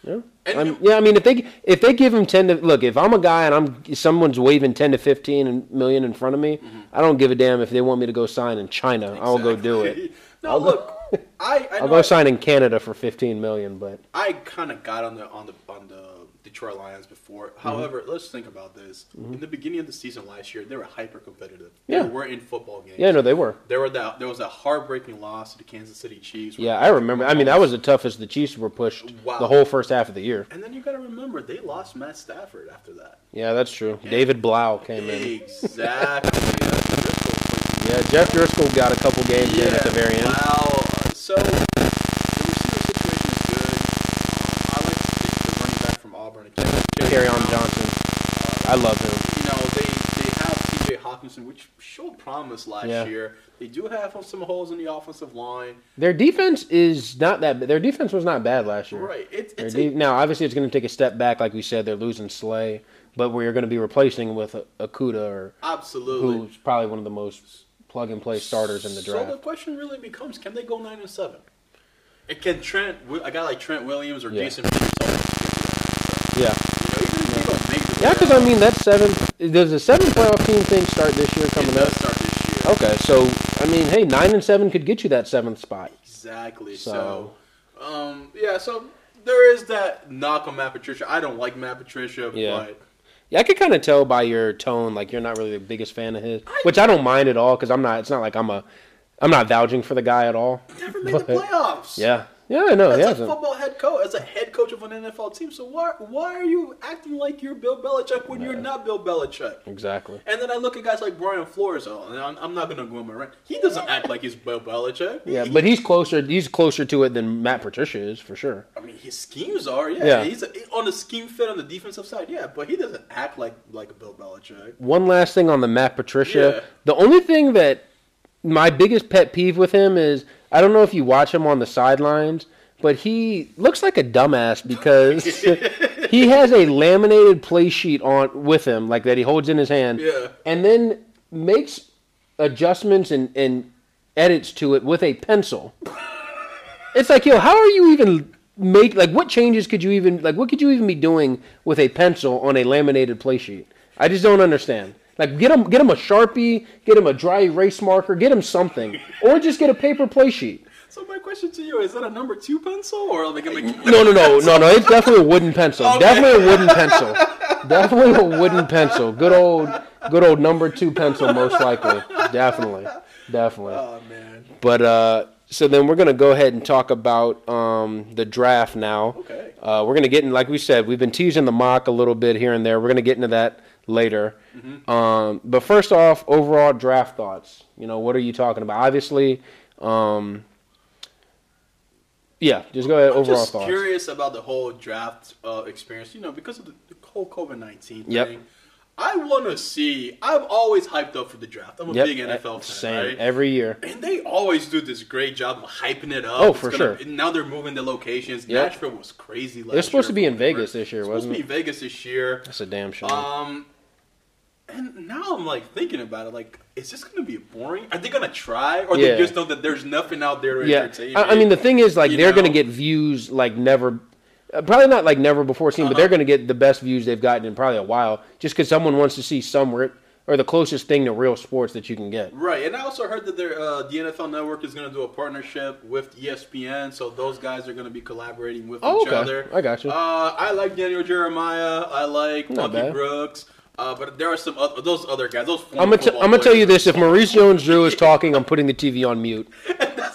Yeah.
And-
I'm, Um, *laughs* yeah, I mean, if they if they give him ten to look, if I'm a guy and I'm someone's waving ten to fifteen and-
Mm-hmm.
million in front of me, I don't give a damn if they want me to go sign in China. I'll go do it. *laughs*
No, look, I *laughs* I,
I'll
know I,
go sign in Canada for 15 million, but
kind of got on the on the on the Detroit Lions before.
Mm-hmm.
However, let's think about this. In the beginning of the season last year, they were hyper competitive.
Yeah.
They were in football games.
yeah, no, they were.
There were that there was a heartbreaking loss to the Kansas City Chiefs. where
Yeah, I remember. I mean, that was the toughest the Chiefs were pushed
Wow.
the whole first half of the year.
And then you got to remember they lost Matt Stafford after that.
Yeah, that's true. David Blau came in. *laughs*
Exactly. That's a difficult point.
Yeah, Jeff Driscoll got a couple games in at the very end.
Wow. So the receiver situation is good. I like the, the running back from Auburn.
Carry on
Brown.
Johnson. I love him.
You know they they have T.J. Hawkinson, which showed promise last
Yeah.
year. They do have some holes in the offensive line.
Their defense is not that. Their defense was not bad last year.
Right. It's
Their
it's
de-
a,
now, obviously, it's going to take a step back, like we said. They're losing Slay, but we're going to be replacing with Akuda, or
absolutely.
who's probably one of the most plug-and-play starters in the draft.
So the question really becomes: Can they go nine and seven? It can Trent, a guy like Trent Williams or
Yeah.
Jason Peters. so,
yeah,
You know, even if they don't make the
yeah. Because I mean, that seven. Does the seven playoff team thing start this year
playoffs, it
coming up?
does start this year.
Okay, so I mean, hey, nine and seven could get you that seventh spot.
Exactly.
So-
So, um, yeah. So there is that knock on Matt Patricia. I don't like Matt Patricia,
Yeah.
but
Yeah, I could kind of tell by your tone, like you're not really the biggest fan of his, which I don't mind at all, because I'm not. It's not like I'm a, I'm not vouching for the guy at all.
never made the playoffs.
Yeah, Oh, yeah, I know.
As
he
a
hasn't.
football head coach, as a head coach of an NFL team, so why why are you acting like you're Bill Belichick when you're not Bill Belichick?
Exactly.
And then I look at guys like Brian Flores, oh, and I'm, I'm not gonna go on my rant. He doesn't act like he's Bill Belichick.
Yeah,
He-
but he's closer. He's closer to it than Matt Patricia is for sure.
I mean, his schemes are yeah.
Yeah.
He's a, on the scheme fit on the defensive side, yeah. But he doesn't act like like a Bill Belichick.
One last thing on the Matt Patricia.
Yeah.
The only thing that my biggest pet peeve with him is I don't know if you watch him on the sidelines, but he looks like a dumbass
*laughs*
because he has a laminated play sheet on with him, like that he holds in his hand,
Yeah.
and then makes adjustments and, and edits to it with a pencil. it's like, yo, how are you even make like what changes could you even like what could you even be doing with a pencil on a laminated play sheet? I just don't understand. Like get him get him a sharpie, get him a dry erase marker, get him something, or just get a paper play sheet.
So my question to you is that a number two pencil or like a mechanical
Uh, No, no, no, no, no. It's definitely a wooden pencil.
Okay.
Definitely a wooden pencil. Definitely a wooden pencil. Good old, good old number two pencil, most likely. Definitely, definitely.
Oh man.
But uh, so then we're gonna go ahead and talk about um, the draft now.
Okay.
Uh, we're gonna get in, like we said, we've been teasing the mock a little bit here and there. We're gonna get into that later.
Mm-hmm.
Um, but first off, overall draft thoughts. You know, what are you talking about? Obviously, um, yeah. Just go ahead.
I'm
overall
just
thoughts.
curious about the whole draft uh, experience. You know, because of the, the whole COVID nineteen
Yep.
thing. I want to see. I'm always hyped up for the draft. I'm a
Yep,
big NFL
e-
fan,
Same
right?
every year.
And they always do this great job of hyping it up.
Oh,
It's
for
gonna-
sure.
and now they're moving the locations.
Yep.
Nashville was crazy last year.
was supposed to be in
if I remember.
Vegas this year,
It's
wasn't
supposed to be Vegas this year.
That's a damn shame.
Um, and now I'm like thinking about it. Like, is this going to be boring? Are they going to try, or
Yeah.
they just know that there's nothing out there to
yeah,
entertain?
I, I mean the thing is like
you
they're
know?
going to get views like never, uh, probably not like never before seen,
Uh-huh.
but they're going to get the best views they've gotten in probably a while, just because someone wants to see some re- or the closest thing to real sports that you can get.
Right, and I also heard that their uh, the NFL Network is going to do a partnership with E ESPN, so those guys are going to be collaborating with
Oh,
each
okay.
other.
I got you.
Uh, I like Daniel Jeremiah. I like
Not
Bucky
bad.
Brooks. Uh, but there are some other, those other guys. Those
I'm gonna, t- I'm gonna tell you this: if Maurice Jones-Drew is talking, I'm putting the TV on
*laughs*
mute.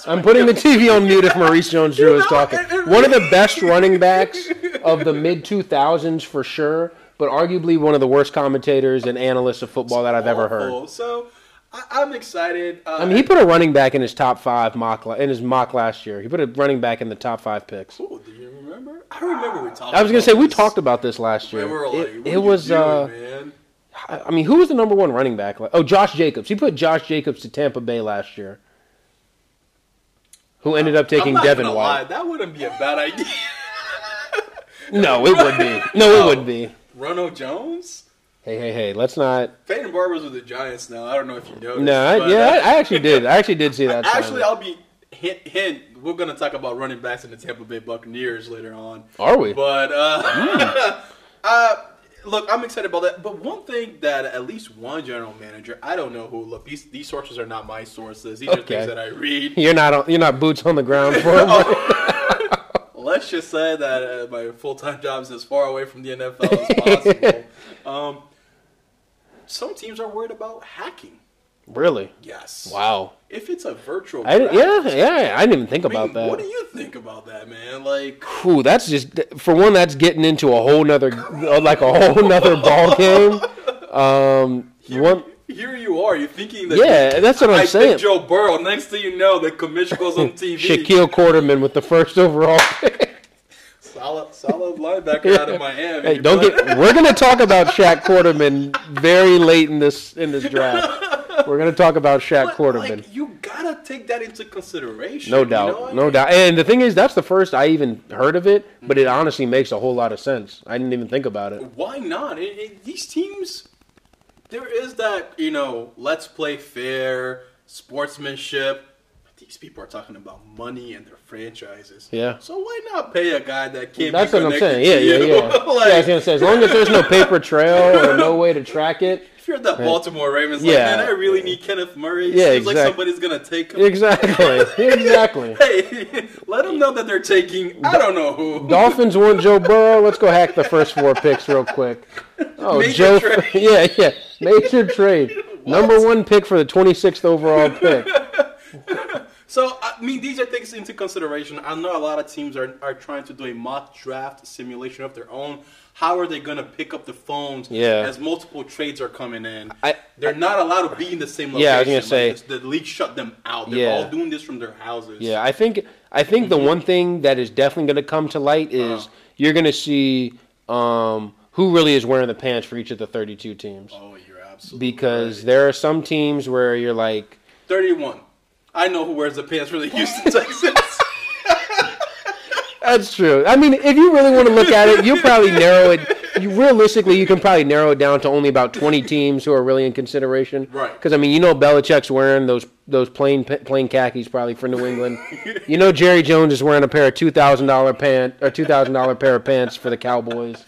I'm putting the TV on mute if Maurice Jones-Drew is
know,
talking.
it- it
One of the best running
*laughs*
backs of the mid 2000s for sure, but arguably one of the worst commentators and analysts of football that I've ever heard.
So I, I'm excited. Uh,
I mean, he put a running back in his top five mock la- in his mock last year. He put a running back in the top five picks.
Ooh, do you remember? I remember we talked.
I was gonna
about
say we
this.
talked about this last year.
And we were like,
It,
what
it
are you
was.
doing,
uh,
man?
I I mean, who was the number one running back? Oh, Josh Jacobs. He put Josh Jacobs to Tampa Bay last year, who ended up
I'm
taking
not
Devin
gonna lie,
White.
that wouldn't be a bad idea. *laughs*
No, it would be. No, it would be.
Rono Jones.
Hey, hey, hey! Let's not.
Peyton Barber's with the Giants now. I don't know if you noticed.
No, I,
but,
yeah,
uh,
I, I actually did. I actually did see that. sign.
actually, I'll be hint, hint. We're gonna talk about running backs in the Tampa Bay Buccaneers later on.
Are we?
But *laughs* uh, uh, look, I'm excited about that. But one thing that at least one general manager, I don't know who. Look, these these sources are not my sources. These are
Okay.
things that I read.
You're not on, you're not boots on the ground for
*laughs*
him.
Let's just say that uh, my full time job is as far away from the
*laughs*
NFL as possible. Um, some teams are worried about hacking.
really?
Yes.
Wow.
If it's I virtual,
I didn't,
draft,
yeah, yeah. I didn't even think
I mean,
about that.
What do you think about that, man? Like,
Ooh, that's just for one. That's getting into a whole nother, like a whole nother ball game. Um,
here,
one,
here you are. You're thinking that.
yeah, that's what I'm
I
saying.
think Joe Burrow. Next thing you know, the commission goes
*laughs*
on TV.
Shaquille Quarterman with the first overall. *laughs* pick.
Solid, solid linebacker out of
*laughs*
Miami.
hey, don't
but-
get. We're gonna talk about Shaq Quarterman very late in this in this
*laughs*
draft. We're gonna talk about Shaq
but, like,
Quarterman.
you gotta take that into consideration.
No
you know
doubt,
what I
no
mean?
doubt. And the thing is, that's the first I even heard of it, but it
Mm-hmm.
honestly makes a whole lot of sense. I didn't even think about it.
Why not? It- it- these teams, there is that you know, let's play fair, sportsmanship. But These people are talking about money and their franchises.
Yeah.
So why not pay a guy that can't?
That's
be
what I'm
connected
saying. Yeah,
to
yeah,
*laughs* you?
yeah.
like,
yeah, I was gonna say, as long as there's no paper trail or no way to track it,
if you're the Baltimore Ravens, like,
Yeah.
man, I really need Kenneth Murray.
Yeah,
Seems like
exact-
somebody's gonna take him.
exactly, exactly.
*laughs* Hey, *laughs* let them know that they're taking. I don't know who.
Dolphins want Joe Burrow. Let's go hack the first four picks real quick. Oh, Joe.
Major trade.
*laughs* Yeah, yeah. Major trade. Number one pick for the 26th overall
*laughs*
pick.
So I mean, these are things into consideration. I know a lot of teams are are trying to do a mock draft simulation of their own. How are they going to pick up the phones?
Yeah.
as multiple trades are coming in.
I-
They're not allowed to be in the same location.
Yeah, I was gonna say-
Like, the, the league shut them out. They're
Yeah.
all doing this from their houses.
Yeah, I think I think the one thing that is definitely going to come to light is you're going to see um, who really is wearing the pants for each of the 32 teams.
Oh, you're absolutely
Because
right.
there are some teams where you're like,
thirty-one. I know who wears the
*laughs*
pants for the Houston Texans.
That's true. I mean, if you really want to look at it, you'll probably narrow it. You, realistically, you can probably narrow it down to only about 20 teams who are really in consideration.
Right.
Because I mean, you know, Belichick's wearing those those plain p- plain khakis probably for New England. you know, Jerry Jones is wearing a pair of two thousand dollar pant or two thousand dollar pair of pants for the Cowboys.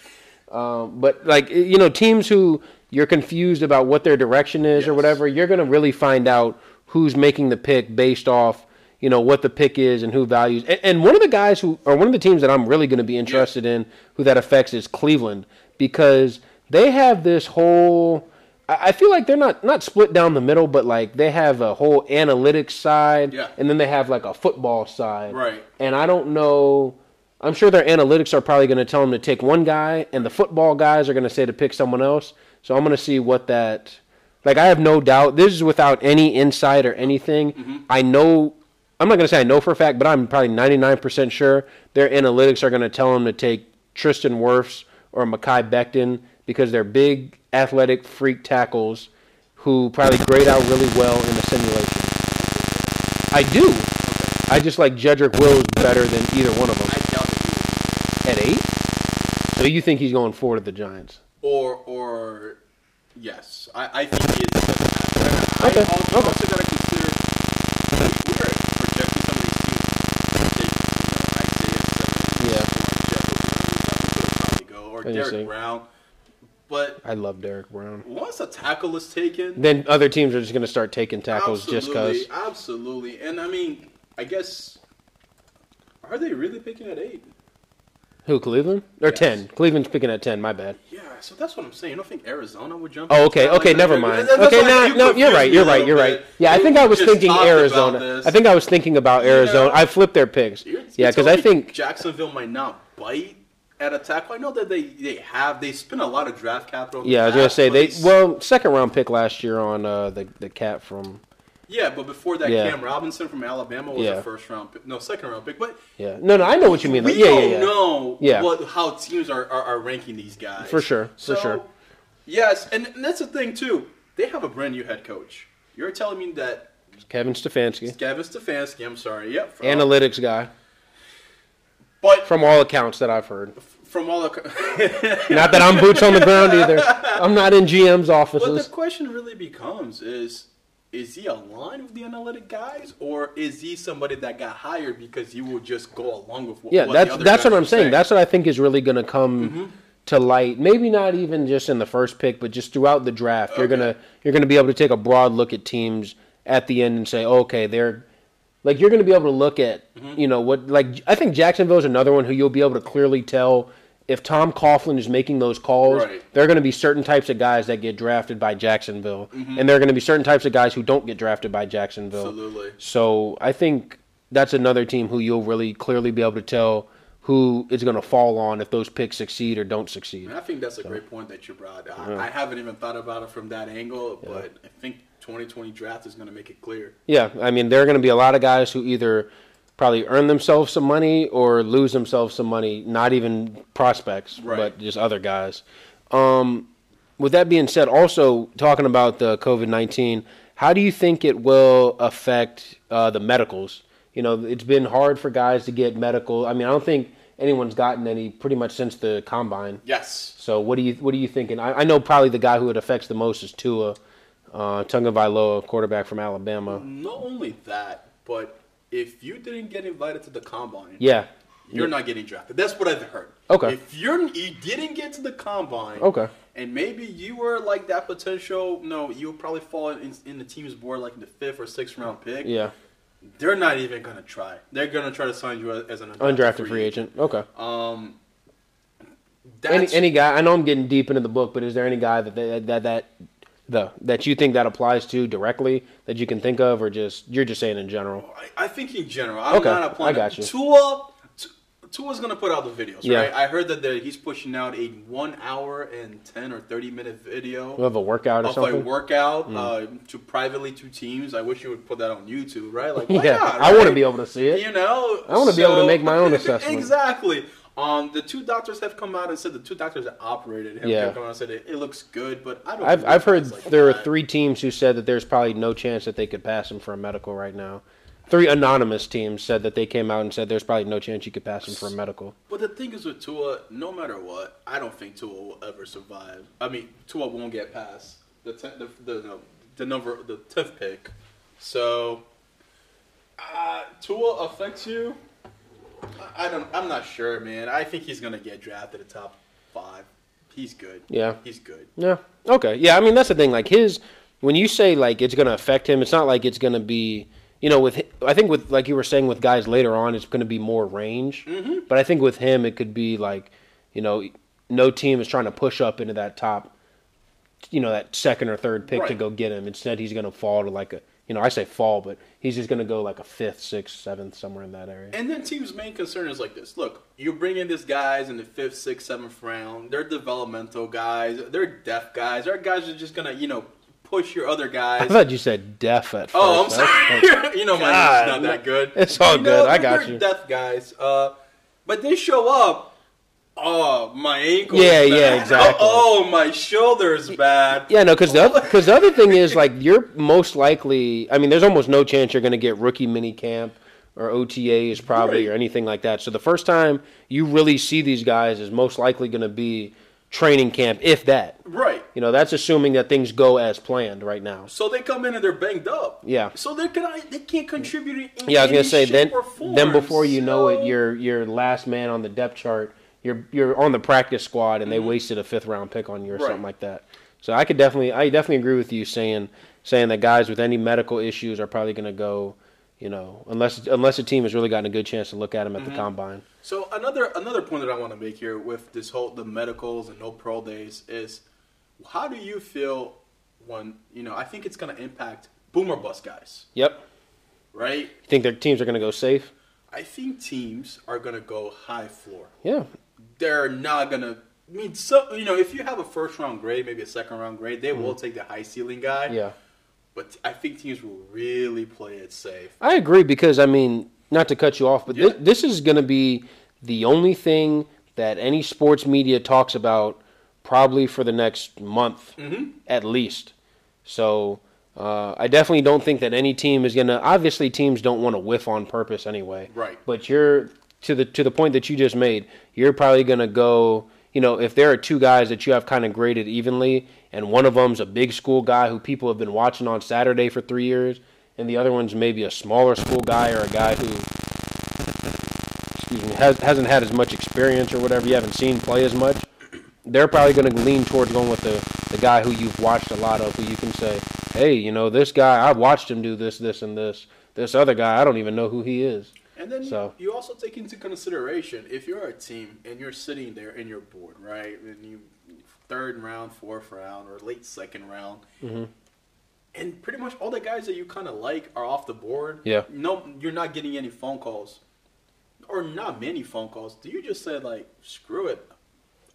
Um, but like you know, teams who you're confused about what their direction is or
Yes.
whatever, you're gonna really find out who's making the pick based off you know what the pick is and who values. And, and one of the guys who, or one of the teams that I'm really gonna be interested in who that affects is Cleveland because they have this whole. I I feel like they're not not split down the middle, but like they have a whole analytics side,
Yeah.
and then they have like a football side,
Right.
and I don't know. I'm sure their analytics are probably going to tell them to take one guy, and the football guys are going to say to pick someone else. So I'm going to see what that. Like I have no doubt. This is without any insight or anything. I know. I'm not going to say I know for a fact, but I'm probably 99% sure their analytics are going to tell them to take Tristan Wirfs or Makai Becton because they're big, athletic, freak tackles who probably grade out really well in the simulation. I do. I just like Jedrick Wills better than either one of them
I doubt it.
at eight. So you think he's going four to the Giants?
Or or yes, I, I think he is. I,
Okay,
also,
okay.
also gotta consider we are projecting some of these teams. They, you know, Isaiah
Yeah.
Simmons, Jeff Wilson, who could probably go, or
Interesting.
Derek Brown. But
I love Derek Brown.
once a tackle is taken,
Then other teams are just going to start taking tackles just
absolutely,
because.
absolutely, and I mean, I guess. Are they really picking at eight?
Who Cleveland or
Yes.
ten? Cleveland's picking at ten. My bad.
Yeah, so that's what I'm saying. You don't think Arizona would jump?
Oh, okay,
Something like
okay,
that?
never mind.
That's
Okay,
why
no,
you
no, you're
confused
right,
me
you're
a
right,
little
you're
bit.
right. Yeah, I
You
think I was
just
thinking
talked about
Arizona.
this.
I think I was thinking about
You
Arizona.
know-
I flipped their picks.
You're- you
Yeah, because
told
I
me
think
Jacksonville might not bite at a tackle. I know that they they have they spend a lot of draft capital. on
yeah, I was gonna
that,
say
but
they
s-
well second round pick last year on uh, the the cat from
yeah, but before that,
Yeah.
Cam Robinson from Alabama was
Yeah.
a first round pick, no second round pick. But
yeah no no I know what you mean though.
we
yeah
don't
yeah yeah
know
Yeah.
what how teams are, are are ranking these guys
For sure, for
So,
sure.
Yes, and, and that's the thing too. They have a brand new head coach. You're telling me that
Kevin Stefanski
Gavin Stefanski? I'm sorry, yep, from,
analytics guy
but
from all accounts that I've heard.
from all the *laughs*
Not that I'm boots on the ground either. I'm not in GM's
But
offices.
the question really becomes is is he aligned with the analytic guys or is he somebody that got hired because he will just go along with what
yeah,
what the
that's
other Mm-hmm.
that's
guys
what
are
I'm saying. That's what I think is really going to come to light. Maybe not even just in the first pick, but just throughout the draft, you're gonna you're gonna be able to take a broad look at teams at the end and say, okay, they're like you're gonna be able to look at
Mm-hmm.
you know what like I think Jacksonville's another one who you'll be able to clearly tell if Tom Coughlin is making those calls,
Right.
there are going to be certain types of guys that get drafted by Jacksonville, and there are going to be certain types of guys who don't get drafted by Jacksonville.
Mm-hmm. Absolutely.
So I think that's another team who you'll really clearly be able to tell who it's going to fall on if those picks succeed or don't succeed.
And I think that's a great point that you brought. I, I haven't even thought about it from that angle, but I think 2020 draft is going to make it clear.
Yeah, I mean there are going to be a lot of guys who either probably earn themselves some money or lose themselves some money, not even prospects,
Right.
but just other guys. Um, with that being said, also talking about the COVID nineteen, how do you think it will affect uh, the medicals? You know, it's been hard for guys to get medical. I mean, I don't think anyone's gotten any pretty much since the combine.
Yes.
So what do you what are you thinking? I, I know probably the guy who it affects the most is Tua, uh, Tunga Vailoa, quarterback from Alabama.
Not only that, but if you didn't get invited to the combine,
Yeah.
you're not getting drafted. That's what I've heard.
Okay.
If you're you didn't get to the combine,
Okay.
and maybe you were like that potential. No, you'll probably fall in, in the team's board like in the fifth or sixth round pick.
Yeah.
They're not even gonna try. They're gonna try to sign you as an
Undrafted free agent. Okay.
Um.
any
that's-
any guy? I know I'm getting deep into the book, but is there any guy that that that, that the that you think that applies to directly that you can think of, or just you're just saying in general?
I, I think in general, I'm
Okay,
not applying.
I got you.
Tua, T- Tua's gonna put out the videos,
Yeah.
right? I heard that there- he's pushing out a one hour and ten or thirty minute video
We have a workout or
of a
something. *laughs* Hmm.
workout uh, to privately to teams. I wish you would put that on YouTube, right? Like, why
yeah,
not,
I want to
right?
be able to see it.
You know,
I wanna be able to make my
*laughs*
own assessment.
exactly. Um, the two doctors have come out and said the two doctors that operated him
Yeah.
have come out and said it, it looks good, but I don't.
I've
believe
I've heard
it's like
there are
that.
three teams who said that there's probably no chance that they could pass him for a medical right now. Three anonymous teams said that they came out and said there's probably no chance you could pass him for a medical.
But the thing is with Tua, no matter what, I don't think Tua will ever survive. I mean, Tua won't get past the ten, the, the no, the number the tenth pick. So, uh, Tua affects you. I- I don't. I'm not sure, man. I think he's gonna get drafted at top five. He's good.
Yeah.
he's good.
Yeah. Okay. Yeah. I mean, that's the thing. Like his, when you say like it's going to affect him, it's not like it's going to be, you know, with hi- I think with like you were saying with guys later on, it's going to be more range. Mm-hmm. But I think with him, it could be like, you know, no team is trying to push up into that top, you know, that second or third pick to
Right.
go get him. Instead, he's going to fall to like a, you know, I say fall, but he's just going to go like a fifth, sixth, seventh, somewhere in that area.
And then teams' main concern is like this: Look, you bring in these guys in the fifth, sixth, seventh round. They're developmental guys. They're deaf guys. They're guys that are just gonna, you know, push your other
*laughs* I
guys.
thought you said deaf at first.
Oh, I'm
That's-
sorry. *laughs* you know, my
God.
English is not that good.
It's all
You
good. I
they're-
got
they're
you.
Deaf guys, uh, but they show up. Oh, my ankle.
Yeah,
is bad.
yeah, exactly.
Oh, my shoulder is bad.
Yeah, no, because the other because the other thing is like you're most likely. I mean, there's almost no chance you're going to get rookie mini camp or OTAs probably or
Right.
anything like that. So the first time you really see these guys is most likely going to be training camp, if that.
Right.
You know, that's assuming that things go as planned right now.
So they come in and they're banged up.
Yeah.
So they can they can't contribute. In
Yeah, I was gonna
any
say then
shape or form.
then before you know
So-
it, you're you're last man on the depth chart. You're you're on the practice squad, and they wasted a fifth round pick on you or
Mm-hmm. Right.
something like that. So I could definitely I definitely agree with you saying saying that guys with any medical issues are probably gonna go, you know, unless unless a team has really gotten a good chance to look at them
Mm-hmm.
at the combine.
So another another point that I want to make here with this whole the medicals and no pro days is how do you feel when you know I think it's gonna impact boomer bust guys,
Yep.
right?
You think their teams are gonna go safe?
I think teams are gonna go high floor.
Yeah.
They're not gonna I mean so you know, if you have a first round grade, maybe a second round grade, they will take the high ceiling guy.
Yeah.
But I think teams will really play it safe.
I agree because I mean, not to cut you off, but
Yeah.
thi- this is going to be the only thing that any sports media talks about probably for the next month at least. So uh, I definitely don't think that any team is going to. Obviously, teams don't want to whiff on purpose anyway.
Right.
But you're to the to the point that you just made. You're probably going to go. You know, if there are two guys that you have kind of graded evenly, and one of them's a big school guy who people have been watching on Saturday for three years, and the other one's maybe a smaller school guy or a guy who, excuse me, has, hasn't had as much experience or whatever, you haven't seen play as much they're probably going to lean towards going with the, the guy who you've watched a lot of, who you can say, hey, you know, this guy, I've watched him do this, this, and this. This other guy, I don't even know who he is.
And then
So-
you also take into consideration if you're a team and you're sitting there and you're bored, right? And you third round, fourth round, or late second round,
Mm-hmm.
and pretty much all the guys that you kind of like are off the board.
Yeah.
no, you're not getting any phone calls, or not many phone calls. Do you just say like, screw it?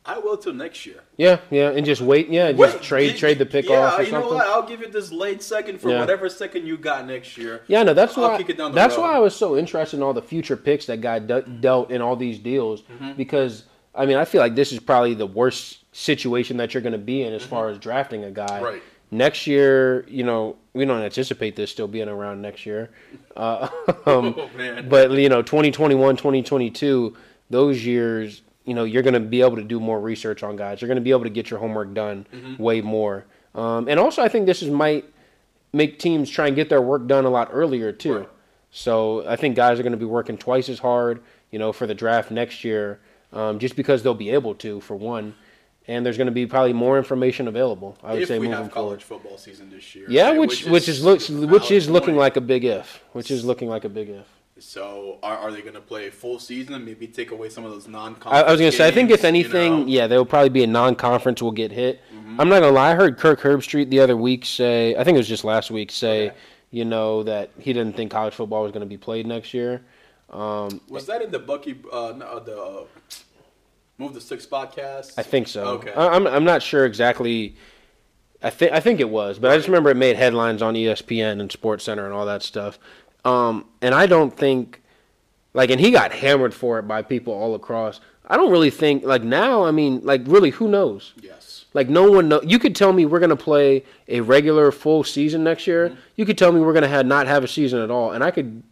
I will till next year.
Yeah, yeah, and just wait. Yeah, and just
Wait,
trade
did-
trade the pick
yeah,
off or
you
something.
know what? I'll give it this late second for
Yeah.
whatever second you got next year.
Yeah, no, that's
I'll
why.
kick it down the
that's
road.
why I was so interested in all the future picks that got de- dealt in all these deals
Mm-hmm.
because I mean I feel like this is probably the worst situation that you're going to be in as far as drafting a guy.
Mm-hmm. Right.
Next year, you know, we don't anticipate this still being around next year. Uh, *laughs* um,
*laughs* Oh, man.
but you know, 2021, 2022, those years, you know, you're going to be able to do more research on guys. You're going to be able to get your homework done
Mm-hmm.
way more. Um, and also, I think this is might make teams try and get their work done a lot earlier too.
Right.
So I think guys are going to be working twice as hard, you know, for the draft next year, um, just because they'll be able to for one, and there's going to be probably more information available. I would
if
say
we
moving
have
forward.
college football season this year.
Yeah,
right,
which which is looks which is
out of
looking
point.
like a big if. Which is looking like a big if.
So are, are they going to play full season? Maybe take away some of those non-conference.
I, I was gonna say I think if
games, you
anything,
know? Mm-hmm.
yeah, there will probably be a non-conference will get hit. I'm not gonna lie. I heard Kirk Herbstreit the other week say, I think it was just last week say, you know, that he didn't think college football was gonna be played next year. Um,
was that in the Bucky uh, no, uh, the uh, Move the Six podcast?
I think so.
Okay.
I, I'm I'm not sure exactly. I think I think it was, but I just remember it made headlines on E ESPN and Sports Center and all that stuff. Um, and I don't think like and he got hammered for it by people all across. I don't really think like now. I mean, like really, who knows?
yes.
Like no one know. You could tell me we're gonna play a regular full season next year. You could tell me we're gonna have, not have a season at all, and I could,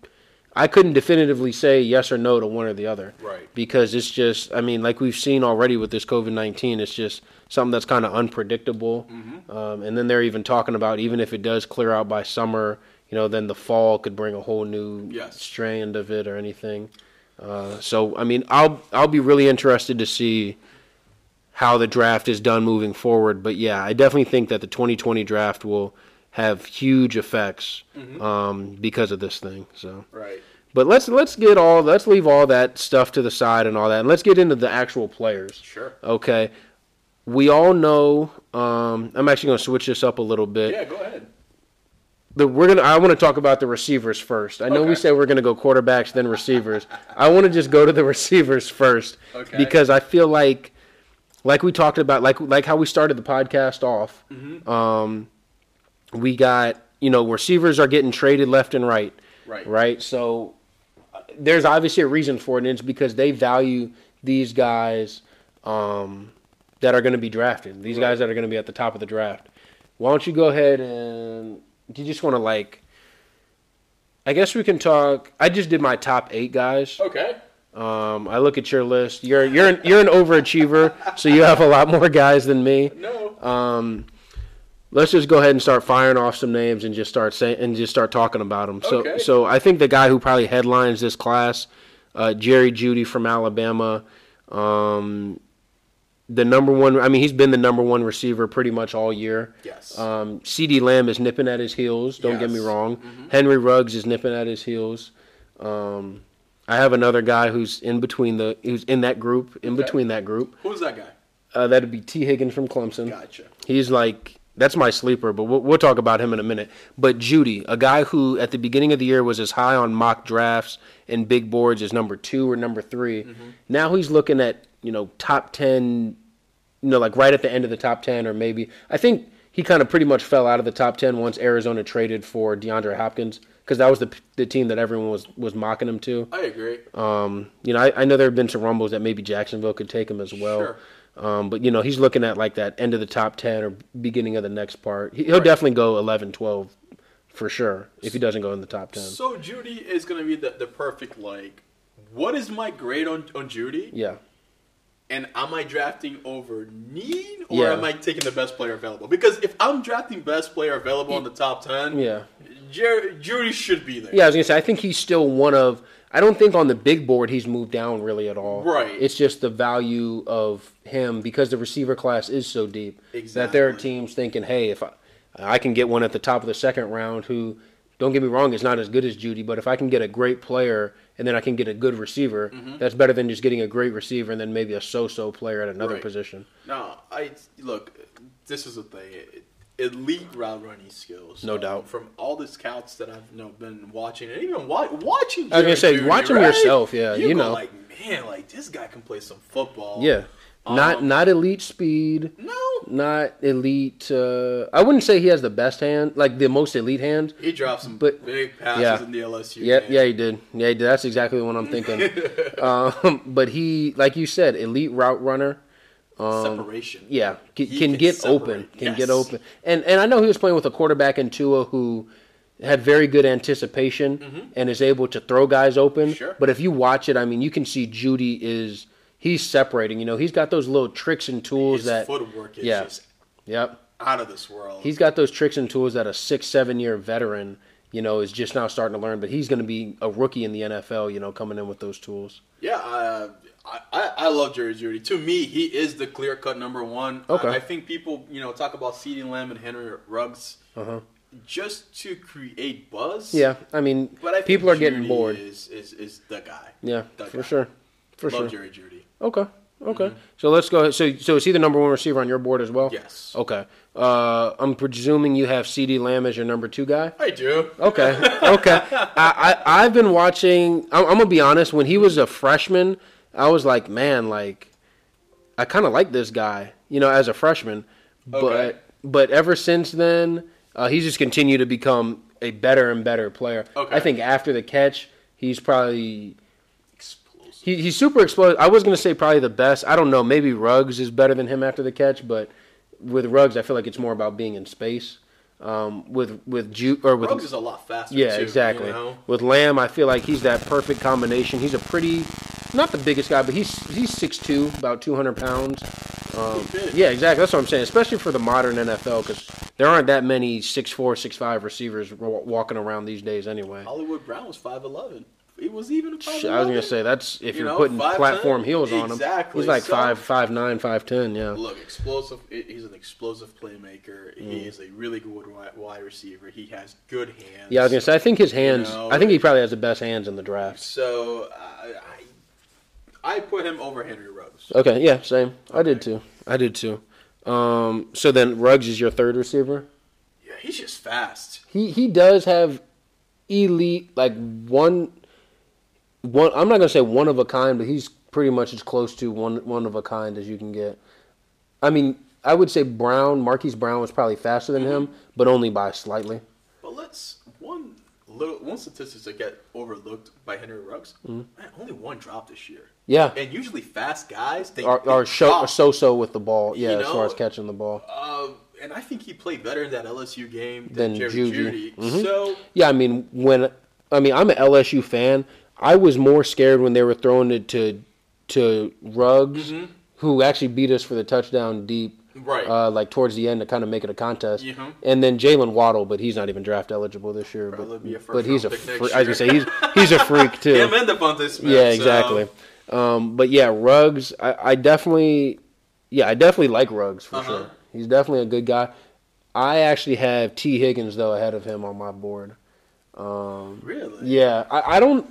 I couldn't definitively say yes or no to one or the other.
Right.
Because it's just, I mean, like we've seen already with this COVID nineteen, it's just something that's kind of unpredictable. Um, and then they're even talking about even if it does clear out by summer, you know, then the fall could bring a whole new
Yes.
strand of it or anything. Uh, so I mean, I'll I'll be really interested to see how the draft is done moving forward. But yeah, I definitely think that the 2020 draft will have huge effects
Mm-hmm.
um, because of this thing. So,
Right.
but let's let's get all let's leave all that stuff to the side and all that, and let's get into the actual players.
Sure.
Okay, we all know. Um, I'm actually going to switch this up a little bit.
Yeah. Go ahead.
The, we're gonna. I want to talk about the receivers first. I know we
Okay.
said we're gonna go quarterbacks then receivers. I want to just go to the *laughs* receivers first
Okay.
because I feel like, like we talked about, like like how we started the podcast off.
Mm-hmm.
Um, we got you know receivers are getting traded left and right,
Right.
right. So uh, there's obviously a reason for it, and it's because they value these guys um, that are going to be drafted. These guys that are going to be at the top of the draft. Why don't you go ahead and do you just want to like? I guess we can talk. I just did my top eight guys.
Okay.
Um, I look at your list. You're you're an, you're an overachiever, so you have a lot more guys than me.
No.
Um, let's just go ahead and start firing off some names and just start saying and just start talking about them. So
Okay.
so I think the guy who probably headlines this class, uh, Jerry Judy from Alabama. Um, the number one. I mean, he's been the number one receiver pretty much all year.
yes.
Um, C.D. Lamb is nipping at his heels. Don't get me
Yes. Mm-hmm.
wrong. Henry Ruggs is nipping at his heels. Um, I have another guy who's in between the who's in that group, in
Okay.
between that group.
Who's that guy?
Uh, that'd be T. Higgins from Clemson.
Gotcha.
He's like that's my sleeper, but we'll, we'll talk about him in a minute. But Judy, a guy who at the beginning of the year was as high on mock drafts and big boards as number two or number 3 now he's looking at you know top ten, you know like right at the end of the top ten or maybe I think he kind of pretty much fell out of the top ten once Arizona traded for DeAndre Hopkins because that was the the team that everyone was was mocking him to.
I agree.
Um, you know, I, I know there have been some rumbles that maybe Jacksonville could take him as well.
Sure.
Um, but you know, he's looking at like that end of the top 10 or beginning of the next part. He, he'll definitely go 11, 12 for sure if he doesn't go in the top 10.
So Judy is going to be the, the perfect like. What is my grade on on Judy?
yeah.
And am I drafting over need or
Yeah.
am I taking the best player available? Because if I'm drafting best player available in the top ten,
Yeah.
Jer- Judy should be there.
Yeah, I was going to say I think he's still one of I don't think on the big board he's moved down really at all.
Right.
It's just the value of him because the receiver class is so deep that there are
Exactly.
teams thinking, hey, if I, I can get one at the top of the second round who, don't get me wrong, is not as good as Judy, but if I can get a great player and then I can get a good receiver,
Mm-hmm.
that's better than just getting a great receiver and then maybe a so-so player at another
Right.
position.
No, I look. This is the thing. Elite route running skills,
No doubt.
From all the scouts that I've you know, been watching, and even wa- watching.
I was gonna
Jerry
say,
Jeudy,
watch him
right?
yourself, yeah, you
go
know.
like man, like this guy can play some football.
Yeah. Not
Um,
not elite speed.
No,
Not elite. Uh, I wouldn't say he has the best hand, like the most elite hand.
he dropped some
But-
big passes
yeah.
in the LSU.
Yeah,
game.
yeah, he did. Yeah, he did. That's exactly what I'm
*laughs*
thinking. um, but he, like you said, elite route runner.
Separation.
Yeah, Um, can,
He
can,
can
get
separate.
open. Can
Yes.
get open. And and I know he was playing with a quarterback in Tua who had very good anticipation and is able to throw guys open.
Mm-hmm. Sure.
But if you watch it, I mean, you can see Judy is he's separating. You know, he's got those little tricks and tools
His
that.
footwork is
yeah.
just
Yep.
out of this world.
he's got those tricks and tools that a six, seven year veteran, you know, is just now starting to learn. But he's going to be a rookie in the NFL, you know, coming in with those tools.
Yeah, uh, I, I I love Jerry Judy. To me, he is the clear cut number one.
Okay.
I, I think people you know talk about Ceedee Lamb and Henry Ruggs just to create buzz.
Uh-huh. Yeah, I mean,
but I think
people are getting
Jeudy
bored.
Is is, is the guy?
yeah,
the
for
guy.
sure, for
love
sure.
Jerry Judy.
Okay, okay. So let's go. ahead. So, so is he the number one receiver on your board as well?
Yes,
Okay. Uh, I'm presuming you have C.D. Lamb as your number two guy.
I do.
Okay, okay. I, I I've been watching. I'm, I'm gonna be honest. When he was a freshman, I was like, man, like, I kind of like this guy, you know, as a freshman. But
Okay.
but ever since then, uh, he's just continued to become a better and better player.
Okay.
I think after the catch, he's probably
Explosive.
he, he's super explosive. I was gonna say probably the best. I don't know. Maybe Ruggs is better than him after the catch, but with Ruggs, I feel like it's more about being in space. Um, with with Ju- or with
Ruggs is a lot faster.
yeah,
too,
exactly.
You know?
With Lamb, I feel like he's that perfect combination. He's a pretty, not the biggest guy, but he's he's six two, about two hundred pounds.
*laughs*
Um,
Pretty big.
yeah, exactly. That's what I'm saying. Especially for the modern NFL, because there aren't that many six four, six five receivers wa- walking around these days anyway.
Hollywood Brown was five eleven. It was even.
I was
5'11".
gonna say that's if
You
you're
know,
putting
5'10"?
platform heels on him.
Exactly,
He's like
so-
five five nine, five ten. Yeah.
Look, explosive. he- He's an explosive playmaker.
Mm.
He is a really good wi- wide receiver. He has good hands.
Yeah, I was gonna say. I think his hands.
know,
I think he probably has the best hands in the draft.
So I, I, I put him over Henry Ruggs.
Okay. Yeah. Same. I did too. I did too. Um, so then Ruggs is your third receiver.
Yeah, he's just fast.
he he does have elite like one one I'm not gonna say one of a kind, but he's pretty much as close to one one of a kind as you can get. I mean, I would say Brown, Marquise Brown was probably faster than
Mm-hmm.
him, but only by slightly.
But let's one little one statistics that get overlooked by Henry Ruggs.
Mm.
Man, only one drop this year.
Yeah.
and usually fast guys they
Or,
they
or, show,
drop.
or so-so with the ball, yeah,
You
as
know,
far as catching the ball.
Uh, and I think he played better in that LSU game
Than
than, Jerry
Juju.
Judy.
Mhm.
So
Yeah, I mean, when I mean, I'm an LSU fan. I was more scared when they were throwing it to to Ruggs, who actually beat us for the touchdown deep,
Mm-hmm. Right.
Uh, like towards the end to kind of make it a contest,
Mhm.
and then Jalen Waddle, but he's not even draft eligible this year.
Probably
But,
be a first
but he's a
round pick
fre-
next
I was gonna say
year.
he's he's a
*laughs*
freak too.
him and Devontae Smith.
Yeah,
so-
exactly. Um, but yeah, Ruggs, I, I definitely, yeah, I definitely like Ruggs for
Uh-huh.
sure. He's definitely a good guy. I actually have T. Higgins though ahead of him on my board.
Really?
Yeah, I, I don't.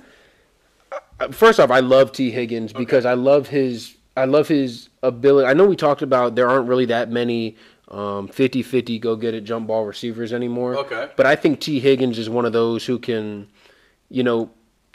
I- First off, I love T. Higgins because I love his I love his ability. I know we talked about there aren't really that many um, 50-50 go get it jump ball receivers anymore.
Okay.
but I think T. Higgins is one of those who can, you know,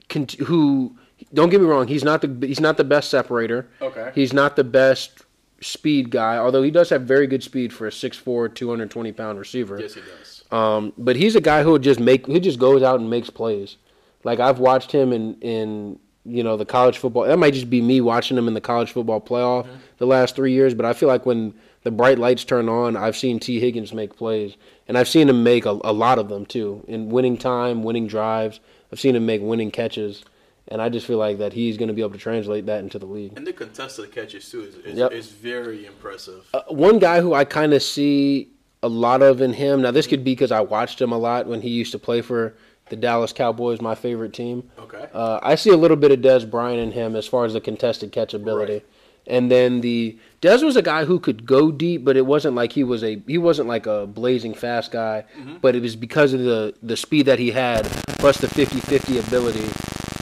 can, who don't get me wrong. He's not the he's not the best separator.
Okay.
he's not the best speed guy, although he does have very good speed for a 6'4", 220 pound receiver.
Yes, he does.
Um, but he's a guy who would just make who just goes out and makes plays. Like I've watched him in in you know the college football. That might just be me watching him in the college football playoff the last three years. But I feel like when the bright lights turn on, I've seen T. Higgins make plays, and I've seen him make a, a lot of them too in winning time, winning drives. I've seen him make winning catches, and I just feel like that he's going to be able to translate that into the league.
And the contested catches too is is,
Yep. Uh,
is very impressive.
one guy who I kind of see a lot of in him. Now, this could be because I watched him a lot when he used to play for The Dallas Cowboys, my favorite team.
Okay.
Uh, I see a little bit of Des Bryant in him as far as the contested catch ability.
Right.
And then the Des was a guy who could go deep, but it wasn't like he was a he wasn't like a blazing fast guy.
Mm-hmm.
But it was because of the the speed that he had, plus the 50-50 ability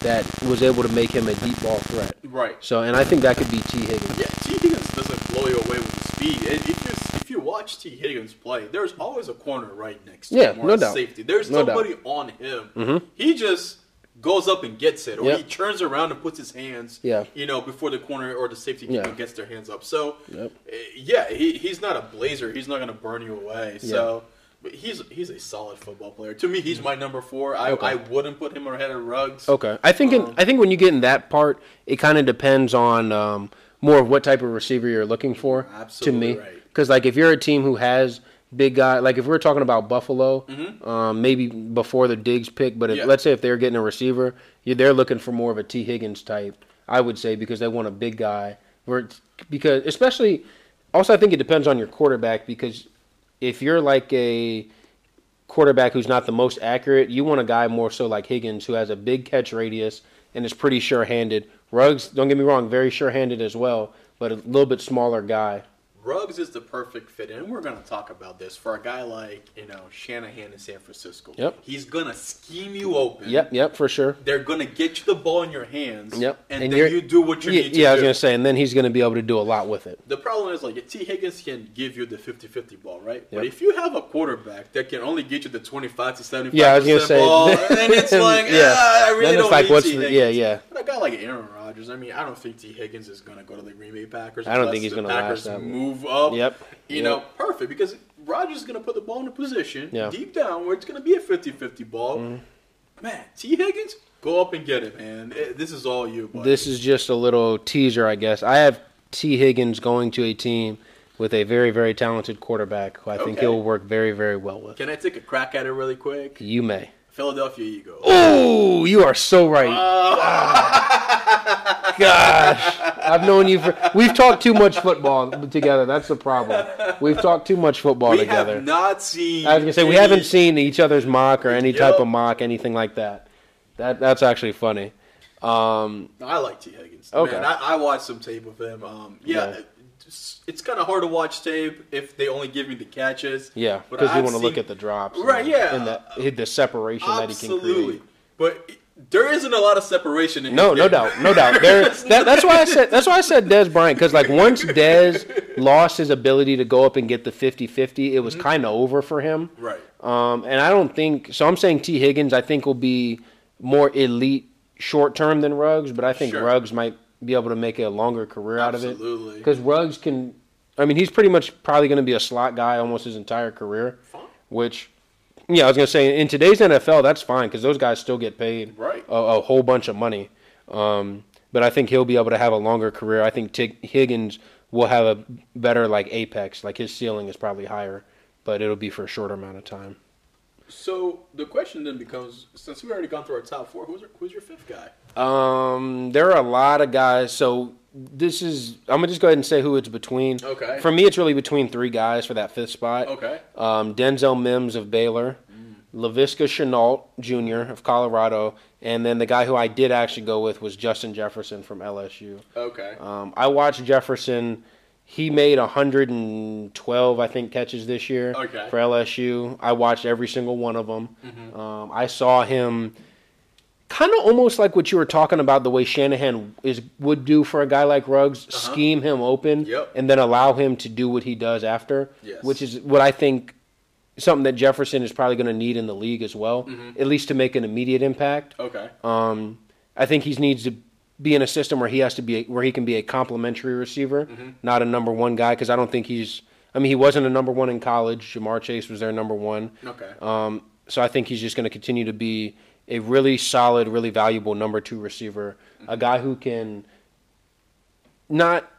that was able to make him a deep ball threat.
right.
So, and I think that could be T Higgins.
Yeah, T. Higgins doesn't blow you away with his speed. If if you if you watch T. Higgins play, there's always a corner right next to
Yeah,
him or
no
a
doubt.
safety. There's
No doubt. Mm-hmm.
somebody on him. He just goes up and gets it, or
Yep.
he turns around and puts his hands.
Yeah.
you know, before the corner or the safety
Yeah.
gets their hands up. So,
Yep.
uh, yeah, he, he's not a blazer. He's not going to burn you away. So. But he's he's a solid football player. To me, he's my number four. I,
Okay.
I wouldn't put him ahead of Ruggs.
Okay, I think
Um,
in, I think when you get in that part, it kind of depends on um, more of what type of receiver you're looking for.
Absolutely
to me,
right.
because like if you're a team who has big guy, like if we're talking about Buffalo, um, maybe before the Diggs pick, but if,
Yeah.
let's say if they're getting a receiver, you they're looking for more of a T Higgins type. I would say because they want a big guy. Where- Because especially, also I think it depends on your quarterback because if you're like a quarterback who's not the most accurate. You want a guy more so like Higgins who has a big catch radius and is pretty sure handed. Ruggs, don't get me wrong, very sure handed as well, but a little bit smaller guy.
Ruggs is the perfect fit, and we're going to talk about this for a guy like you know Shanahan in San Francisco.
Yep.
he's going to scheme you open.
Yep, yep, for sure.
they're going to get you the ball in your hands.
Yep.
and, then
you're-
you do what you
yeah,
need to
Yeah, I was
do.
going to say, and then he's going to be able to do a lot with it.
the problem is like T Higgins can give you the 50-50 ball, right? But
Yep.
if you have a quarterback that can only get you the twenty five to seventy five
Yeah, I was going to
percent
say. *laughs*
ball, then it's like yeah, I really
then
don't
it's like,
need
what's
T
the,
Higgins.
yeah, yeah.
But a guy like Aaron Rodgers, I mean, I don't think T. Higgins is going to go to the Green Bay Packers.
I don't
unless
think he's
the
gonna
Packers
last that long.
move up.
Yep.
You
Yep.
know, perfect because Rodgers is going to put the ball in a position
Yeah. Mm-hmm.
deep down where it's going to be a 50-50 ball. Man, T. Higgins, go up and get it, man. Eh, This is all you. Buddy.
This is just a little teaser, I guess. I have T. Higgins going to a team with a very, very talented quarterback who I think
Okay.
he'll work very, very well with.
Can I take a crack at it really quick?
You may.
Philadelphia Eagles.
Oh, you are so right.
Oh.
Ah, *laughs* gosh, I've known you for. We've talked too much football together. That's the problem. We've talked too much football
we
together.
have not seen.
I was gonna say we
any-
haven't seen each other's mock or any
Yep.
type of mock, anything like that. That that's actually funny. Um,
I like T. Higgins.
Okay.
Man, I, I watched some tape of him. Um, yeah,
Yeah.
it's, it's kind of hard to watch tape if they only give me the catches.
yeah,
But
because you
I've
want to look
seen-
at the drops,
Right,
and,
yeah.
and the hit the separation that he can
Absolutely.
create.
But there isn't a lot of separation in
No,
his
no
game.
doubt, no doubt. There, that, that's why I said that's why I said Des Bryant because like once Des lost his ability to go up and get the 50-50, it was kind of over for him.
*laughs* Mm-hmm. Right.
Um, and I don't think so. I'm saying T Higgins I think will be more elite short term than Ruggs, but I think
Sure.
Ruggs might be able to make a longer career out of it.
Absolutely.
Because Ruggs can, I mean, he's pretty much probably going to be a slot guy almost his entire career.
Fine.
Which, yeah, I was going to say in today's NFL, that's fine because those guys still get paid
Right.
a, a whole bunch of money. Um, but I think he'll be able to have a longer career. I think Tig Higgins will have a better like apex. Like his ceiling is probably higher, but it'll be for a shorter amount of time.
So the question then becomes: since we already gone through our top four, who's your, who's your fifth guy?
Um, there are a lot of guys. So this is I'm gonna just go ahead and say who it's between.
Okay.
For me, it's really between three guys for that fifth spot.
Okay.
Um, Denzel Mims of Baylor, Laviska Chenault Jr. of Colorado, and then the guy who I did actually go with was Justin Jefferson from LSU.
Okay.
Um, I watched Jefferson. He made 112, I think, catches this year
Okay. Mm-hmm.
for LSU. I watched every single one of them. Um, I saw him kind of almost like what you were talking about the way Shanahan is would do for a guy like Ruggs, scheme him open
Uh-huh. Yep.
and then allow him to do what he does after,
Yes.
which is what I think something that Jefferson is probably going to need in the league as well,
Mm-hmm.
at least to make an immediate impact.
okay.
Um, I think he needs to be in a system where he has to be where he can be a complementary receiver, not a number one guy. Because I don't think he's. I mean, he wasn't a number one in college. Jamar Chase was their number one.
okay.
Um, so I think he's just going to continue to be a really solid, really valuable number two receiver, a guy who can not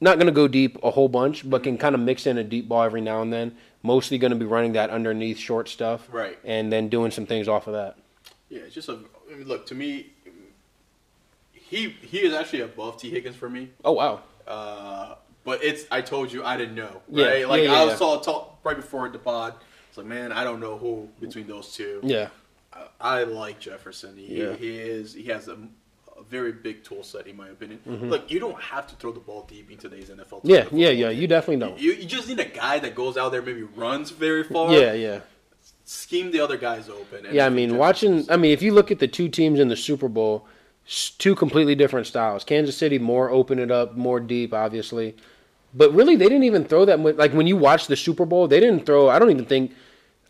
not going to go deep a whole bunch, but can kind of mix in a deep ball every now and then. Mostly going to be running that underneath short stuff,
Right.
And then doing some things off of that.
Yeah, it's just a I mean, look to me. He he is actually above T Higgins for me,
Oh wow.
uh, but it's I told you I didn't know.
Yeah,
Right? Like
yeah, yeah,
I
yeah.
saw a talk right before the pod. It's like man, I don't know who between those two.
Yeah.
I, I like Jefferson. He,
Yeah.
he is he has a, a very big tool set in my opinion. Look, you don't have to throw the ball deep in today's NFL. to
Mm-hmm. Yeah,
win the
yeah,
football
yeah.
game.
You definitely don't.
You, you just need a guy that goes out there, maybe runs
*laughs*
very far.
Yeah, yeah.
Scheme the other guys open. and
Yeah, I
think
mean,
Jefferson's-
watching. I mean, if you look at the two teams in the Super Bowl, s- two completely different styles. Kansas City more open it up, more deep, obviously. But really, they didn't even throw that much. Like when you watch the Super Bowl, they didn't throw. I don't even think.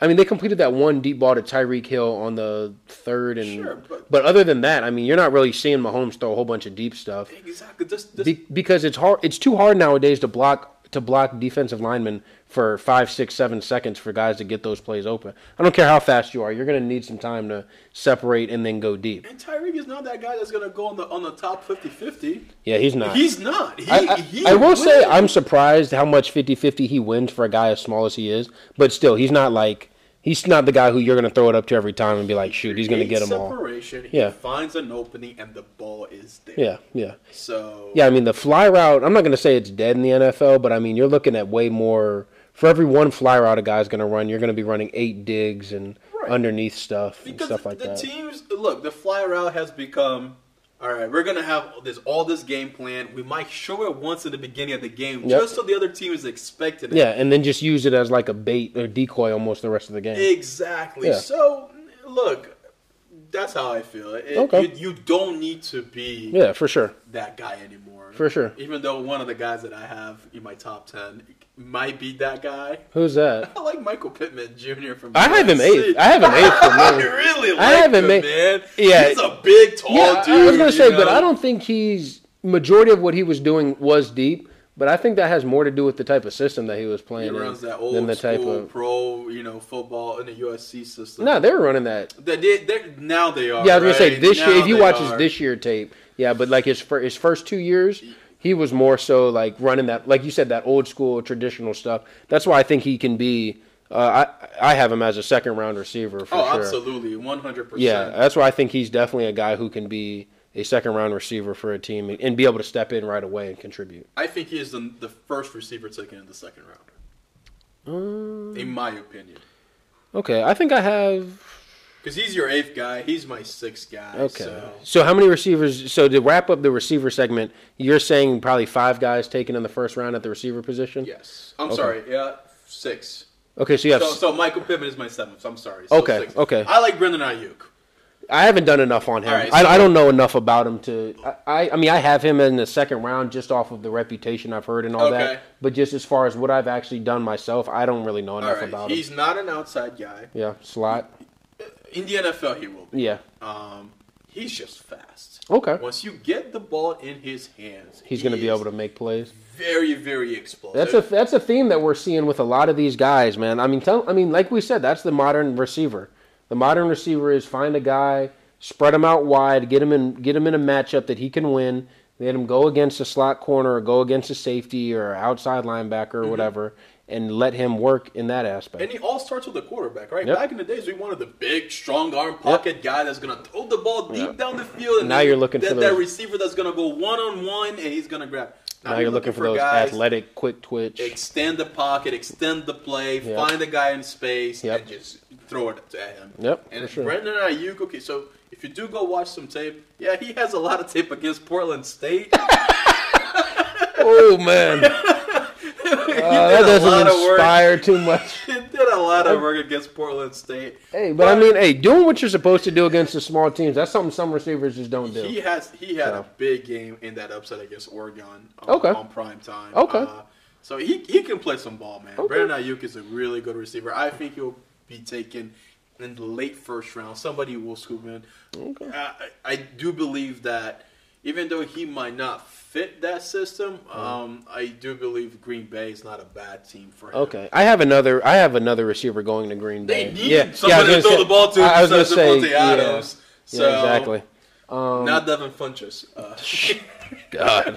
I mean, they completed that one deep ball to Tyreek Hill on the third, and
Sure, but-
but, other than that, I mean, you're not really seeing Mahomes throw a whole bunch of deep stuff
exactly this, this
Be- because it's hard. It's too hard nowadays to block to block defensive linemen for five, six, seven seconds for guys to get those plays open. I don't care how fast you are. You're going to need some time to separate and then go deep.
and Tyreek is not that guy that's gonna go on the on the top 50-50.
Yeah, he's not.
He's not. He,
I, I-
he
I will say
wins.
I'm surprised how much 50-50 he wins for a guy as small as he is, but still, he's not like he's not the guy who you're going to throw it up to every time and be like, shoot, he's going to get
creates
them all.
separation.
Yeah.
He finds an opening and the ball is there.
Yeah, yeah.
So
Yeah, I mean the fly route. I'm not going to say it's dead in the NFL, but I mean you're looking at way more. For every one fly route a guy's going to run, you're going to be running eight digs and
Right.
underneath stuff and
because
stuff like
the
that.
teams look, the fly route has become all right, we're gonna have this all this game plan. We might show it once in the beginning of the game
Yep.
just so the other team is expecting it.
yeah, and then just use it as like a bait or decoy almost the rest of the game.
Exactly.
Yeah.
So look, that's how I feel. It,
Okay.
you, you don't need to be
yeah, for sure.
that guy anymore.
For sure.
Even though one of the guys that I have in my top ten might be that guy.
Who's that?
I like Michael Pittman Jr. from.
I have him
USC.
eighth. I have him eighth for
I *laughs*
me.
really like
I have him
him,
eighth.
man.
Yeah.
he's a big, tall
yeah,
dude.
I- I was going to say,
you
but
know?
I don't think he's majority of what he was doing was deep. But I think that has more to do with the type of system that he was
He
playing in
runs that old
than the type
school
of.
pro, you know, football in the USC system.
No, they were running that.
they did. They, now they are.
Yeah, I was gonna say
right?
this year.
Now
If you
they
watch
are.
his this year tape, yeah, but like his fir- his first two years, he was more so like running that, like you said, that old school traditional stuff. That's why I think he can be. Uh, I I have him as a second round receiver for
oh,
sure.
absolutely, one hundred percent.
Yeah, that's why I think he's definitely a guy who can be a second round receiver for a team and- and be able to step in right away and contribute.
I think he is the, the first receiver taken in the second round, in my opinion.
Okay, I think I have.
Because he's your eighth guy. He's my sixth guy.
Okay, so.
So.
how many receivers? So to wrap up the receiver segment, you're saying probably five guys taken in the first round at the receiver position.
Yes. I'm sorry. Yeah, six.
Okay, so you have.
So, so Michael Pittman is my seventh. So I'm sorry. So
Okay,
six.
okay.
I like Brendan Ayuk.
I haven't done enough on him.
All right,
I,
so-
I don't know enough about him to. I, I I mean, I have him in the second round just off of the reputation I've heard and all
Okay.
that. But just as far as what I've actually done myself, I don't really know
All
enough
right.
about him.
He's not an outside guy.
Yeah, slot.
In the NFL, he will be.
Yeah.
Um, he's just fast.
Okay.
Once you get the ball in his hands,
He's going to
he
be
is
able to make plays.
very, very explosive.
That's a that's a theme that we're seeing with a lot of these guys, man. I mean, tell I mean, like we said, that's the modern receiver. The modern receiver is find a guy, spread him out wide, get him in get him in a matchup that he can win. Let him go against a slot corner or go against a safety or outside linebacker or whatever, and let him work in that aspect.
Mm-hmm. And it all starts with the quarterback, right?
Yep.
Back in the days, we wanted the big, strong arm pocket guy that's going to throw the ball deep
Yep.
down the field. And
Now
then
you're looking
that,
for
that
those-
receiver that's going to go one on one and he's going to grab.
now you're looking for those
guys,
athletic, quick twitch.
Extend the pocket, extend the play,
Yep.
find the guy in space,
Yep.
and just throw it at him.
Yep, for
And
sure.
Brandon Ayuk, okay, so if you do go watch some tape, yeah, he has a lot of tape against Portland State.
*laughs*
*laughs*
oh man,
he did
Uh, that
a lot
doesn't
of work.
inspire too much.
*laughs* He did a lot of work against Portland State.
Hey, but I mean, hey, doing what you're supposed to do against the small teams, that's something some receivers just don't do.
He has he had a
So.
big game in that upset against Oregon on,
Okay.
on prime time.
Okay.
Uh, so he, he can play some ball, man.
Okay.
Brandon Ayuk is a really good receiver. I think he'll be taken in the late first round. Somebody will scoop in. Uh,
Okay.
I, I I do believe that even though he might not fit that system,
Uh-huh.
um, I do believe Green Bay is not a bad team for him.
Okay, I have another. I have another receiver going to Green
They
Bay.
need somebody
I
to
was
throw
gonna
the ball to
I, I was gonna say,
besides Devontae
yeah,
Adams.
Yeah,
So,
exactly. Um,
not Devin Funches.
*laughs*
Uh,
God.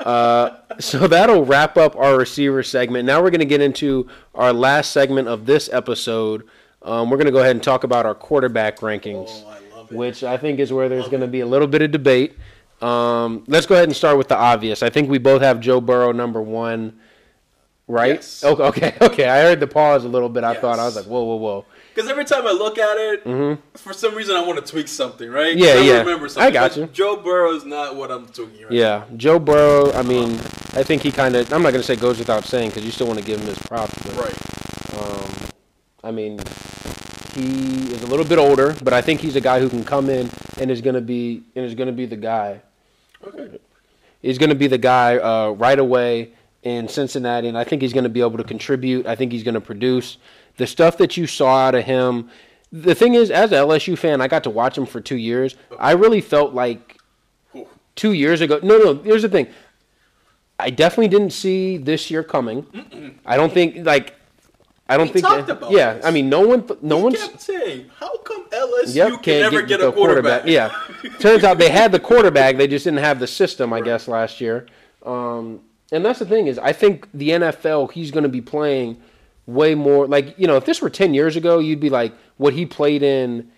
Uh, so that'll wrap up our receiver segment. Now we're going to get into our last segment of this episode. Um, we're going to go ahead and talk about our quarterback rankings,
Oh, I love it.
which I think is where there's going to be a little bit of debate. Um, let's go ahead and start with the obvious. I think we both have Joe Burrow number one. right?
Yes.
Okay, okay, *laughs* okay. I heard the pause a little bit. I thought I was
Yes.
like, whoa, whoa, whoa.
Because every time I look at it, for some reason I want to tweak something, right? 'Cause
Mm-hmm. Yeah,
I
yeah.
Remember
I
something.
got
but
you.
Joe Burrow is not what I'm tweaking right
Yeah, Joe Burrow. I mean, I think he kind of. I'm not gonna say goes without saying because you still want to give him his props. But,
now. Right.
Um, I mean, he is a little bit older, but I think he's a guy who can come in and is gonna be and is gonna be the guy.
Okay.
He's gonna be the guy uh, right away in Cincinnati, and I think he's gonna be able to contribute. I think he's gonna produce the stuff that you saw out of him. The thing is, as an LSU fan, I got to watch him for two years. I really felt like
Ooh.
two years ago. No, no. Here's the thing. I definitely didn't see this year coming. I don't think like. I don't
We
think.
talked about
yeah,
this.
I mean, no one, no
He
one's.
kept saying, "How come LSU
Yep,
can never get, a quarterback?"
Yeah, turns out they had the quarterback. They just didn't have the system, I guess, last year. Um, and that's the thing is, I think the NFL he's going to be playing way more. Like you know, if this were ten years ago, you'd be like, what he played in.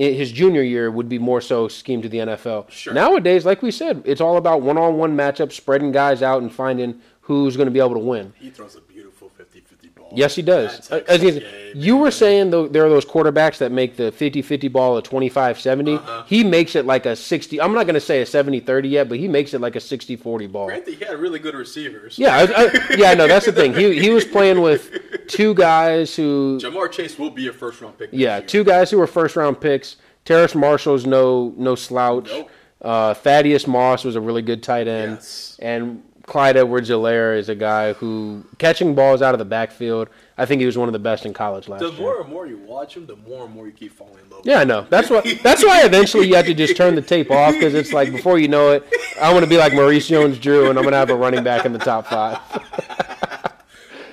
i- His junior year would be more so schemed to the NFL.
Sure.
Nowadays, like we said, it's all about one-on-one matchups, spreading guys out, and finding who's going to be able to win.
*laughs* He throws a beautiful 50-50 ball.
Yes, he does. Uh,
That
As
Texas
he's-
game.
you were saying though, there are those quarterbacks that make the 50-50 ball a 25-70.
Uh-huh.
He makes it like a 60. I'm not going to say a 70-30 yet, but he makes it like a 60-40 ball.
Granted, he had really good receivers.
Yeah, I, I, yeah, no, that's the thing. He he was playing with two guys who
Jamar Chase will be a first round pick.
yeah,
next year.
two guys who were first round picks. Terrace Marshall's no no slouch.
Nope.
Uh, Thaddeus Moss was a really good tight end,
Yes.
and Clyde Edwards-Helaire is a guy who catching balls out of the backfield. I think he was one of the best in college last
The
year.
more and more you watch him, the more and more you keep falling in love.
Yeah, I know. That's why. That's why eventually you have to just turn the tape off because it's like before you know it, I want to be like Maurice Jones-Drew, and I'm gonna have a running back in the top five.
With him.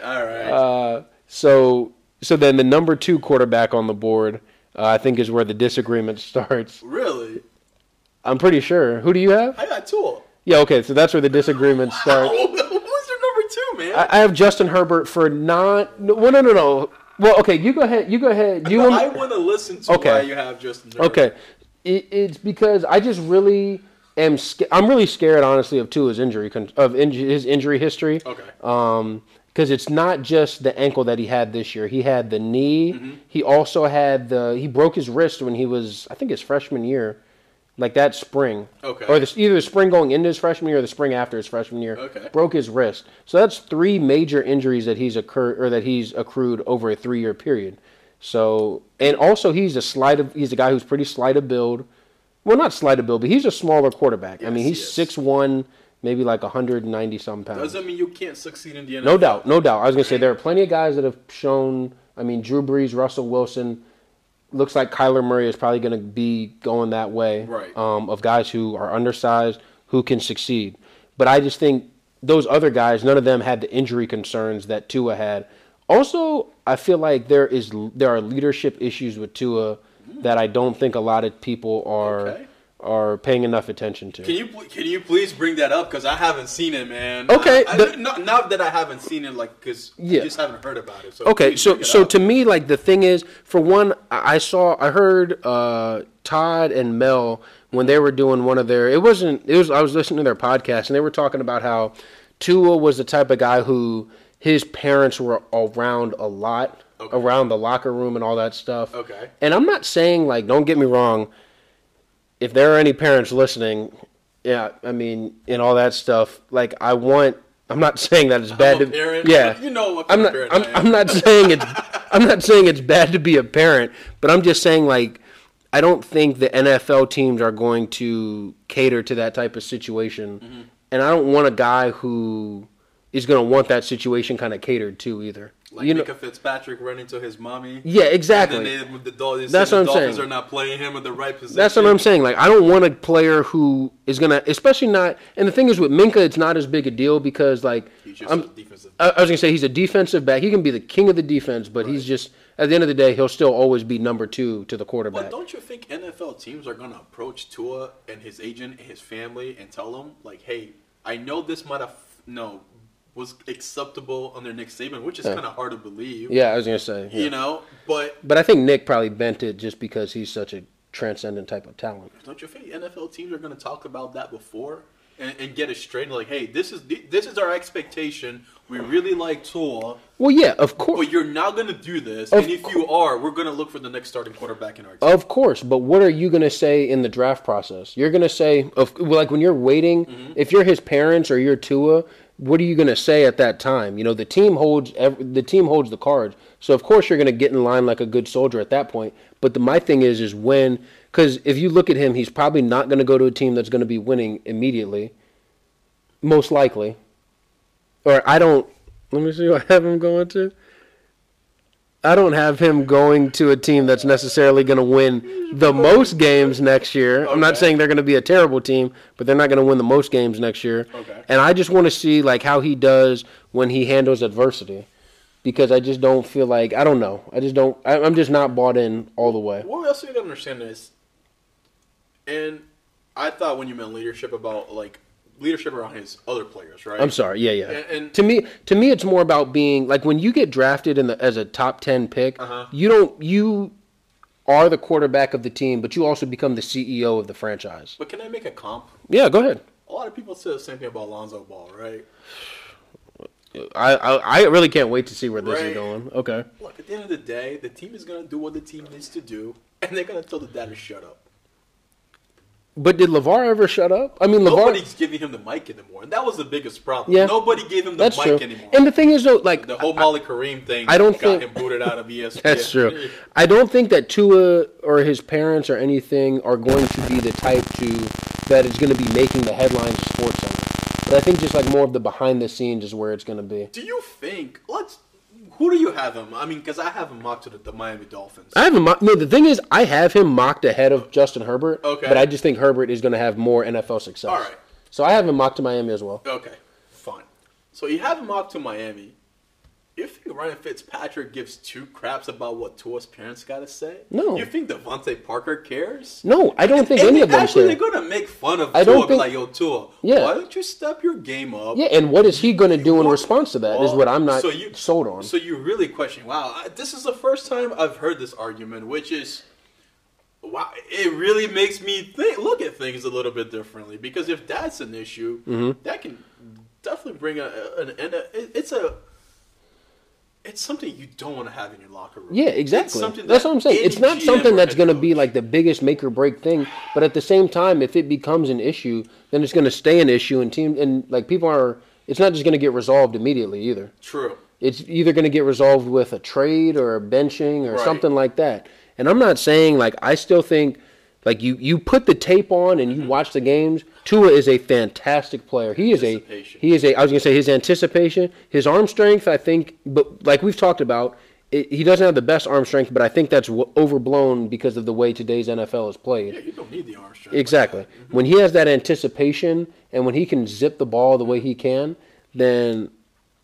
All right.
Uh, So, so then the number two quarterback on the board, uh, I think, is where the disagreement starts.
really?
I'm pretty sure. Who do you have?
I got *laughs* two.
Yeah, okay. So that's where the disagreement starts.
Oh, who's your number two, man?
I, I have Justin Herbert for not. No, no, no, no. Well, okay. You go ahead. You go ahead. You
But
want-
I want to listen to
Okay.
why you have Justin. Herbert.
Okay, it, it's because I just really am. Sca- I'm really scared, honestly, of Tua's injury con- of inj- his injury history.
Okay.
Um, because it's not just the ankle that he had this year. He had the knee.
Mm-hmm.
He also had the. He broke his wrist when he was, I think, his freshman year, like that spring.
Okay.
Or the, either the spring going into his freshman year or the spring after his freshman year.
Okay.
Broke his wrist. So that's three major injuries that he's occurred or that he's accrued over a three year period. So and also he's a slight of he's a guy who's pretty slight of build. Well, not slight of build, but he's a smaller quarterback. I mean,
Yes, he
he's
is.
six one, maybe like hundred and ninety some pounds.
Doesn't mean you can't succeed in the NFL.
No doubt, no doubt. I was gonna say there are plenty of guys that have shown. I mean, Drew Brees, Russell Wilson. Looks like Kyler Murray is probably gonna be going that way.
Right.
Um, of guys who are undersized who can succeed, but I just think those other guys, none of them had the injury concerns that Tua had. Also, I feel like there is there are leadership issues with Tua that I don't think a lot of people are
Mm. Okay.
are paying enough attention to.
Can you pl- can you please bring that up? Because I haven't seen it, man.
Okay,
I, I-
the-
not, not that I haven't seen it, like because
Yeah.
I just haven't heard about it. So
Okay,
please
so
bring it
so
up.
to me, like the thing is, for one, I I saw, I heard uh, Todd and Mel when they were doing one of their. It wasn't. It was. I was listening to their podcast, and they were talking about how Tua was the type of guy who his parents were around a lot,
Okay.
around the locker room and all that stuff.
Okay.
And I'm not saying like, don't get me wrong. If there are any parents listening, yeah, I mean, and all that stuff. Like, I want. I'm not *laughs* saying that it's bad
a
to.
parent. *laughs*
Yeah,
You know what kind
I'm
of
not.
parent
I'm,
I am.
I'm not saying
*laughs*
it's. I'm not saying it's bad to be a parent, but I'm just saying like, I don't think the NFL teams are going to cater to that type of situation,
Mm-hmm.
and I don't want a guy who is going to want that situation kind of catered to either.
like
you know.
Micah Fitzpatrick running to his mommy.
yeah,
And
exactly.
then they, with the, Dol- they
That's
said
what
the
I'm
Dolphins
saying.
are not playing him in the right position.
That's what I'm saying. Like, I don't want a player who is gonna, especially not. And the thing is with Minka, it's not as big a deal because like
He's just
I'm-
a defensive.
I, I was gonna say he's a defensive back. He can be the king of the defense, but he's just at the end of the day, he'll still always be number two to the
But
quarterback.
don't you think NFL teams are going to approach Tua and his agent and his family and tell them, like, hey, I know this might have, no, was acceptable under Nick Saban, which is kind of hard to believe,
Yeah, I was gonna say. yeah.
you know? But
But I think Nick probably bent it just because he's such a transcendent type of talent.
don't you think NFL teams are going to talk about that before? and, and get it straight. Like, hey, this is this is our expectation. We really like Tua,
Well, yeah, of course.
but you're not going to do this.
Of
and if you are, we're going to look for the next starting quarterback in our team.
Of course, but what are you going to say in the draft process? You're going to say, of like when you're waiting, if you're his parents or you're Tua, what are you going to say at that time? You know, the team holds ev- the team holds the cards, so of course you're going to get in line like a good soldier at that point. But the, my thing is, is when because if you look at him, he's probably not going to go to a team that's going to be winning immediately, most likely. Or I don't. Let me see what *laughs* I have him going to. I don't have him going to a team that's necessarily going to win the most games next year. I'm not
Okay.
saying they're going to be a terrible team, but they're not going to win the most games next year.
Okay.
And I just want to see like how he does when he handles adversity, because I just don't feel like I don't know. I just don't. I, I'm just not bought in all the way.
What we also need to understand is, and I thought when you meant leadership about like leadership around his other players, right?
I'm sorry. Yeah, yeah.
And- and-
to me, to me, it's more about being like when you get drafted in the as a top ten pick,
Uh-huh.
you don't you are the quarterback of the team, but you also become the CEO of the franchise.
But can I make a comp?
Yeah, go ahead.
A lot of people say the same thing about Lonzo Ball, right?
I I, I really can't wait to see where this
Right.
is going. Okay.
Look, at the end of the day, the team is gonna do what the team needs to do, and they're gonna tell the dad to shut up.
But did Levar ever shut up? I mean, Levar.
Nobody's giving him the mic anymore, and that was the biggest problem.
Yeah.
Nobody gave him the
that's
mic
true.
anymore.
And the thing is, though, like
the whole Molly Kareem thing
I don't
got
think-
him booted out of E ESPN.
*laughs* That's true. I don't think that Tua or his parents or anything are going to be the type to that is going to be making the headlines of sports center. But I think just like more of the behind the scenes is where it's going to be.
Do you think? Let's. Who do you have him? I mean, because I have him mocked to the, the Miami Dolphins.
I have him. mo- No, the thing is, I have him mocked ahead of Justin Herbert.
Okay.
But I just think Herbert is going to have more NFL success.
All right.
So I have him mocked to Miami as well.
Okay, fine. So you have him mocked to Miami. You think Ryan Fitzpatrick gives two craps about what Tua's parents got to say?
No.
You think Devontae Parker cares?
No, I don't think any of them
Actually,
care.
they're gonna make fun of
I
Tua.
don't
be
think-
like, "Yo, Tua,
Yeah.
why don't you step your game up?"
Yeah, and what is he going to do in
What-
response to that? Is
Oh,
what I'm not
so you-
sold on.
So you really question? Wow, I- this is the first time I've heard this argument, which is wow. It really makes me think, look at things a little bit differently because if that's an issue,
Mm-hmm.
that can definitely bring a an, an a, it- it's a. It's something you don't want to have in your locker room.
Yeah,
It's
exactly.
something
That's
that
what I'm saying. It's
any
not
GM
something
or
that's
head
going to
coach-
be like the biggest make or break thing, but at the same time, if it becomes an issue, then it's going to stay an issue, and team and like people are. It's not just going to get resolved immediately either.
true.
It's either going to get resolved with a trade or a benching or
Right.
something like that. And I'm not saying like I still think like you you put the tape on and you
Mm-hmm.
watch the games. Tua is a fantastic player. He is a
Anticipation.
he is a I was going to say his anticipation, his arm strength, I think but like we've talked about, it, he doesn't have the best arm strength, but I think that's w- overblown because of the way today's NFL is played.
Yeah, you don't need the arm strength. like
Exactly. When he has that anticipation and when he can zip the ball the way he can, then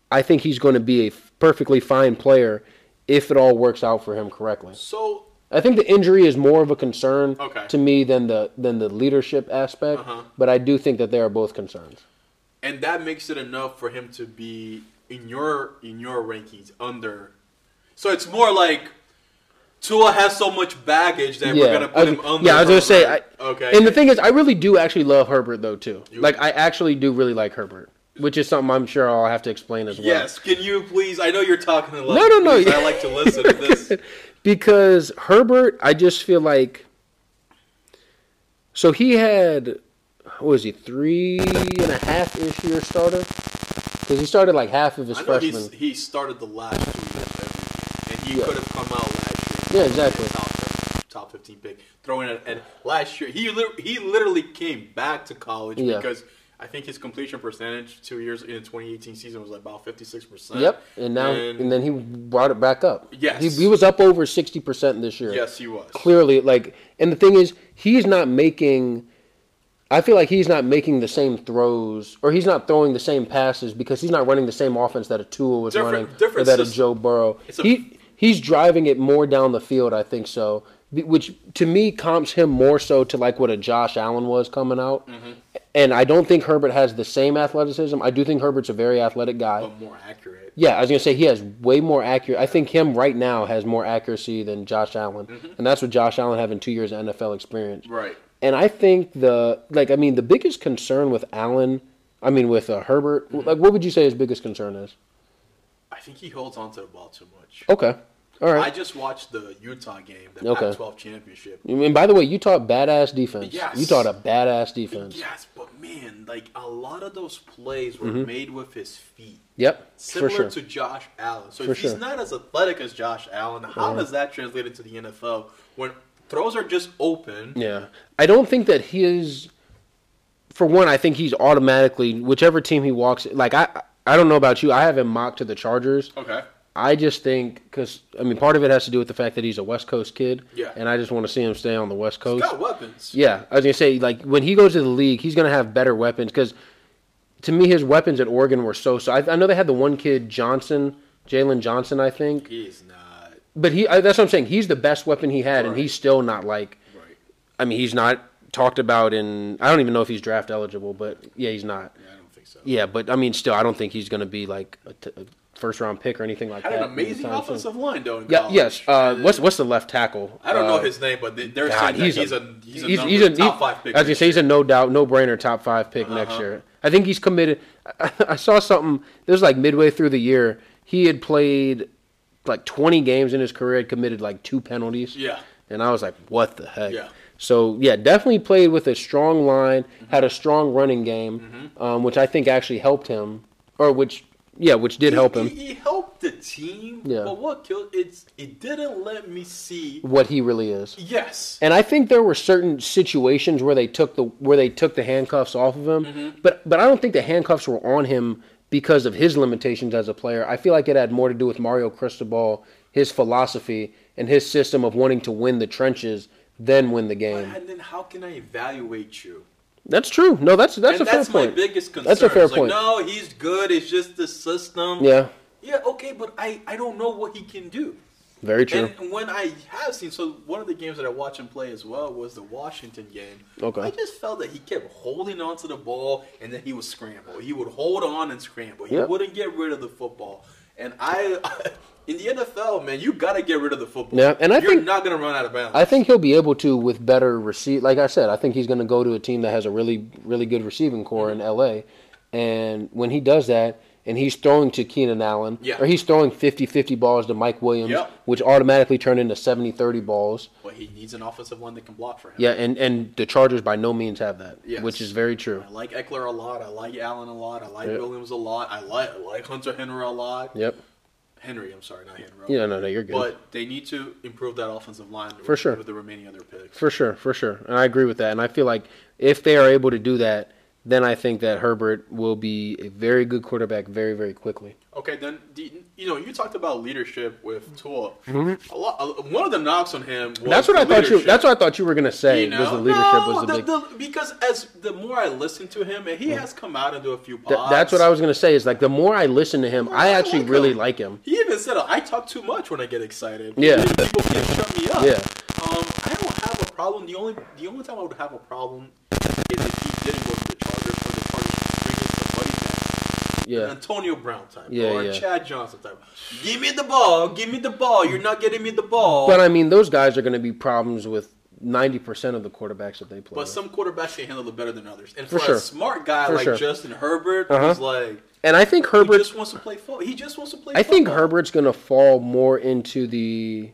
I think he's going to be a f- perfectly fine player if it all works out for him correctly.
that. So
I think the injury is more of a concern
Okay.
to me than the than the leadership aspect,
Uh-huh.
but I do think that they are both concerns.
and that makes it enough for him to be in your in your rankings under. So it's more like Tua has so much baggage that we're gonna
I
put
was-
him under.
yeah, I was gonna say. I,
Herbert. okay,
And the thing is, I really do actually love Herbert though too.
You-
like I actually do really like Herbert, which is something I'm sure I'll have to explain as well.
yes, can you please? I know you're talking a lot.
No, no, no.
please, I like to listen to
*laughs*
this.
because Herbert, I just feel like. So he had, what was he three and a half ish year starter? Because he started like half of his
I know he's,
freshman.
he started the last two years, and he
Yeah.
could have come out last
Yeah,
year.
exactly.
Top, top fifteen pick, throwing it and last year he lit- he literally came back to college
Yeah.
because I think his completion percentage two years in the 2018 season was about 56 percent.
Yep, and now and, then he brought it back up.
Yes.
he, he was up over sixty percent this year.
yes, he was.
clearly like and the thing is he's not making I feel like he's not making the same throws or he's not throwing the same passes because he's not running the same offense that a Tua was
Different-
running or
different
that a
system.
Joe Burrow.
It's a-
he he's driving it more down the field, I think so, be- which to me comps him more so to like what a Josh Allen was coming out.
Mm-hmm.
And I don't think Herbert has the same athleticism. I do think Herbert's a very athletic guy.
But more accurate.
Yeah, I was gonna say he has way more accurate. I think him right now has more accuracy than Josh Allen, and that's with Josh Allen having two years of NFL experience.
Mm-hmm. Right.
And I think the like I mean the biggest concern with Allen, I mean with uh, Herbert,
Mm-hmm.
like what would you say his biggest concern is?
I think he holds onto the ball too much.
Okay, Oh, all
I
right.
just watched the Utah game, the
Okay.
Pac-12 championship.
and by the way, you taught badass defense.
Yes.
You taught a badass defense.
Yes, but man, like a lot of those plays were
Mm-hmm.
made with his feet.
Yep,
Similar
for sure.
to Josh Allen. So
For
if he's
sure. Uh-huh.
not as athletic as Josh Allen, how does that translate into the NFL when throws are just open?
Yeah. I don't think that his for one, I think he's automatically whichever team he walks like I I don't know about you. I have him mocked to the Chargers.
Okay.
I just think cuz I mean part of it has to do with the fact that he's a West Coast kid
Yeah.
and I just want to see him stay on the West Coast.
He's got weapons.
Yeah, I was gonna say like when he goes to the league, he's gonna have better weapons because to me his weapons at Oregon were so so. I, I know they had the one kid Johnson, Jalen Johnson, I think,
He's not
but he I, that's what I'm saying. He's the best weapon he had, and
Right.
he's still not like.
right.
I mean, he's not talked about in. I don't even know if he's draft eligible, but yeah, he's not.
Yeah, I don't think so.
Yeah, but I mean, still, I don't think he's gonna be like a, t- a first round pick or anything like
Had
that.
an amazing
anytime soon.
offensive line though. In
Yeah.
college.
Yes. Uh, what's what's the left tackle?
I don't
Uh,
know his name, but they- they're
God,
saying
he's,
that he's a he's a, number, top five pick. Uh-huh.
I was gonna say he's a no doubt, no brainer top five pick next year. I think he's committed. *laughs* I, saw something. It was like midway through the year. He had played like 20 games in his career. Had committed like two penalties.
Yeah.
And I was like, what the heck?
Yeah.
So yeah, definitely played with a strong line.
Mm-hmm.
Had a strong running game, um, which I think actually helped him, or which yeah, which did help him.
He, he helped the team,
Yeah.
but what killed it's it didn't let me see.
What he really is.
Yes,
And I think there were certain situations where they took the where they took the handcuffs off of him,
Mm-hmm.
but but I don't think the handcuffs were on him because of his limitations as a player. I feel like it had more to do with Mario Cristobal, his philosophy, and his system of wanting to win the trenches than win the game.
and then how can I evaluate you?
That's true. No, that's that's
and
a fair
that's
point.
my biggest concern.
That's a fair
It's like,
point.
No, he's good. It's just the system.
Yeah,
Yeah. Okay, but I I don't know what he can do.
very true.
And when I have seen, so one of the games that I watched him play as well was the Washington game.
Okay.
I just felt that he kept holding on to the ball and then he would scramble. He would hold on and scramble. He
Yep.
wouldn't get rid of the football. And I, *laughs* in the NFL, man, you got to get rid of the football.
Yeah, and I
You're
think-
not going to run out of bounds.
I think he'll be able to with better receive. Like I said, I think he's going to go to a team that has a really, really good receiving core in LA. And when he does that, and he's throwing to Keenan Allen,
Yeah.
or he's throwing 50-50 balls to Mike Williams,
Yep.
which automatically turn into 70-30 balls.
but he needs an offensive one that can block for him.
Yeah, and, and the Chargers by no means have that,
Yes.
which is very true.
I like Eckler a lot. I like Allen a lot. I like
Yeah.
Williams a lot. I like I like Hunter Henry a lot.
Yep.
Henry, I'm sorry, not Henry.
Yeah, no, no, you're good.
But they need to improve that offensive line
For
with,
sure.
with the remaining other picks.
For sure, for sure. And I agree with that. And I feel like if they are able to do that, then I think that Herbert will be a very good quarterback very, very quickly.
Okay, then the, you know you talked about leadership with Tua. A lot, a, one of the knocks on him. Was
Mm-hmm. That's what
the
I thought you.
leadership.
That's what I thought you were gonna say.
You know?
Was the leadership
No,
was the, big?
the- because as the more I listen to him, and he has come out into a few
Th-
pods.
that's what I was gonna say. Is like the more I listen to him, I
I
actually
like
really
him.
like him.
He even said, "I talk too much when I get excited.
Yeah.
people can't shut me up.
Yeah.
um, I don't have a problem. The only the only time I would have a problem is if he didn't go to the Chargers or the Chargers brings the buddy back. an
Yeah,
Antonio Brown type
Yeah,
or a
yeah.
Chad Johnson type. Give me the ball. Give me the ball. You're not getting me the ball.
but
But,
I mean, those guys are gonna be problems with ninety percent of the quarterbacks that they play. with.
some quarterbacks can handle it better than others. And
For
for,
sure.
a smart guy
For
like
sure.
Justin Herbert,
Uh-huh.
who's like
and I think
he
Herbert.
just wants to play football. He just wants to play.
I think
football.
Herbert's gonna fall more into the.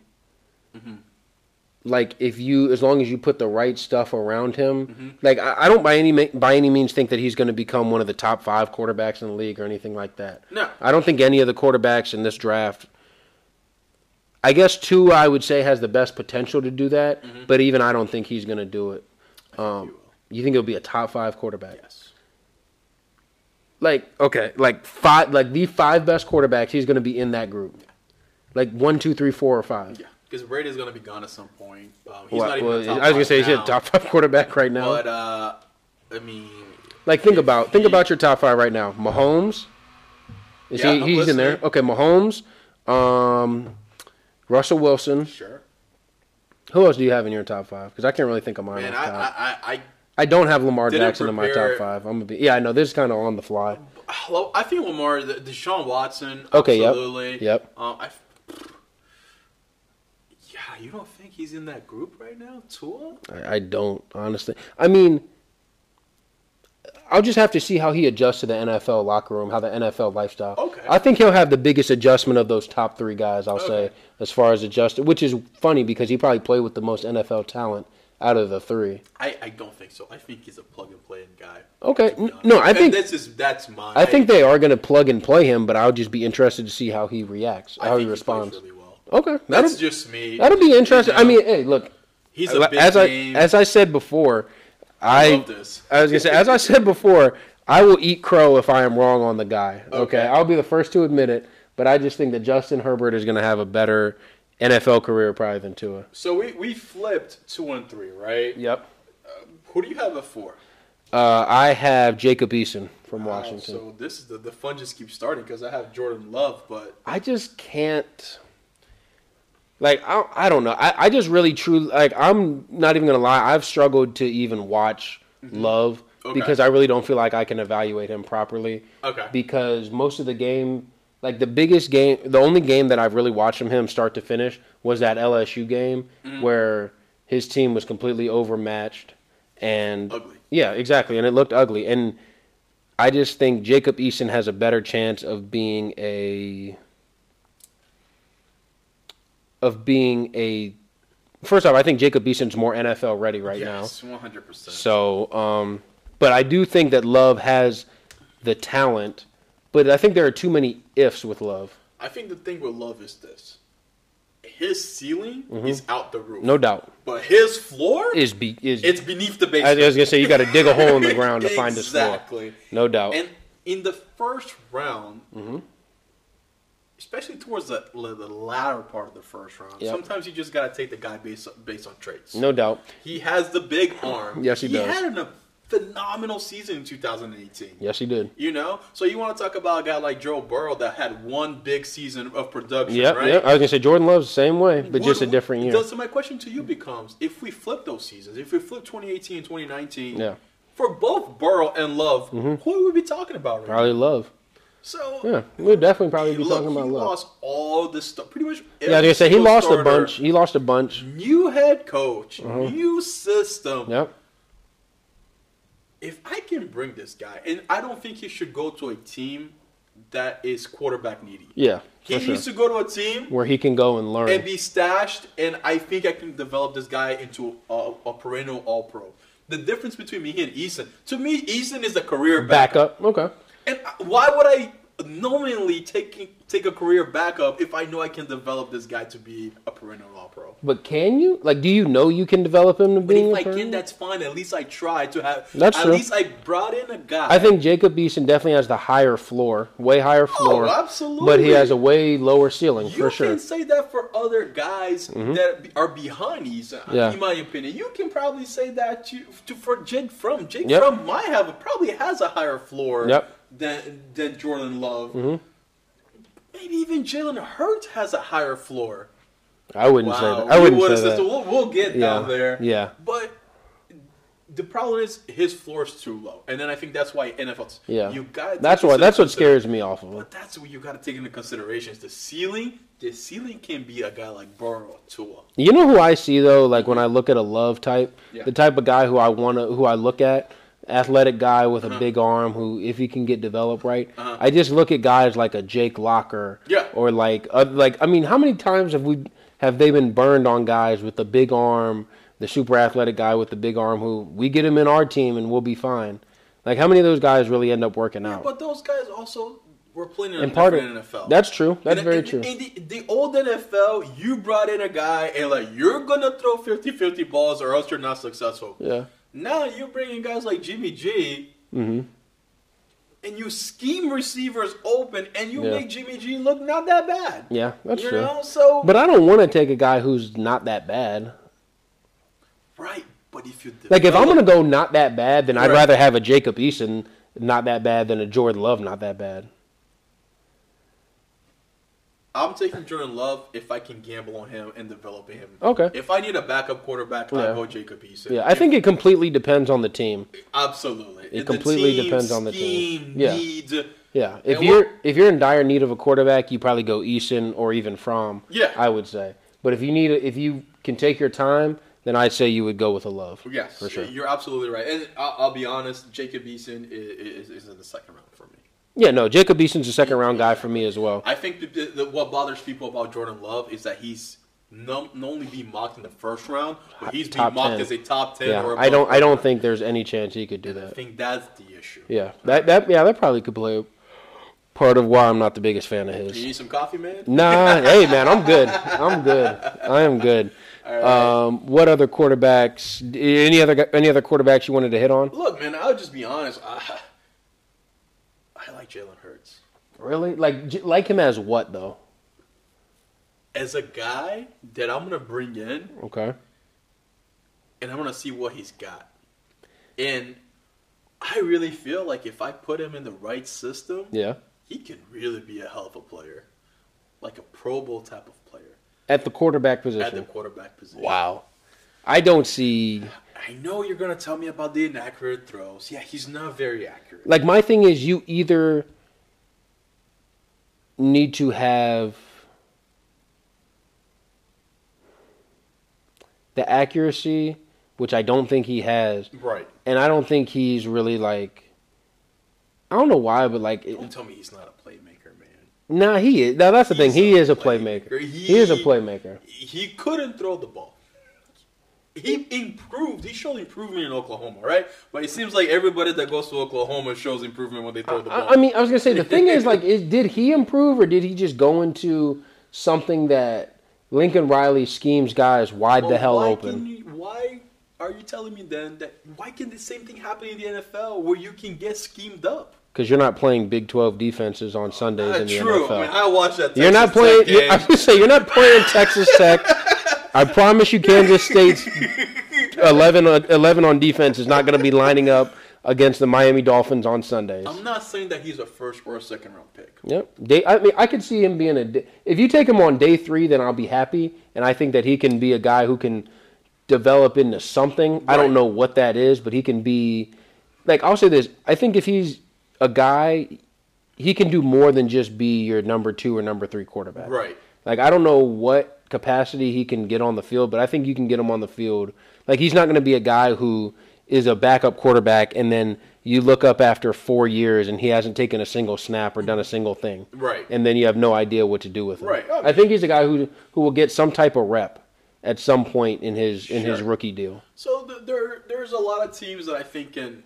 Like if you, as long as you put the right stuff around him, like I, I don't by any ma- by any means think that he's going to become one of the top five quarterbacks in the league or anything like that.
No.
I don't think any of the quarterbacks in this draft. I guess two, I would say, has the best potential to do that, but even I don't think he's going to do it.
he
Um,
will.
you think he'll be a top five quarterback?
Yes.
Like okay, like five, like the five best quarterbacks, he's going to be in that group, like one, two, three, four, or five.
Yeah. Because Brady's going to be gone at some point. Um, he's
Well,
not even
well,
a top
I was gonna say
five
he's a
now,
top five quarterback right now.
But uh, I mean,
like think about think
he-
about your top five right now. Mahomes, is
Yeah,
he?
I'm
He's in there.
listening.
Okay, Mahomes, um, Russell Wilson.
sure.
Who else do you have in your top five? Because I can't really think of mine.
Man,
off
I,
top.
I, I, I
I don't have Lamar
Didn't
Jackson in my top
prepare-
five. I'm gonna be yeah. I know this is kind of on the fly.
Hello, I think Lamar, the, Deshaun Watson,
Okay, yep.
absolutely.
Yep.
Um, I, yeah, God, you don't think he's in that group right now, Tua?
I, I don't honestly. I mean, I'll just have to see how he adjusts to the NFL locker room, how the NFL lifestyle.
Okay.
I think he'll have the biggest adjustment of those top three guys. I'll
Okay.
say as far as adjusted, which is funny because he probably played with the most NFL talent out of the three.
I, I don't think so. I think he's a plug and play guy.
Okay,
to be
n-
honest.
no, I
And
think
this is that's my.
I think they are going to plug and play him, but I'll just be interested to see how he reacts,
I
how
think
he
plays
responds.
really well.
Okay, that'll,
That's just me.
that'll be interesting.
You
I
know,
mean, hey, look,
he's
li-
a big
as
name.
I as I said before, I
love this.
I was gonna say, as I said before, I will eat crow if I am wrong on the guy. Okay,
Okay.
I'll be the first to admit it, but I just think that Justin Herbert is gonna have a better NFL career probably than Tua.
*laughs* so we, we flipped two and three, right?
Yep.
Who do you have at four?
Uh, I have Jacob Eason from Washington.
so this is the the fun just keeps starting because I have Jordan Love, but
I just can't. Like I, I don't know. I, I just really truly like I'm not even gonna lie. I've struggled to even watch Love
Mm-hmm. Okay.
because I really don't feel like I can evaluate him properly.
Okay.
Because most of the game, like the biggest game, the only game that I've really watched from him start to finish was that LSU game
Mm-hmm.
where his team was completely overmatched and
Ugly.
Yeah, exactly, and it looked ugly. And I just think Jacob Eason has a better chance of being a of being a first off, I think Jacob Eason's more NFL ready right
yes, one hundred
now.
percent.
So, um, but I do think that Love has the talent, but I think there are too many ifs with Love,
I think the thing with Love is this: his ceiling is out the roof,
Mm-hmm. no doubt.
but his floor
Is be is
it's beneath the
I
basement.
was gonna say you got to dig a hole in the ground to find his floor,
Exactly.
no doubt. Mm-hmm.
And in the first round, especially towards the, la- the latter part of the first round,
Yep.
sometimes you just gotta take the guy based on, based on traits.
no doubt.
He has the big arm.
Yes, he does.
He had a phenomenal season in 2018.
Yes, he did.
You know, so you want to talk about a guy like Joe Burrow that had one big season of production,
Yep,
right?
yep. I was gonna say Jordan Love's the same way, but just a
Would-
different year.
does- So my question to you becomes: If we flip those seasons, if we flip 2018 and 2019,
Yeah. Mm-hmm.
for both Burrow and Love, who would we be talking about right now?
Probably Love.
So
Yeah, we'll definitely probably be
look,
talking about
he
Love.
lost all the stuff. Pretty much.
Yeah, I was
every
gonna say he
single
lost a
starter,
bunch. He lost a bunch.
New head coach, new system.
Yep.
If I can bring this guy, and I don't think he should go to a team that is quarterback needy.
Yeah.
He
For sure.
needs to go to a team
Where he can go and learn.
and be stashed. And I think I can develop this guy into a, a perennial All Pro. The difference between me and Eason, to me, Eason is a career backup.
Backup. Okay.
And I- why would I knowingly take take a career backup if I know I can develop this guy to be a perennial All Pro?
But can you? Like, do you know you can develop him to
But
being
if
a
I can,
perennial?
that's fine. At least I tried to have.
That's
at
true.
least I brought in a guy.
I think Jacob Eason definitely has the higher floor, way higher floor.
Oh, absolutely.
But he has a way lower ceiling
you
for
can
sure. Mm-hmm.
say that for other guys that are behind Eason,
Yeah.
in my opinion. You can probably say that to, to for Jake From. Jake
Yep.
From might have probably has a higher floor
Yep. Mm-hmm.
than than Jordan Love. Maybe even Jalen Hurts has a higher floor.
I wouldn't say
Wow,
that. I
we
wouldn't
would've
say
said
that.
so We'll, we'll get down
Yeah,
there.
yeah.
But the problem is his floor is too low, and then I think that's why NFL.
yeah.
You got.
that's why. That's what scares me off of him.
But that's what you got to take into consideration is the ceiling. The ceiling can be a guy like Burrow, Tua.
You know who I see though, like when I look at a love type,
Yeah.
the type of guy who I wanna, who I look at, athletic guy with a big arm, who if he can get developed right,
Uh-huh.
I just look at guys like a Jake Locker,
Yeah.
or like, uh, like I mean, how many times have we have they been burned on guys with the big arm, the super athletic guy with the big arm, who we get him in our team and we'll be fine. Like how many of those guys really end up working out?
But those guys also were playing in a
and part of
different NFL.
that's true. That's
And-
very
and-
true.
In the, the old NFL, you brought in a guy and like you're gonna throw 50-50 balls or else you're not successful.
yeah. Mm-hmm.
Now you're bringing guys like Jimmy G. And you scheme receivers open, and you
Yeah.
make Jimmy G look not that bad.
Yeah, that's
you
true.
know, so
But I don't want to take a guy who's not that bad.
right. But if you
Like if I'm
develop-
gonna go not that bad, then I'd
Right.
rather have a Jacob Eason not that bad than a Jordan Love not that bad.
I'm taking Jordan Love if I can gamble on him and developing him.
Okay.
If I need a backup quarterback,
Yeah.
I go Jacob Eason.
Yeah, I think it completely depends on the team.
absolutely. It
completely depends on the team. Yeah.
Need,
Yeah, if
And
you're if you're in dire need of a quarterback, you probably go Eason or even Fromm.
Yeah.
I would say. But if you need, a, if you can take your time, then I'd say you would go with a love.
Yes,
for sure.
You're absolutely right. And I'll, I'll be honest, Jacob Eason is, is, is in the second round for me.
Yeah, no, Jacob Eason's a second round guy for me as well.
I think the, the, the, what bothers people about Jordan Love is that he's not, not only being mocked in the first round, but he's
Top
being mocked
10.
as a top ten.
Yeah,
or
I don't,
above.
I don't think there's any chance he could do
I
that.
think that's the issue.
Yeah, that, that, yeah, that probably could play part of why I'm not the biggest fan of his.
You need some coffee, man?
Nah, hey man, I'm good. I'm good. I am good. Um, what other quarterbacks? Any other gu- any other quarterbacks you wanted to hit on?
Look, man, I'll just be honest. I, I like Jalen Hurts
Really? Like j- like him as what though?
as a guy that I'm gonna bring in,
Okay.
and I'm gonna see what he's got. And I really feel like if I put him in the right system,
Yeah.
he can really be a hell of a player, like a Pro Bowl type of player
At the quarterback
at the
position.
quarterback position.
wow. I don't see
I know you're gonna tell me about the inaccurate throws. Yeah, he's not very accurate.
like my thing is you either need to have the accuracy, which I don't think he has,
Right.
and I don't think he's really like. I don't know why, but like,
Don't
it,
tell me he's not a playmaker, man.
nah, he is. Now that's the thing.
He's
He
a
is a
playmaker.
playmaker. He is a
He-
playmaker.
He couldn't throw the ball. He improved. He showed improvement in Oklahoma, right? But it seems like everybody that goes to Oklahoma shows improvement when they throw the ball.
I, I mean, I was gonna say the thing is like, is, did he improve or did he just go into something that Lincoln Riley schemes guys wide the
But
hell
why
open?
can you- why are you telling me then that why can the same thing happen in the NFL where you can get schemed up?
Because you're not playing Big Twelve defenses on Sundays
Uh,
in the
true.
NFL.
I mean, I watched that.
you're not
Texas
playing.
Tech
You're, I *laughs*
game.
was gonna say you're not playing Texas Tech. I promise you, Kansas State's 11, on- 11 on defense is not going to be lining up against the Miami Dolphins on Sundays.
I'm not saying that he's a first or a second round pick.
Yep. Day, I mean, I could see him being a. d- If you take him on day three, then I'll be happy, and I think that he can be a guy who can develop into something. I
Right.
don't know what that is, but he can be. Like I'll say this: I think if he's a guy, he can do more than just be your number two or number three quarterback.
Right.
Like I don't know what capacity he can get on the field, but I think you can get him on the field. Like he's not going to be a guy who is a backup quarterback and then you look up after 4 years and he hasn't taken a single snap or done a single thing.
Right.
And then you have no idea what to do with him.
Right. Oh,
I think he's a guy who who will get some type of rep at some point in his in his
Sure.
rookie deal.
So th- there, there's a lot of teams that I think can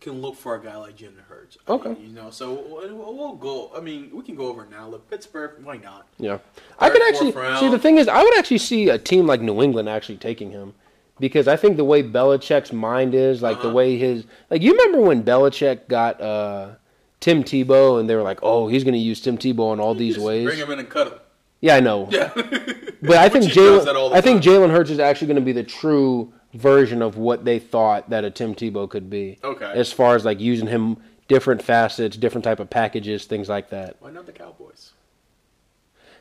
can look for a guy like Jalen Hurts. I
Okay.
mean, you know, so we'll, we'll- we'll go. I mean, we can go over now. Look, Pittsburgh, why not?
Yeah. I could
Third,
actually
fourth round.
see the thing is I would actually see a team like New England actually taking him because I think the way Belichick's mind is, like
Uh-huh.
the way his like you remember when Belichick got uh Tim Tebow and they were like, "Oh, he's going to use Tim Tebow in all these
Just
ways."
Bring him in and cut him.
yeah, I know.
Yeah. *laughs*
But I think
Which he does that all
Jalen
the
I think Jalen Hurts is actually going to be the true version of what they thought that a Tim Tebow could be.
Okay.
As far as like using him different facets, different type of packages, things like that.
why not the Cowboys?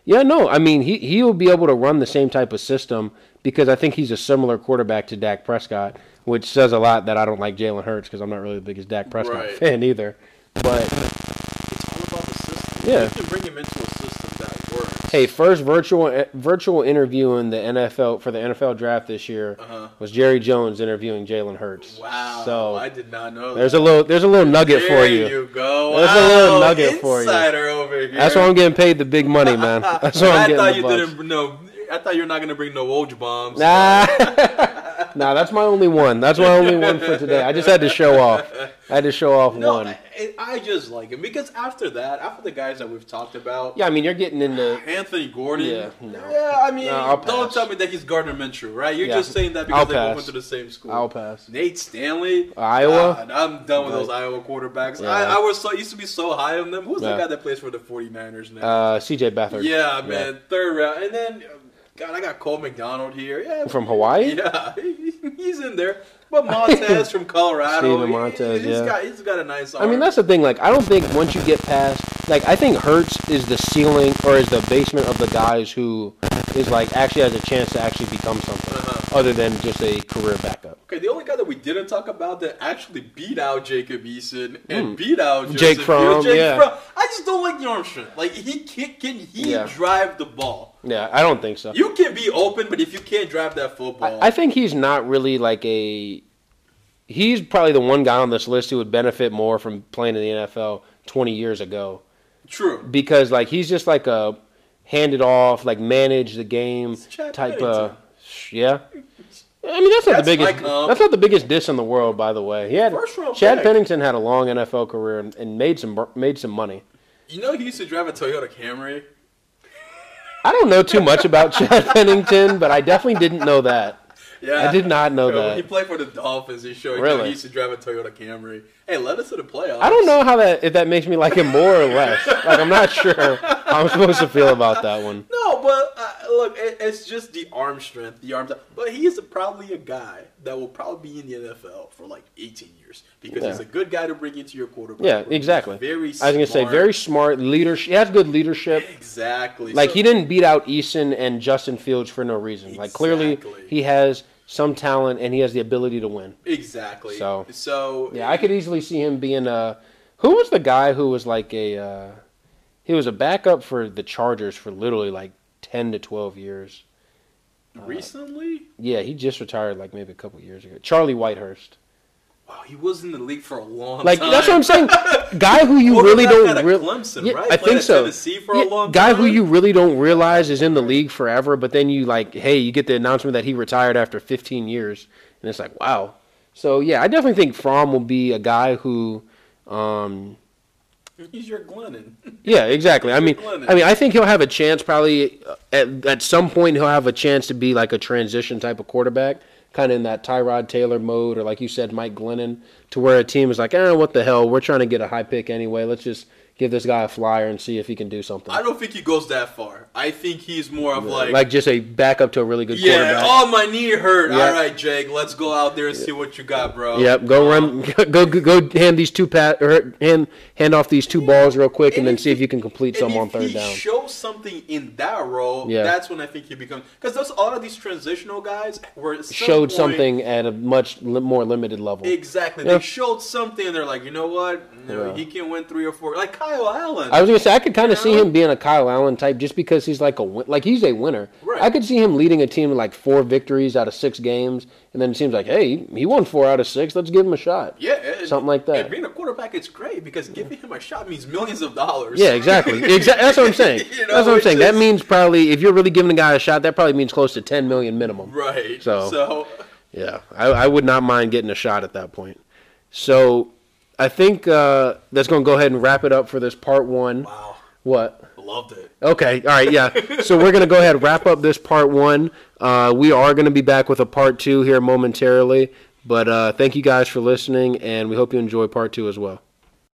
Yeah, no, I mean he he'll be able to run the same type of system because I think he's a similar quarterback to Dak Prescott, which says a lot that I don't like Jalen Hurts because I'm not really the biggest Dak Prescott
Right.
fan either. But
It's all about the system.
Yeah.
You can bring him into a system that works.
hey, first virtual eh, virtual interview in the NFL for the NFL draft this year
Uh-huh.
was Jerry Jones interviewing Jalen Hurts.
Wow.
So
I did not know
there's a
that.
little there's a little nugget
there
for you.
you go.
There's
wow,
a little nugget for you.
Insider over here.
That's why I'm getting paid the big money,
*laughs*
man. That's why I'm
I
getting
thought
the
you
bucks.
didn't no. I thought you were not gonna bring no Woj bombs.
Nah. *laughs* nah, that's my only one. That's my only one for today. I just had to show off. I had to show off
No,
one.
I, I just like him because after that, after the guys that we've talked about,
yeah, I mean, you're getting into.
Anthony Gordon.
Yeah, no.
Yeah, I mean,
No, I'll
don't
pass.
tell me that he's Gardner Minshew, right? You're
Yeah.
just saying that because
I'll
they both
pass.
went to the same school.
I'll pass.
Nate Stanley,
Iowa?
God, I'm done with
Right.
those Iowa quarterbacks.
Yeah.
I, I was so used to be so high on them. Who's the
Yeah.
guy that plays for the 49ers now?
Uh, CJ Beathard.
Ah. yeah, man, third round, and then um, God, I got Cole McDonald here. Yeah, *laughs*
From Hawaii?
Yeah, he's in there.
*laughs*
But Montez from Colorado,
Steven
he-
Montez,
he's
yeah.
got he's got a nice.
I mean,
arm.
that's the thing. Like, I don't think once you get past. Like, I think Hertz is the ceiling or is the basement of the guys who is, like, actually has a chance to actually become something
Uh-huh.
other than just a career backup.
Okay, the only guy that we didn't talk about that actually beat out Jacob Eason and beat out Joseph
Hmm. Jake Fromm,
Hill, Jake
yeah.
Fromm. I just don't like the Armstrong. Like he can can he
Yeah.
drive the ball?
Yeah, I don't think so.
You can be open, but if you can't drive that football,
I, I think he's not really like a. He's probably the one guy on this list who would benefit more from playing in the NFL 20 years ago
true.
because like he's just like a hand it off, like manage the game
Chad
type
Pennington.
of yeah. I mean that's not
That's
the biggest.
my comp.
That's not the biggest diss in the world, by the way. He had
First round
Chad
pick.
Pennington had a long NFL career and, and made some bur- made some money.
You know he used to drive a Toyota Camry.
I don't know too much about Chad *laughs* Pennington, but I definitely didn't know that.
Yeah,
I did not know
Yo, *laughs* when
that.
He played for the Dolphins. He showed
Really?
he used to drive a Toyota Camry. Hey, led us to the playoffs.
I don't know how that if that makes me like him more or less. Like I'm not sure how I'm supposed to feel about that one.
No, but uh, look, it, it's just the arm strength, the arms. But he is probably a guy that will probably be in the NFL for like 18 years because he's
Yeah.
a good guy to bring into your quarterback.
Yeah,
room. He's
exactly. I
Very.
was gonna say
smart.
very smart leadership. He has good leadership.
Exactly.
Like
So-
he didn't beat out Eason and Justin Fields for no reason. Like clearly
Exactly.
he has some talent and he has the ability to win.
Exactly.
So-
So. So.
Yeah, I could easily see him being a. Who was the guy who was like a? Uh, he was a backup for the Chargers for literally like ten to twelve years.
Recently.
Yeah, he just retired like maybe a couple years ago. Charlie Whitehurst.
Wow, he was in the league for a long
Like
time.
that's what I'm saying. Guy who
*laughs*
you
Quarterback
really
out
don't
of
real-
Clemson,
Yeah,
right?
I
Played
think
at
so.
Tennessee for a
Yeah,
long
guy who
time.
you really don't realize is in the league forever, but then you like, hey, you get the announcement that he retired after 15 years, and it's like, wow. So yeah, I definitely think Fromm will be a guy who, um,
He's your Glennon.
yeah, exactly. I mean,
Glennon.
I mean, I think he'll have a chance. Probably uh, at at some point he'll have a chance to be like a transition type of quarterback. Kind of in that Tyrod Taylor mode, or like you said, Mike Glennon, to where a team is like, eh, what the hell? We're trying to get a high pick anyway. Let's just give this guy a flyer and see if he can do something.
I don't think he goes that far. I think he's more of
like,
like
just a backup to a really good
Yeah,
quarterback.
oh my knee hurt.
Yeah.
All right, Jake, let's go out there and see what you got, bro.
Yep, go run, *laughs* go go go hand these two pat or hand hand off these two balls real quick, and,
And
then
if
see if
he-
you can complete some
And if
on third
he
down.
shows something in that role,
Yeah.
that's when I think he becomes because those all of these transitional guys were at some
Showed
point-
something at a much li- more limited level.
exactly.
Yeah.
They showed something, and they're like, you know what? No,
Yeah.
He can win three or four, like Kyle Allen.
I was gonna say I could kind of see
Yeah.
him being a Kyle Allen type, just because he's like a win- like he's a winner.
Right.
I could see him leading a team to like four victories out of six games, and then it seems like, hey, he won four out of six. Let's give him a shot.
yeah, and-
something like that.
And being a quarterback, it's great because giving him a shot means millions of dollars.
Yeah, exactly. Exactly. That's what I'm saying.
*laughs* You know,
That's what I'm
it's
saying. That
just-
means probably if you're really giving a guy a shot, that probably means close to 10 million minimum.
*laughs* Right.
So-
so
Yeah, I, I would not mind getting a shot at that point. So I think uh, that's going to go ahead and wrap it up for this part one.
wow,
What?
loved it.
Okay. All right. Yeah. so we're going to go ahead and wrap up this part one. Uh, we are going to be back with a part two here momentarily. But uh, thank you guys for listening, and we hope you enjoy part two as well.